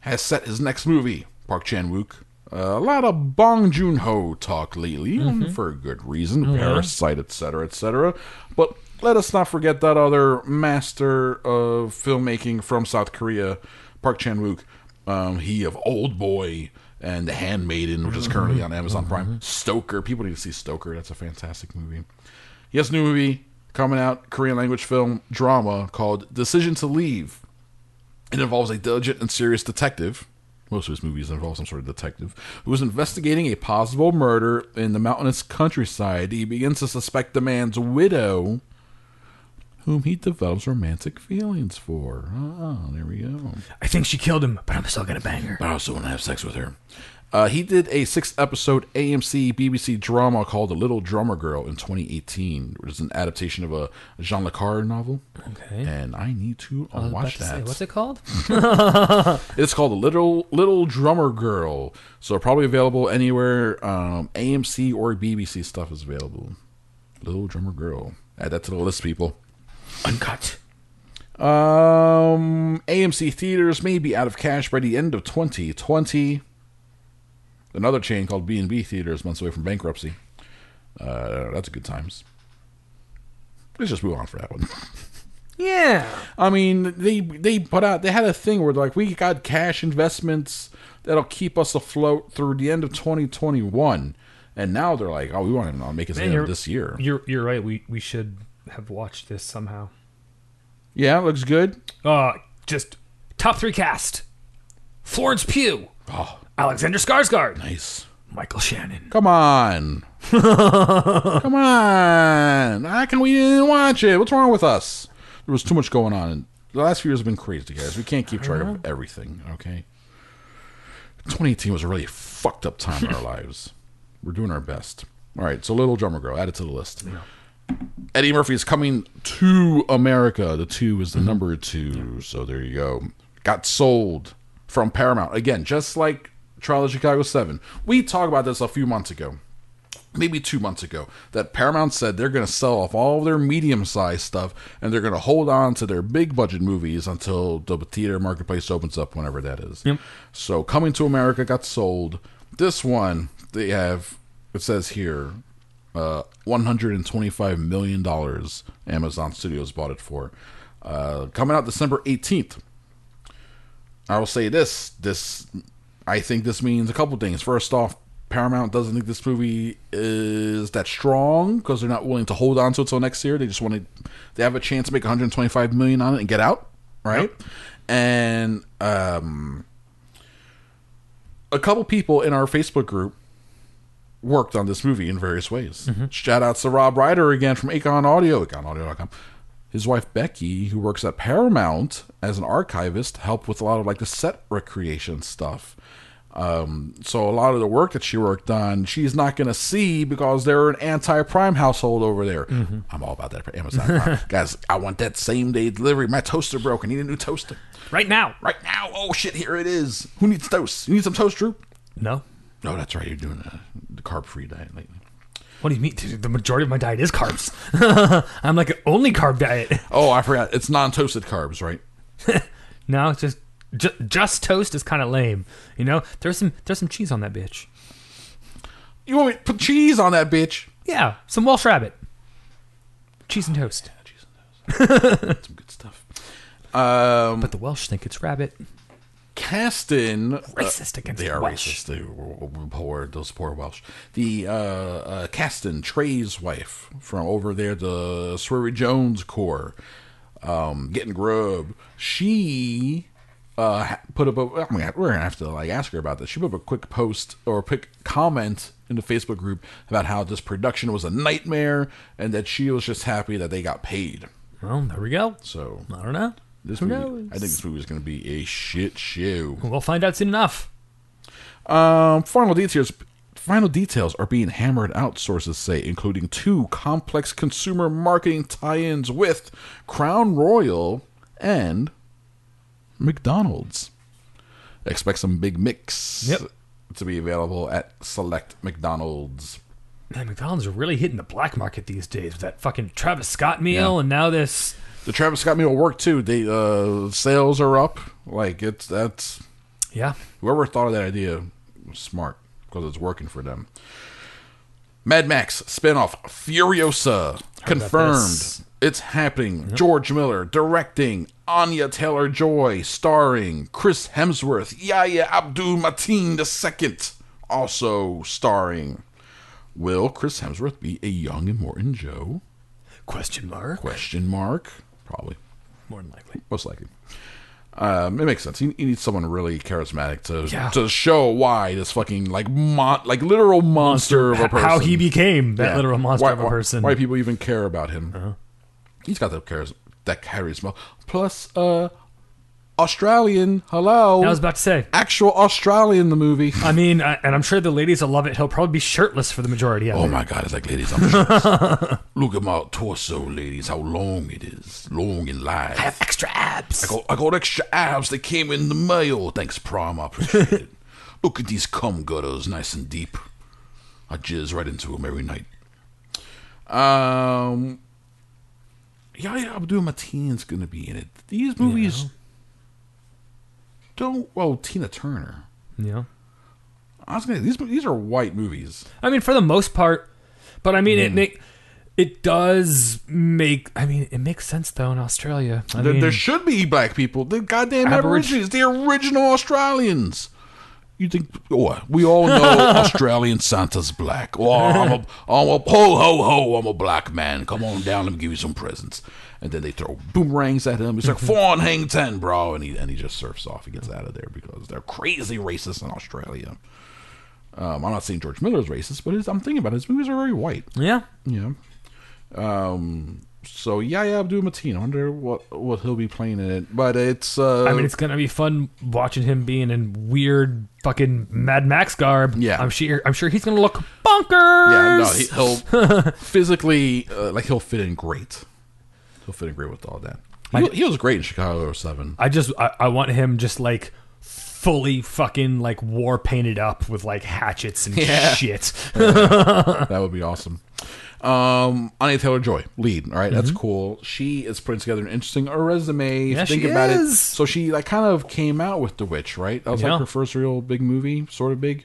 Speaker 5: has set his next movie. Park Chan Wook. a lot of Bong Joon Ho talk lately, and for good reason. Parasite, etc., etc. But let us not forget that other master of filmmaking from South Korea, Park Chan Wook. Um, he of Old Boy and The Handmaiden, which is currently on Amazon Prime. Stoker. People need to see Stoker. That's a fantastic movie. He has a new movie coming out, Korean language film drama called Decision to Leave. It involves a diligent and serious detective. Most of his movies involve some sort of detective who is investigating a possible murder in the mountainous countryside. He begins to suspect the man's widow, whom he develops romantic feelings for. Oh, there we go.
Speaker 4: I think she killed him, but I'm still gonna bang her.
Speaker 5: But I also want to have sex with her. Uh, he did a six episode AMC BBC drama called The Little Drummer Girl in 2018, which is an adaptation of a Jean Le Carre novel.
Speaker 4: Okay.
Speaker 5: And I need to uh, watch that.
Speaker 4: what's it called?
Speaker 5: It's called the Little Little Drummer Girl. So probably available anywhere um, AMC or BBC stuff is available. Little Drummer Girl. Add that to the list, people.
Speaker 4: Uncut.
Speaker 5: Um, AMC theaters may be out of cash by the end of 2020. Another chain called B and B theaters months away from bankruptcy. Uh, that's good times. Let's just move on for that one.
Speaker 4: Yeah.
Speaker 5: I mean, they they put out they had a thing where like we got cash investments that'll keep us afloat through the end of 2021, and now they're like, oh, we want to make it to the
Speaker 4: Man,
Speaker 5: end
Speaker 4: you're-
Speaker 5: of this year.
Speaker 4: You're you're right. We we should have watched this somehow.
Speaker 5: Yeah, it looks good.
Speaker 4: Uh just top three cast: Florence Pugh,
Speaker 5: Oh,
Speaker 4: Alexander Skarsgård,
Speaker 5: nice.
Speaker 4: Michael Shannon.
Speaker 5: Come on, come on. How can we didn't watch it? What's wrong with us? There was too much going on. and The last few years have been crazy, guys. We can't keep track of everything. Okay. 2018 was a really fucked up time in our lives. We're doing our best. All right, so Little Drummer Girl, add it to the list. Eddie Murphy is coming to America. The two is the number two. So there you go. Got sold from Paramount. Again, just like Trial of Chicago 7. We talked about this a few months ago, maybe two months ago, that Paramount said they're going to sell off all of their medium sized stuff and they're going to hold on to their big budget movies until the theater marketplace opens up, whenever that is. So Coming to America got sold. This one, they have, it says here, uh, 125 million dollars Amazon Studios bought it for. Uh, coming out December 18th. I will say this: this, I think this means a couple things. First off, Paramount doesn't think this movie is that strong because they're not willing to hold on to it till next year. They just want to, they have a chance to make 125 million on it and get out, right? And um, a couple people in our Facebook group worked on this movie in various ways. Shout outs to Rob Ryder again from Acon Audio, aconaudio.com. His wife Becky, who works at Paramount as an archivist, helped with a lot of like the set recreation stuff. Um, so a lot of the work that she worked on, she's not going to see because they're an anti-prime household over there. I'm all about that for Amazon Prime. guys. I want that same day delivery. My toaster broke. I need a new toaster
Speaker 6: Right now.
Speaker 5: right now. Oh shit! Here it is. Who needs toast? You need some toast, Drew?
Speaker 6: No.
Speaker 5: No, that's right. You're doing a, the carb-free diet lately.
Speaker 6: What do you mean? Dude, the majority of my diet is carbs. I'm like an only carb diet.
Speaker 5: Oh, I forgot. It's non-toasted carbs, right?
Speaker 6: No, it's just ju- just toast is kind of lame. You know, there's some there's some cheese on that bitch.
Speaker 5: You want me to put cheese on that bitch?
Speaker 6: Yeah, some Welsh rabbit. Cheese and toast.
Speaker 5: That's some good stuff. Um,
Speaker 6: But the Welsh think it's rabbit.
Speaker 5: Kasten, uh,
Speaker 6: Racist against
Speaker 5: they are
Speaker 6: Welsh.
Speaker 5: racist. They were, were poor, those poor Welsh. The uh, uh, Kasten, Trey's wife from over there, the Swery Jones Corps, um, getting grub. She uh, ha- put up a. I mean, we're gonna have to like ask her about this. She put up a quick post or a quick comment in the Facebook group about how this production was a nightmare and that she was just happy that they got paid.
Speaker 6: Well, there we go.
Speaker 5: So
Speaker 6: I don't know.
Speaker 5: this
Speaker 6: Who
Speaker 5: movie,
Speaker 6: knows?
Speaker 5: I think this movie is going to be a shit show.
Speaker 6: We'll find out soon enough.
Speaker 5: Um, final details. Final details are being hammered out, sources say, including two complex consumer marketing tie-ins with Crown Royal and McDonald's. Expect some big mix
Speaker 6: Yep.
Speaker 5: to be available at select McDonald's.
Speaker 6: Man, McDonald's are really hitting the black market these days with that fucking Travis Scott meal,
Speaker 5: Yeah.
Speaker 6: and now this.
Speaker 5: The Travis Scott meal worked too. The uh, sales are up. Like it's that's
Speaker 6: Yeah,
Speaker 5: Whoever thought of that idea was smart because it's working for them. Mad Max spinoff Furiosa
Speaker 6: this.
Speaker 5: confirmed. It's happening. George Miller directing. Anya Taylor Joy starring. Chris Hemsworth. Yahya Abdul Mateen II also starring. Will Chris Hemsworth be a young and Morton Joe?
Speaker 6: question mark.
Speaker 5: Question mark. Probably.
Speaker 6: More than likely.
Speaker 5: Most likely. Um, it makes sense. You, you need someone really charismatic to
Speaker 6: Yeah.
Speaker 5: to show why this fucking like mon- like literal monster, of a
Speaker 6: H-
Speaker 5: person.
Speaker 6: How he became that
Speaker 5: Yeah.
Speaker 6: literal monster
Speaker 5: Why-
Speaker 6: of a
Speaker 5: why-
Speaker 6: person. Uh-huh.
Speaker 5: Why people even care about him? He's got that charisma. That charisma. Plus, uh, Australian. Hello.
Speaker 6: I was about to say.
Speaker 5: actual Australian. The movie.
Speaker 6: I mean, I, and I'm sure the ladies will love it. He'll probably be shirtless for the majority of
Speaker 5: Oh
Speaker 6: it.
Speaker 5: my God! It's like, ladies, I'm shirtless. look at my torso, ladies. How long it is, long and live.
Speaker 6: I have extra abs.
Speaker 5: I got, I got extra abs that came in the mail. Thanks, Prime. I appreciate it. Look at these cum gutters, nice and deep. I jizz right into them every night. Um, Yahya Abdul Mateen's going to be in it. These movies don't. Well, Tina Turner.
Speaker 6: Yeah.
Speaker 5: I was going to. These these are white movies.
Speaker 6: I mean, for the most part, but I mean,
Speaker 5: Hmm.
Speaker 6: it make it does make. I mean, it makes sense though in Australia. I
Speaker 5: There,
Speaker 6: mean,
Speaker 5: there should be black people. The goddamn Aborigines, the original Australians. You think? Oh, we all know Australian Santa's black. Oh, I'm a, I'm a ho ho ho. I'm a black man. Come on down. Let me give you some presents. And then they throw boomerangs at him. He's like four and hang ten, bro. And he and he just surfs off. He gets out of there because they're crazy racist in Australia. Um, I'm not saying George Miller's racist, but his, I'm thinking about it. His movies are very white.
Speaker 6: yeah.
Speaker 5: Yeah. Um. So Yahya Abdul Mateen. I wonder what what he'll be playing in it. But it's. Uh,
Speaker 6: I mean, it's gonna be fun watching him being in weird fucking Mad Max garb.
Speaker 5: Yeah.
Speaker 6: I'm sure. I'm sure he's gonna look bonkers.
Speaker 5: yeah. No, he, he'll physically uh, like he'll fit in great. He'll fit in great with all that. He, he was great in Chicago '07.
Speaker 6: I just I, I want him just like fully fucking like war painted up with like hatchets and
Speaker 5: Yeah.
Speaker 6: shit.
Speaker 5: that would be awesome. Um, Anya Taylor Joy, lead. All right, that's cool. She is putting together an interesting resume. if
Speaker 6: Mm-hmm. Yeah,
Speaker 5: you think
Speaker 6: she
Speaker 5: about it.
Speaker 6: is.
Speaker 5: So she like kind of came out with The Witch, right? That was
Speaker 6: Yeah.
Speaker 5: like her first real big movie, sort of big.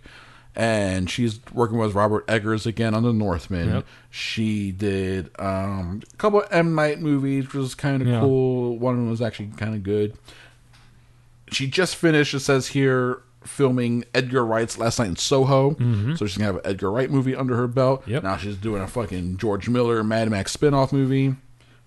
Speaker 5: And she's working with Robert Eggers again on The Northman.
Speaker 6: Yep.
Speaker 5: She did um, a couple of M Night movies, which was kind of
Speaker 6: Yeah.
Speaker 5: cool. One of them was actually kind of good she just finished. It says here filming Edgar Wright's last night in Soho, so she's gonna have an Edgar Wright movie under her belt.
Speaker 6: Mm-hmm. Yep.
Speaker 5: Now she's doing a fucking George Miller Mad Max spinoff movie.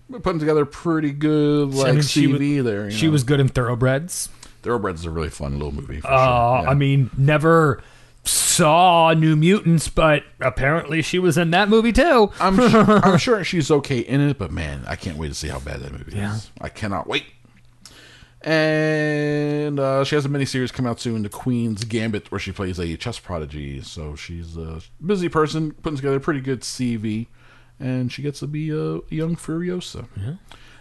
Speaker 5: We're putting together pretty good
Speaker 6: I
Speaker 5: like
Speaker 6: mean, she
Speaker 5: CV
Speaker 6: was-
Speaker 5: there. you
Speaker 6: She
Speaker 5: know.
Speaker 6: was good in Thoroughbreds.
Speaker 5: Thoroughbreds is a really fun little movie. For
Speaker 6: Uh,
Speaker 5: sure. Yeah.
Speaker 6: I mean, never saw New Mutants, but apparently she was in that movie too.
Speaker 5: I'm sure, I'm sure she's okay in it, but man, I can't wait to see how bad that movie is. I cannot wait. And uh, she has a miniseries come out soon, The Queen's Gambit, where she plays a chess prodigy. So she's a busy person, putting together a pretty good CV, and she gets to be a young Furiosa.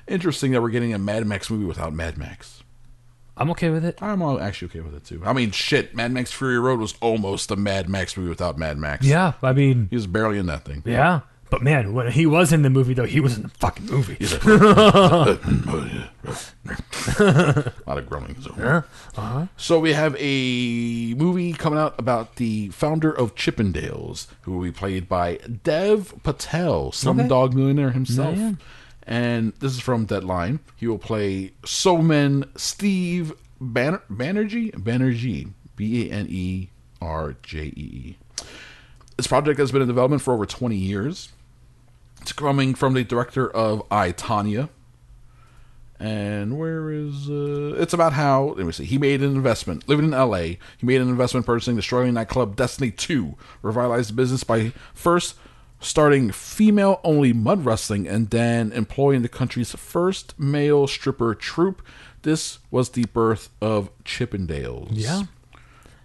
Speaker 5: Interesting that we're getting a Mad Max movie without Mad Max.
Speaker 6: I'm okay with it.
Speaker 5: I'm all actually okay with it too. I mean, shit, Mad Max Fury Road was almost a Mad Max movie without Mad Max.
Speaker 6: Yeah, I mean,
Speaker 5: He was barely in that thing.
Speaker 6: yeah. But man, when he was in the movie, though, he was in the fucking movie.
Speaker 5: a lot of grumblings. So we have a movie coming out about the founder of Chippendales, who will be played by Dev Patel, Slumdog Dog Millionaire himself. And this is from Deadline. He will play Soulman Steve Banner Banerjee Banerjee B A N E R J E E. This project has been in development for over 20 years. It's coming from the director of I Tanya, and where is uh, it's about how let me see. He made an investment living in L.A. He made an investment purchasing the struggling nightclub Destiny Two, revitalized the business by first starting female-only mud wrestling and then employing the country's first male stripper troupe. This was the birth of Chippendales.
Speaker 6: Yeah.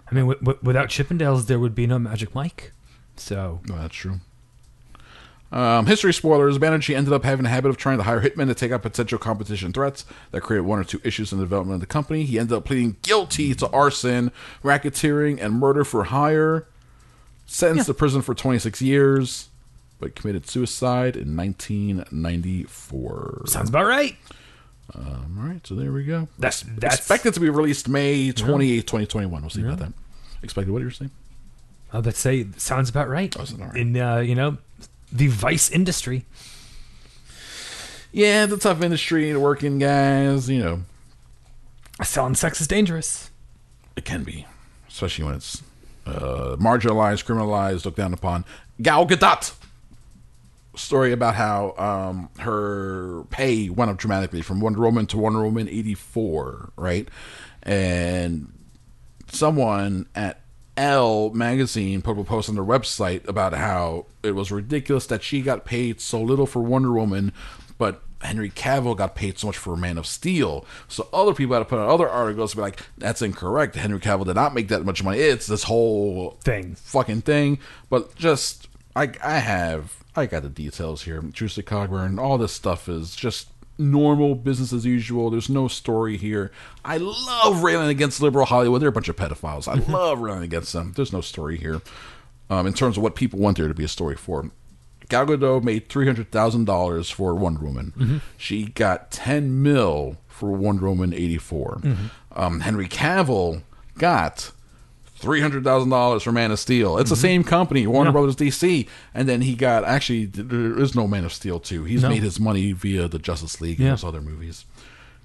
Speaker 6: I mean, w- w- without Chippendales, there would be no Magic Mike. So
Speaker 5: No, that's true. Um, history spoilers. Banerjee ended up having a habit of trying to hire hitmen to take out potential competition threats that created one or two issues in the development of the company. He ended up pleading guilty to arson, racketeering, and murder for hire. Sentenced to prison for 26 years, but committed suicide in 1994.
Speaker 6: sounds about right.
Speaker 5: All right, so there we go.
Speaker 6: That's that's
Speaker 5: Expected to be released May 28, 2021. We'll see about that. Expected what you were saying?
Speaker 6: I would say sounds about right.
Speaker 5: sounds about right.
Speaker 6: In uh, you know, the vice industry.
Speaker 5: Yeah, the tough industry to work in, guys. You know,
Speaker 6: Selling sex is dangerous.
Speaker 5: It can be, especially when it's uh, marginalized, criminalized, looked down upon. Gal Gadot story about how um, her pay went up dramatically from Wonder Woman to Wonder Woman eighty four, right? And someone at L magazine put a post on their website about how it was ridiculous that she got paid so little for Wonder Woman, but Henry Cavill got paid so much for Man of Steel. So other people had to put out other articles to be like, that's incorrect. Henry Cavill did not make that much money. It's this whole
Speaker 6: Thing.
Speaker 5: fucking thing. But just I I have I got the details here. Drusy Cogburn, all this stuff is just normal business as usual. There's no story here. I love railing against liberal Hollywood. They're a bunch of pedophiles. I love railing against them. There's no story here. Um, in terms of what people want there to be a story for. Gal Gadot made three hundred thousand dollars for Wonder Woman. She got ten mil for Wonder Woman eighty Um, Henry Cavill got three hundred thousand dollars for Man of Steel.
Speaker 6: Mm-hmm.
Speaker 5: It's the same company, Warner Brothers DC, and then he got actually there is no Man of Steel two. He's made his money via the Justice League and
Speaker 6: Yeah.
Speaker 5: those other movies.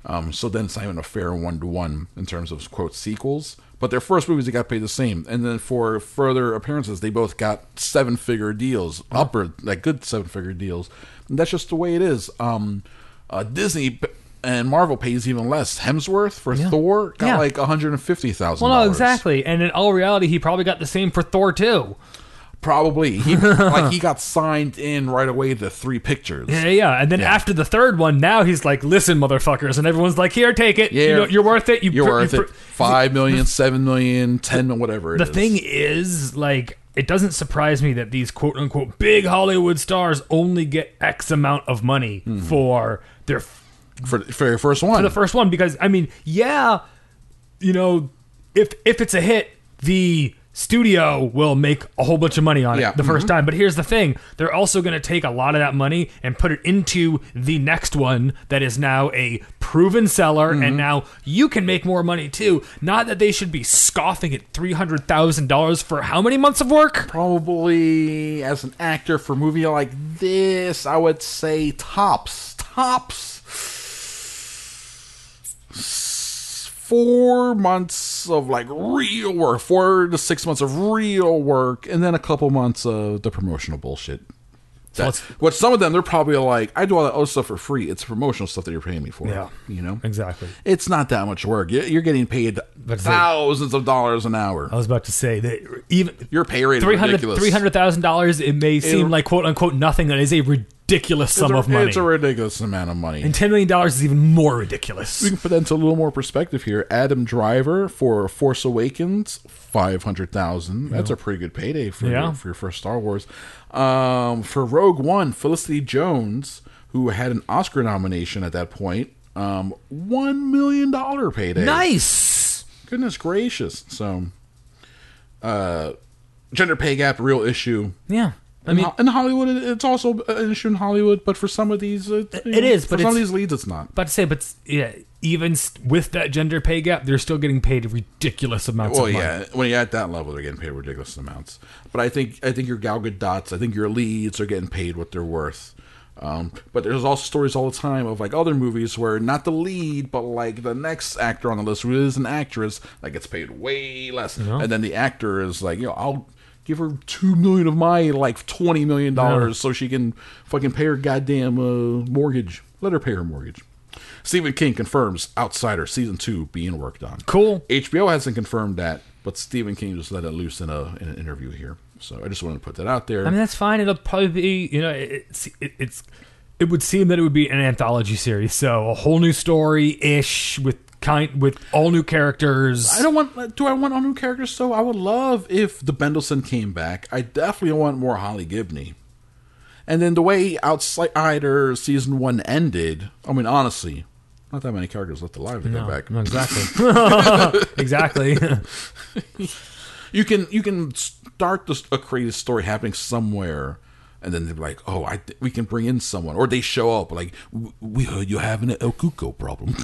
Speaker 5: Um, so then Simon Affair one to one in terms of quote sequels, but their first movies they got paid the same, and then for further appearances they both got seven figure deals, upper like good seven figure deals. And that's just the way it is. Um, uh, Disney p- and Marvel pays even less. Hemsworth for Thor got
Speaker 6: Yeah.
Speaker 5: like one hundred and fifty thousand.
Speaker 6: Well, no, exactly. And in all reality, he probably got the same for Thor too.
Speaker 5: Probably. He like he got signed in right away to three pictures.
Speaker 6: Yeah, yeah. And then
Speaker 5: Yeah.
Speaker 6: after the third one, now he's like, "Listen, motherfuckers," and everyone's like, "Here, take it.
Speaker 5: Yeah.
Speaker 6: You know, you're worth it. You
Speaker 5: You're
Speaker 6: pr-
Speaker 5: worth
Speaker 6: you
Speaker 5: it.
Speaker 6: pr-
Speaker 5: Five million, seven million, ten million, whatever it
Speaker 6: The
Speaker 5: is.
Speaker 6: thing is, like, it doesn't surprise me that these quote unquote big Hollywood stars only get X amount of money
Speaker 5: Mm-hmm.
Speaker 6: for their
Speaker 5: for, for your first one.
Speaker 6: the first one because I mean, yeah, you know, if if it's a hit, the studio will make a whole bunch of money on it
Speaker 5: Yeah.
Speaker 6: the 1st time. But here's the thing: they're also going to take a lot of that money and put it into the next one that is now a proven seller, and now you can make more money too. Not that they should be scoffing at three hundred thousand dollars for how many months of work?
Speaker 5: Probably as an actor for a movie like this, I would say tops. Tops. Four months of like real work, four to six months of real work, and then a couple months of the promotional bullshit. That,
Speaker 6: let's-
Speaker 5: what some of them they're probably like, I do all that other stuff for free. It's promotional stuff that you're paying me for.
Speaker 6: Yeah.
Speaker 5: you know,
Speaker 6: Exactly.
Speaker 5: it's not that much work. You're you're getting paid
Speaker 6: But they-
Speaker 5: thousands of dollars an hour.
Speaker 6: I was about to say that even
Speaker 5: Your pay rate is
Speaker 6: three hundred
Speaker 5: ridiculous.
Speaker 6: three hundred thousand dollars. It may seem like quote unquote nothing. That is a ridiculous sum
Speaker 5: it's
Speaker 6: of
Speaker 5: a,
Speaker 6: money.
Speaker 5: It's a ridiculous amount of money.
Speaker 6: and ten million dollars is even more ridiculous.
Speaker 5: we can put that into a little more perspective here. Adam Driver for Force Awakens, five hundred thousand. That's a pretty good payday for
Speaker 6: Yeah.
Speaker 5: for your first Star Wars. Um, for Rogue One, Felicity Jones, who had an Oscar nomination at that point, um, one million dollar payday.
Speaker 6: Nice.
Speaker 5: Goodness gracious! So, uh, gender pay gap, real issue.
Speaker 6: Yeah. I
Speaker 5: In
Speaker 6: mean,
Speaker 5: Ho- in Hollywood, it- it's also an issue in Hollywood, but for some of these, it,
Speaker 6: It is,
Speaker 5: For
Speaker 6: but
Speaker 5: some of
Speaker 6: it's-
Speaker 5: these leads, it's not.
Speaker 6: about to say, but s- yeah, even st- with that gender pay gap, they're still getting paid ridiculous amounts
Speaker 5: Well,
Speaker 6: of money.
Speaker 5: yeah, when you're at that level, they're getting paid ridiculous amounts. But I think I think your Gal Gadot's, I think your leads are getting paid what they're worth. Um, but there's also stories all the time of like other movies where not the lead, but like the next actor on the list who is an actress that gets paid way less, and then the actor is like, you know, I'll give her two million of my like twenty million dollars so she can fucking pay her goddamn uh, mortgage. Let her pay her mortgage. Stephen King confirms Outsider season two being worked on.
Speaker 6: Cool.
Speaker 5: HBO hasn't confirmed that, but Stephen King just let it loose in a in an interview here. So I just wanted to put that out there.
Speaker 6: I mean, that's fine. It'll probably be, you know, it, it's, it, it's, it would seem that it would be an anthology series, so a whole new story ish with kind with all new characters.
Speaker 5: I don't want. Do I want all new characters? So I would love if the Bendelson came back. I definitely want more Holly Gibney. And then the way Outsider season one ended. I mean, honestly, not that many characters left alive to go back.
Speaker 6: No, exactly. exactly.
Speaker 5: You can you can start this, a creative story happening somewhere, and then they're like, "Oh, I th- we can bring in someone," or they show up like, "W- "We heard you having an El Cuco problem."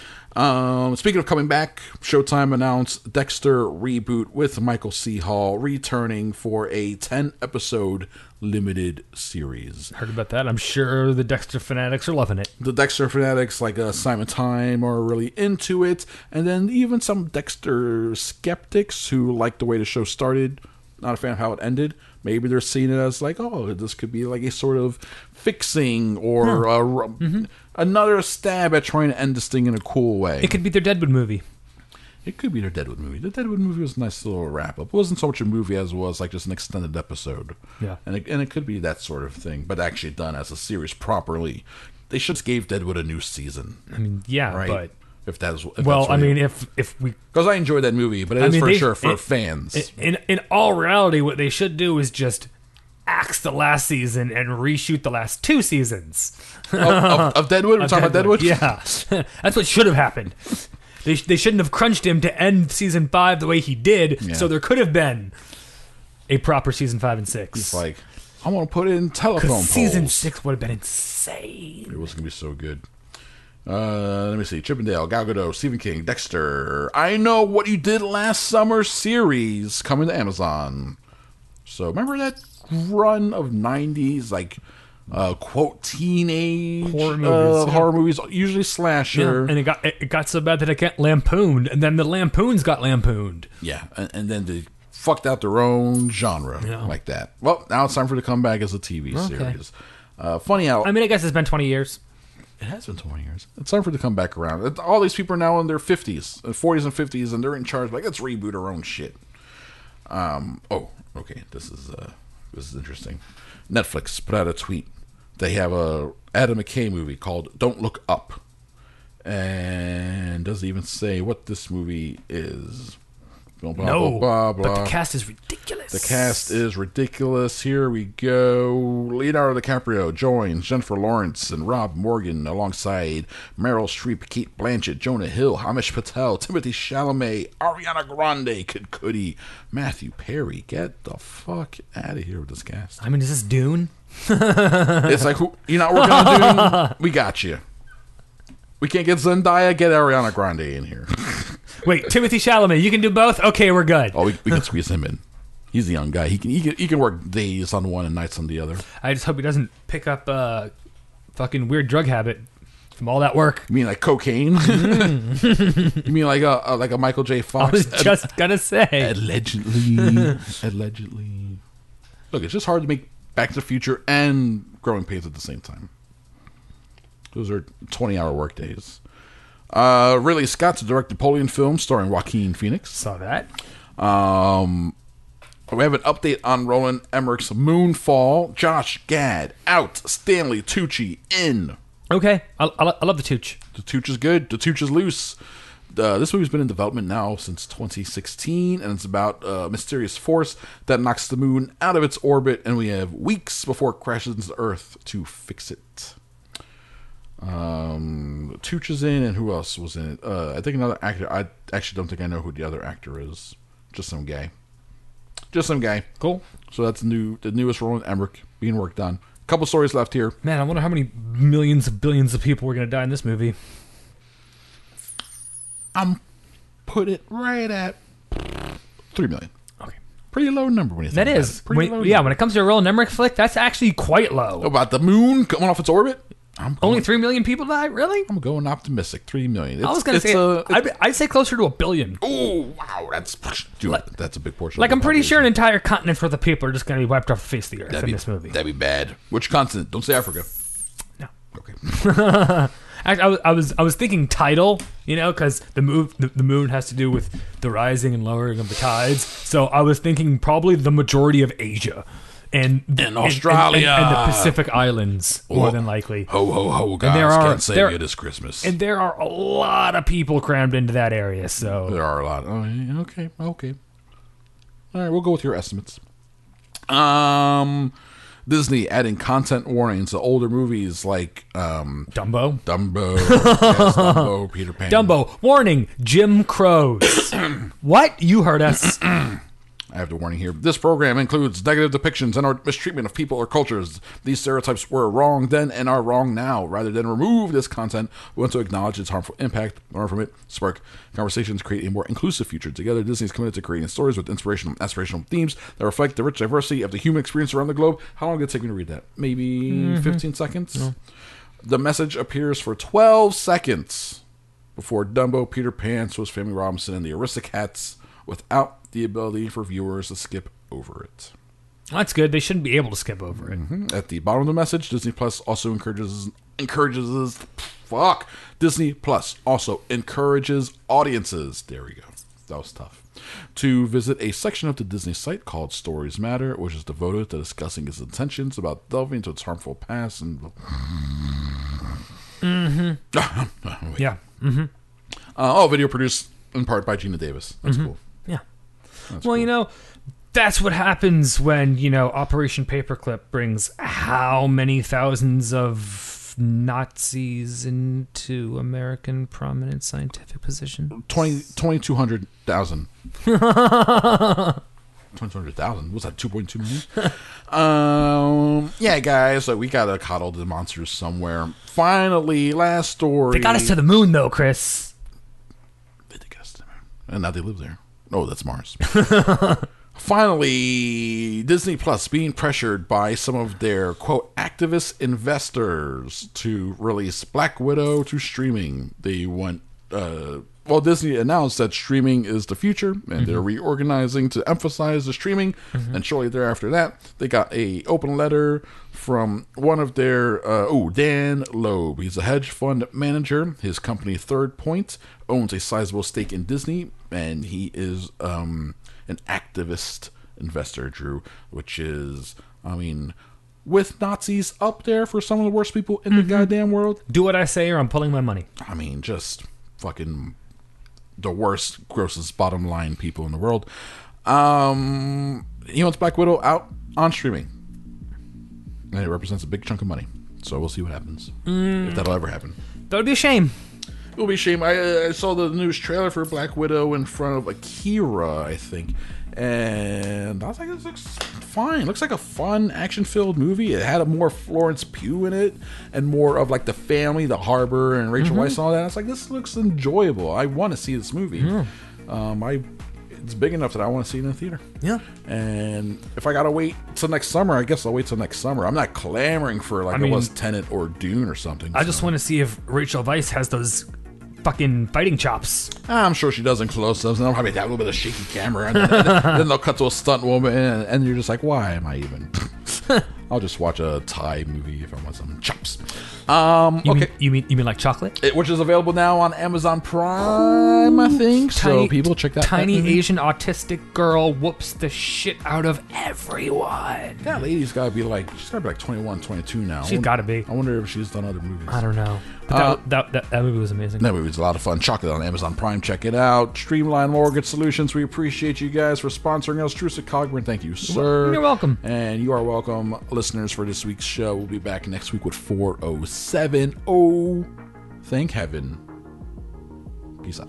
Speaker 5: um, speaking of coming back, Showtime announced Dexter reboot with Michael C. Hall returning for a ten episode limited series.
Speaker 6: Heard about that. I'm sure the Dexter fanatics are loving it.
Speaker 5: The Dexter fanatics like uh, Simon Time are really into it, and then even some Dexter skeptics who like the way the show started, not a fan of how it ended. Maybe they're seeing it as like, oh, this could be like a sort of fixing or a r- another stab at trying to end this thing in a cool way.
Speaker 6: It could be their Deadwood movie.
Speaker 5: It could be the Deadwood movie. The Deadwood movie was a nice little wrap up. It wasn't so much a movie as it was like just an extended episode.
Speaker 6: Yeah.
Speaker 5: And it, and it could be that sort of thing, but actually done as a series properly. They should just gave Deadwood a new season. I mean,
Speaker 6: yeah, but-
Speaker 5: if that is if
Speaker 6: Well, I mean, if if we
Speaker 5: because I enjoyed that movie, but it is
Speaker 6: I mean,
Speaker 5: for
Speaker 6: they-
Speaker 5: sure for
Speaker 6: it-
Speaker 5: fans.
Speaker 6: in in all reality, what they should do is just axe the last season and reshoot the last two seasons.
Speaker 5: of,
Speaker 6: uh-huh.
Speaker 5: of, of Deadwood, we're talking about Deadwood.
Speaker 6: Yeah, that's what should have happened. They, they shouldn't have crunched him to end season five the way he did.
Speaker 5: Yeah.
Speaker 6: So there could have been a proper season five and six.
Speaker 5: It's like I want to put it in telephone
Speaker 6: 'Cause
Speaker 5: poles.
Speaker 6: season six would have been insane.
Speaker 5: It was gonna be so good. Uh, let me see. Chippendale, Gal Gadot, Stephen King, Dexter. I know what you did last summer series coming to Amazon. So remember that run of '90s like uh, quote teenage
Speaker 6: Horror
Speaker 5: uh,
Speaker 6: movies, yeah.
Speaker 5: horror movies, usually slasher.
Speaker 6: And it got it, it got so bad that it got lampooned, and then the lampoons got lampooned.
Speaker 5: Yeah, and, and then they fucked out their own genre
Speaker 6: Yeah.
Speaker 5: like that. Well, now it's time for it to come back as a TV
Speaker 6: Okay.
Speaker 5: series. Uh, funny how
Speaker 6: I mean, I guess it's been twenty years.
Speaker 5: It has been 20 years. It's time for it to come back around. All these people are now in their 50s, uh, 40s and 50s, and they're in charge. Like, let's reboot our own shit. Um. Oh, okay. This is uh, this is interesting. Netflix put out a tweet. They have a Adam McKay movie called "Don't Look Up," and doesn't even say what this movie is. Blah, blah,
Speaker 6: no,
Speaker 5: blah, blah,
Speaker 6: but
Speaker 5: blah.
Speaker 6: the cast is ridiculous.
Speaker 5: The cast is ridiculous. Here we go. Leonardo DiCaprio joins Jennifer Lawrence and Rob Morgan alongside Meryl Streep, Kate Blanchett, Jonah Hill, Hamish Patel, Timothy Chalamet, Ariana Grande, Kid Cudi, Matthew Perry. Get the fuck out of here with this cast.
Speaker 6: I mean, is this Dune?
Speaker 5: It's like, who, you're not working on Dune? We got you. We can't get Zendaya. Get Ariana Grande in here.
Speaker 6: Wait, Timothy Chalamet, you can do both. Okay, we're good.
Speaker 5: Oh, we, we can squeeze him in. He's a young guy. He can, he can he can work days on one and nights on the other.
Speaker 6: I just hope he doesn't pick up a fucking weird drug habit from all that work.
Speaker 5: You mean like cocaine? you mean like a, a like a Michael J.
Speaker 6: I was
Speaker 5: Fox?
Speaker 6: just gonna say.
Speaker 5: allegedly, allegedly. Look, it's just hard to make Back to the Future and Growing Pains at the same time. Those are twenty-hour workdays. Uh, Ridley Scott's a direct Napoleon film starring Joaquin Phoenix.
Speaker 6: Saw that.
Speaker 5: Um, We have an update on Roland Emmerich's Moonfall. Josh Gad out. Stanley Tucci in.
Speaker 6: Okay, I, I, lo- I love the Tooch.
Speaker 5: The Tooch is good. The Tooch is loose. Uh, this movie's been in development now since 2016, and it's about a mysterious force that knocks the moon out of its orbit, and we have weeks before it crashes into Earth to fix it. Um, Tooch is in, and who else was in it? Uh, I think another actor. I actually don't think I know who the other actor is. Just some guy. Just some guy.
Speaker 6: Cool.
Speaker 5: So that's new. The newest Roland Emmerich being worked on. A couple stories left here.
Speaker 6: Man, I wonder how many millions of billions of people were going to die in this movie.
Speaker 5: I'm put it right at three million.
Speaker 6: Okay.
Speaker 5: Pretty low number when you think
Speaker 6: That
Speaker 5: about
Speaker 6: is,
Speaker 5: it. pretty
Speaker 6: when-
Speaker 5: low.
Speaker 6: yeah.
Speaker 5: number.
Speaker 6: When it comes to a real Nemrick flick, that's actually quite low.
Speaker 5: about the moon coming off its orbit. I'm going,
Speaker 6: Only three million people die, really?
Speaker 5: I'm going optimistic. Three million.
Speaker 6: I was going to
Speaker 5: It's-
Speaker 6: say,
Speaker 5: it's a-
Speaker 6: I'd, I'd say closer to a billion.
Speaker 5: oh wow, that's dude, that's a big portion.
Speaker 6: Like,
Speaker 5: of the
Speaker 6: I'm pretty sure an
Speaker 5: population.
Speaker 6: entire continent's worth of people are just going to be wiped off the face of the earth
Speaker 5: that'd
Speaker 6: in
Speaker 5: be,
Speaker 6: this movie.
Speaker 5: That'd be bad. Which continent? Don't say Africa.
Speaker 6: No.
Speaker 5: Okay.
Speaker 6: Act- I, was- I was I was thinking tidal, you know, because the move the, the moon has to do with the rising and lowering of the tides. So I was thinking probably the majority of Asia, and and-
Speaker 5: Australia.
Speaker 6: and, and the Pacific Islands more
Speaker 5: Well,
Speaker 6: than likely.
Speaker 5: Ho ho ho! Guys,
Speaker 6: there are-
Speaker 5: can't save
Speaker 6: there-
Speaker 5: you this Christmas.
Speaker 6: And there are a lot of people crammed into that area. So
Speaker 5: There are a lot. Oh, yeah, okay, okay. All right, we'll go with your estimates. Um, Disney adding content warnings to older movies like um,
Speaker 6: Dumbo,
Speaker 5: Dumbo, yes, Dumbo, Peter Pan.
Speaker 6: Dumbo, warning, Jim Crows. what you heard us?
Speaker 5: I have the warning here. This program includes negative depictions and or mistreatment of people or cultures. These stereotypes were wrong then and are wrong now. Rather than remove this content, we want to acknowledge its harmful impact, learn from it, spark conversations, create a more inclusive future. Together, Disney is committed to creating stories with inspirational and aspirational themes that reflect the rich diversity of the human experience around the globe. How long did it take me to read that? Maybe 15 seconds? The message appears for 12 seconds before Dumbo, Peter Pan, Swiss Family Robinson, and the Aristocats without the ability for viewers to skip over it.
Speaker 6: That's good. They shouldn't be able to skip over it.
Speaker 5: At the bottom of the message, Disney Plus also encourages encourages fuck Disney Plus also encourages audiences. There we go. That was tough. To visit a section of the Disney site called Stories Matter, which is devoted to discussing its intentions about delving into its harmful past and. Mm-hmm.
Speaker 6: Yeah,
Speaker 5: Uh, oh, video produced in part by Gina Davis. That's cool.
Speaker 6: yeah. well, you know, that's what happens when you know Operation Paperclip brings how many thousands of Nazis into American prominent scientific position.
Speaker 5: 20 2200,000. 2200,000? What's that, 2.2 million? um, yeah, guys, so we gotta coddle the monsters somewhere. Finally, last story.
Speaker 6: They got us to the moon, though, Chris.
Speaker 5: They did get us to the moon. And now they live there. No, that's Mars. Finally, Disney Plus being pressured by some of their quote activist investors to release Black Widow to streaming. They want uh well Disney announced that streaming is the future and they're reorganizing to emphasize the streaming and shortly thereafter that they got a open letter from one of their uh, oh Dan Loeb. He's a hedge fund manager. His company Third Point owns a sizable stake in Disney and he is um an activist investor, Drew, which is, I mean, with Nazis up there for some of the worst people in the goddamn world.
Speaker 6: Do what I say, or I'm pulling my money.
Speaker 5: I mean, just fucking the worst, grossest bottom line people in the world. Um, he wants Black Widow out on streaming, and it represents a big chunk of money. So we'll see what happens if that'll ever happen.
Speaker 6: That would be a shame.
Speaker 5: It'll be a shame. I, uh, I saw the news trailer for Black Widow in front of Akira, I think, and I was like, "This looks fine. Looks like a fun, action-filled movie. It had a more Florence Pugh in it, and more of like the family, the harbor, and Rachel
Speaker 6: Mm-hmm.
Speaker 5: Weisz and all that. I was like, this looks enjoyable. I want to see this movie. Um, I, it's big enough that I want to see it in the theater.
Speaker 6: Yeah.
Speaker 5: And if I gotta wait till next summer, I guess I'll wait till next summer. I'm not clamoring for like
Speaker 6: I
Speaker 5: it
Speaker 6: mean,
Speaker 5: was Tenet or Dune or something.
Speaker 6: I just
Speaker 5: so.
Speaker 6: want to see if Rachel Weisz has those fucking fighting chops.
Speaker 5: I'm sure she does in close-ups, and they'll probably have a little bit of shaky camera, and then, then they'll cut to a stunt woman, and, and you're just like, why am I even? I'll just watch a Thai movie if I want some chops. Um,
Speaker 6: You
Speaker 5: okay.
Speaker 6: mean you mean you mean like chocolate?
Speaker 5: It- which is available now on Amazon Prime, I think. so people check that.
Speaker 6: Tiny
Speaker 5: that movie.
Speaker 6: Asian autistic girl whoops the shit out of everyone.
Speaker 5: That lady's got to be like she's got to be like 21, 22 now.
Speaker 6: She's
Speaker 5: I won-
Speaker 6: gotta be.
Speaker 5: I wonder if she's done other movies.
Speaker 6: I don't know. But
Speaker 5: Uh,
Speaker 6: that, that, that that movie was amazing.
Speaker 5: That movie's a lot of fun. Chocolate on Amazon Prime. Check it out. Streamline Mortgage Solutions. We appreciate you guys for sponsoring us. Trusa Cogburn, thank you, sir.
Speaker 6: You're welcome.
Speaker 5: And you are welcome, listeners, for this week's show. We'll be back next week with 407. Oh, thank heaven. Peace out.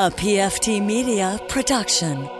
Speaker 1: A PFT Media production.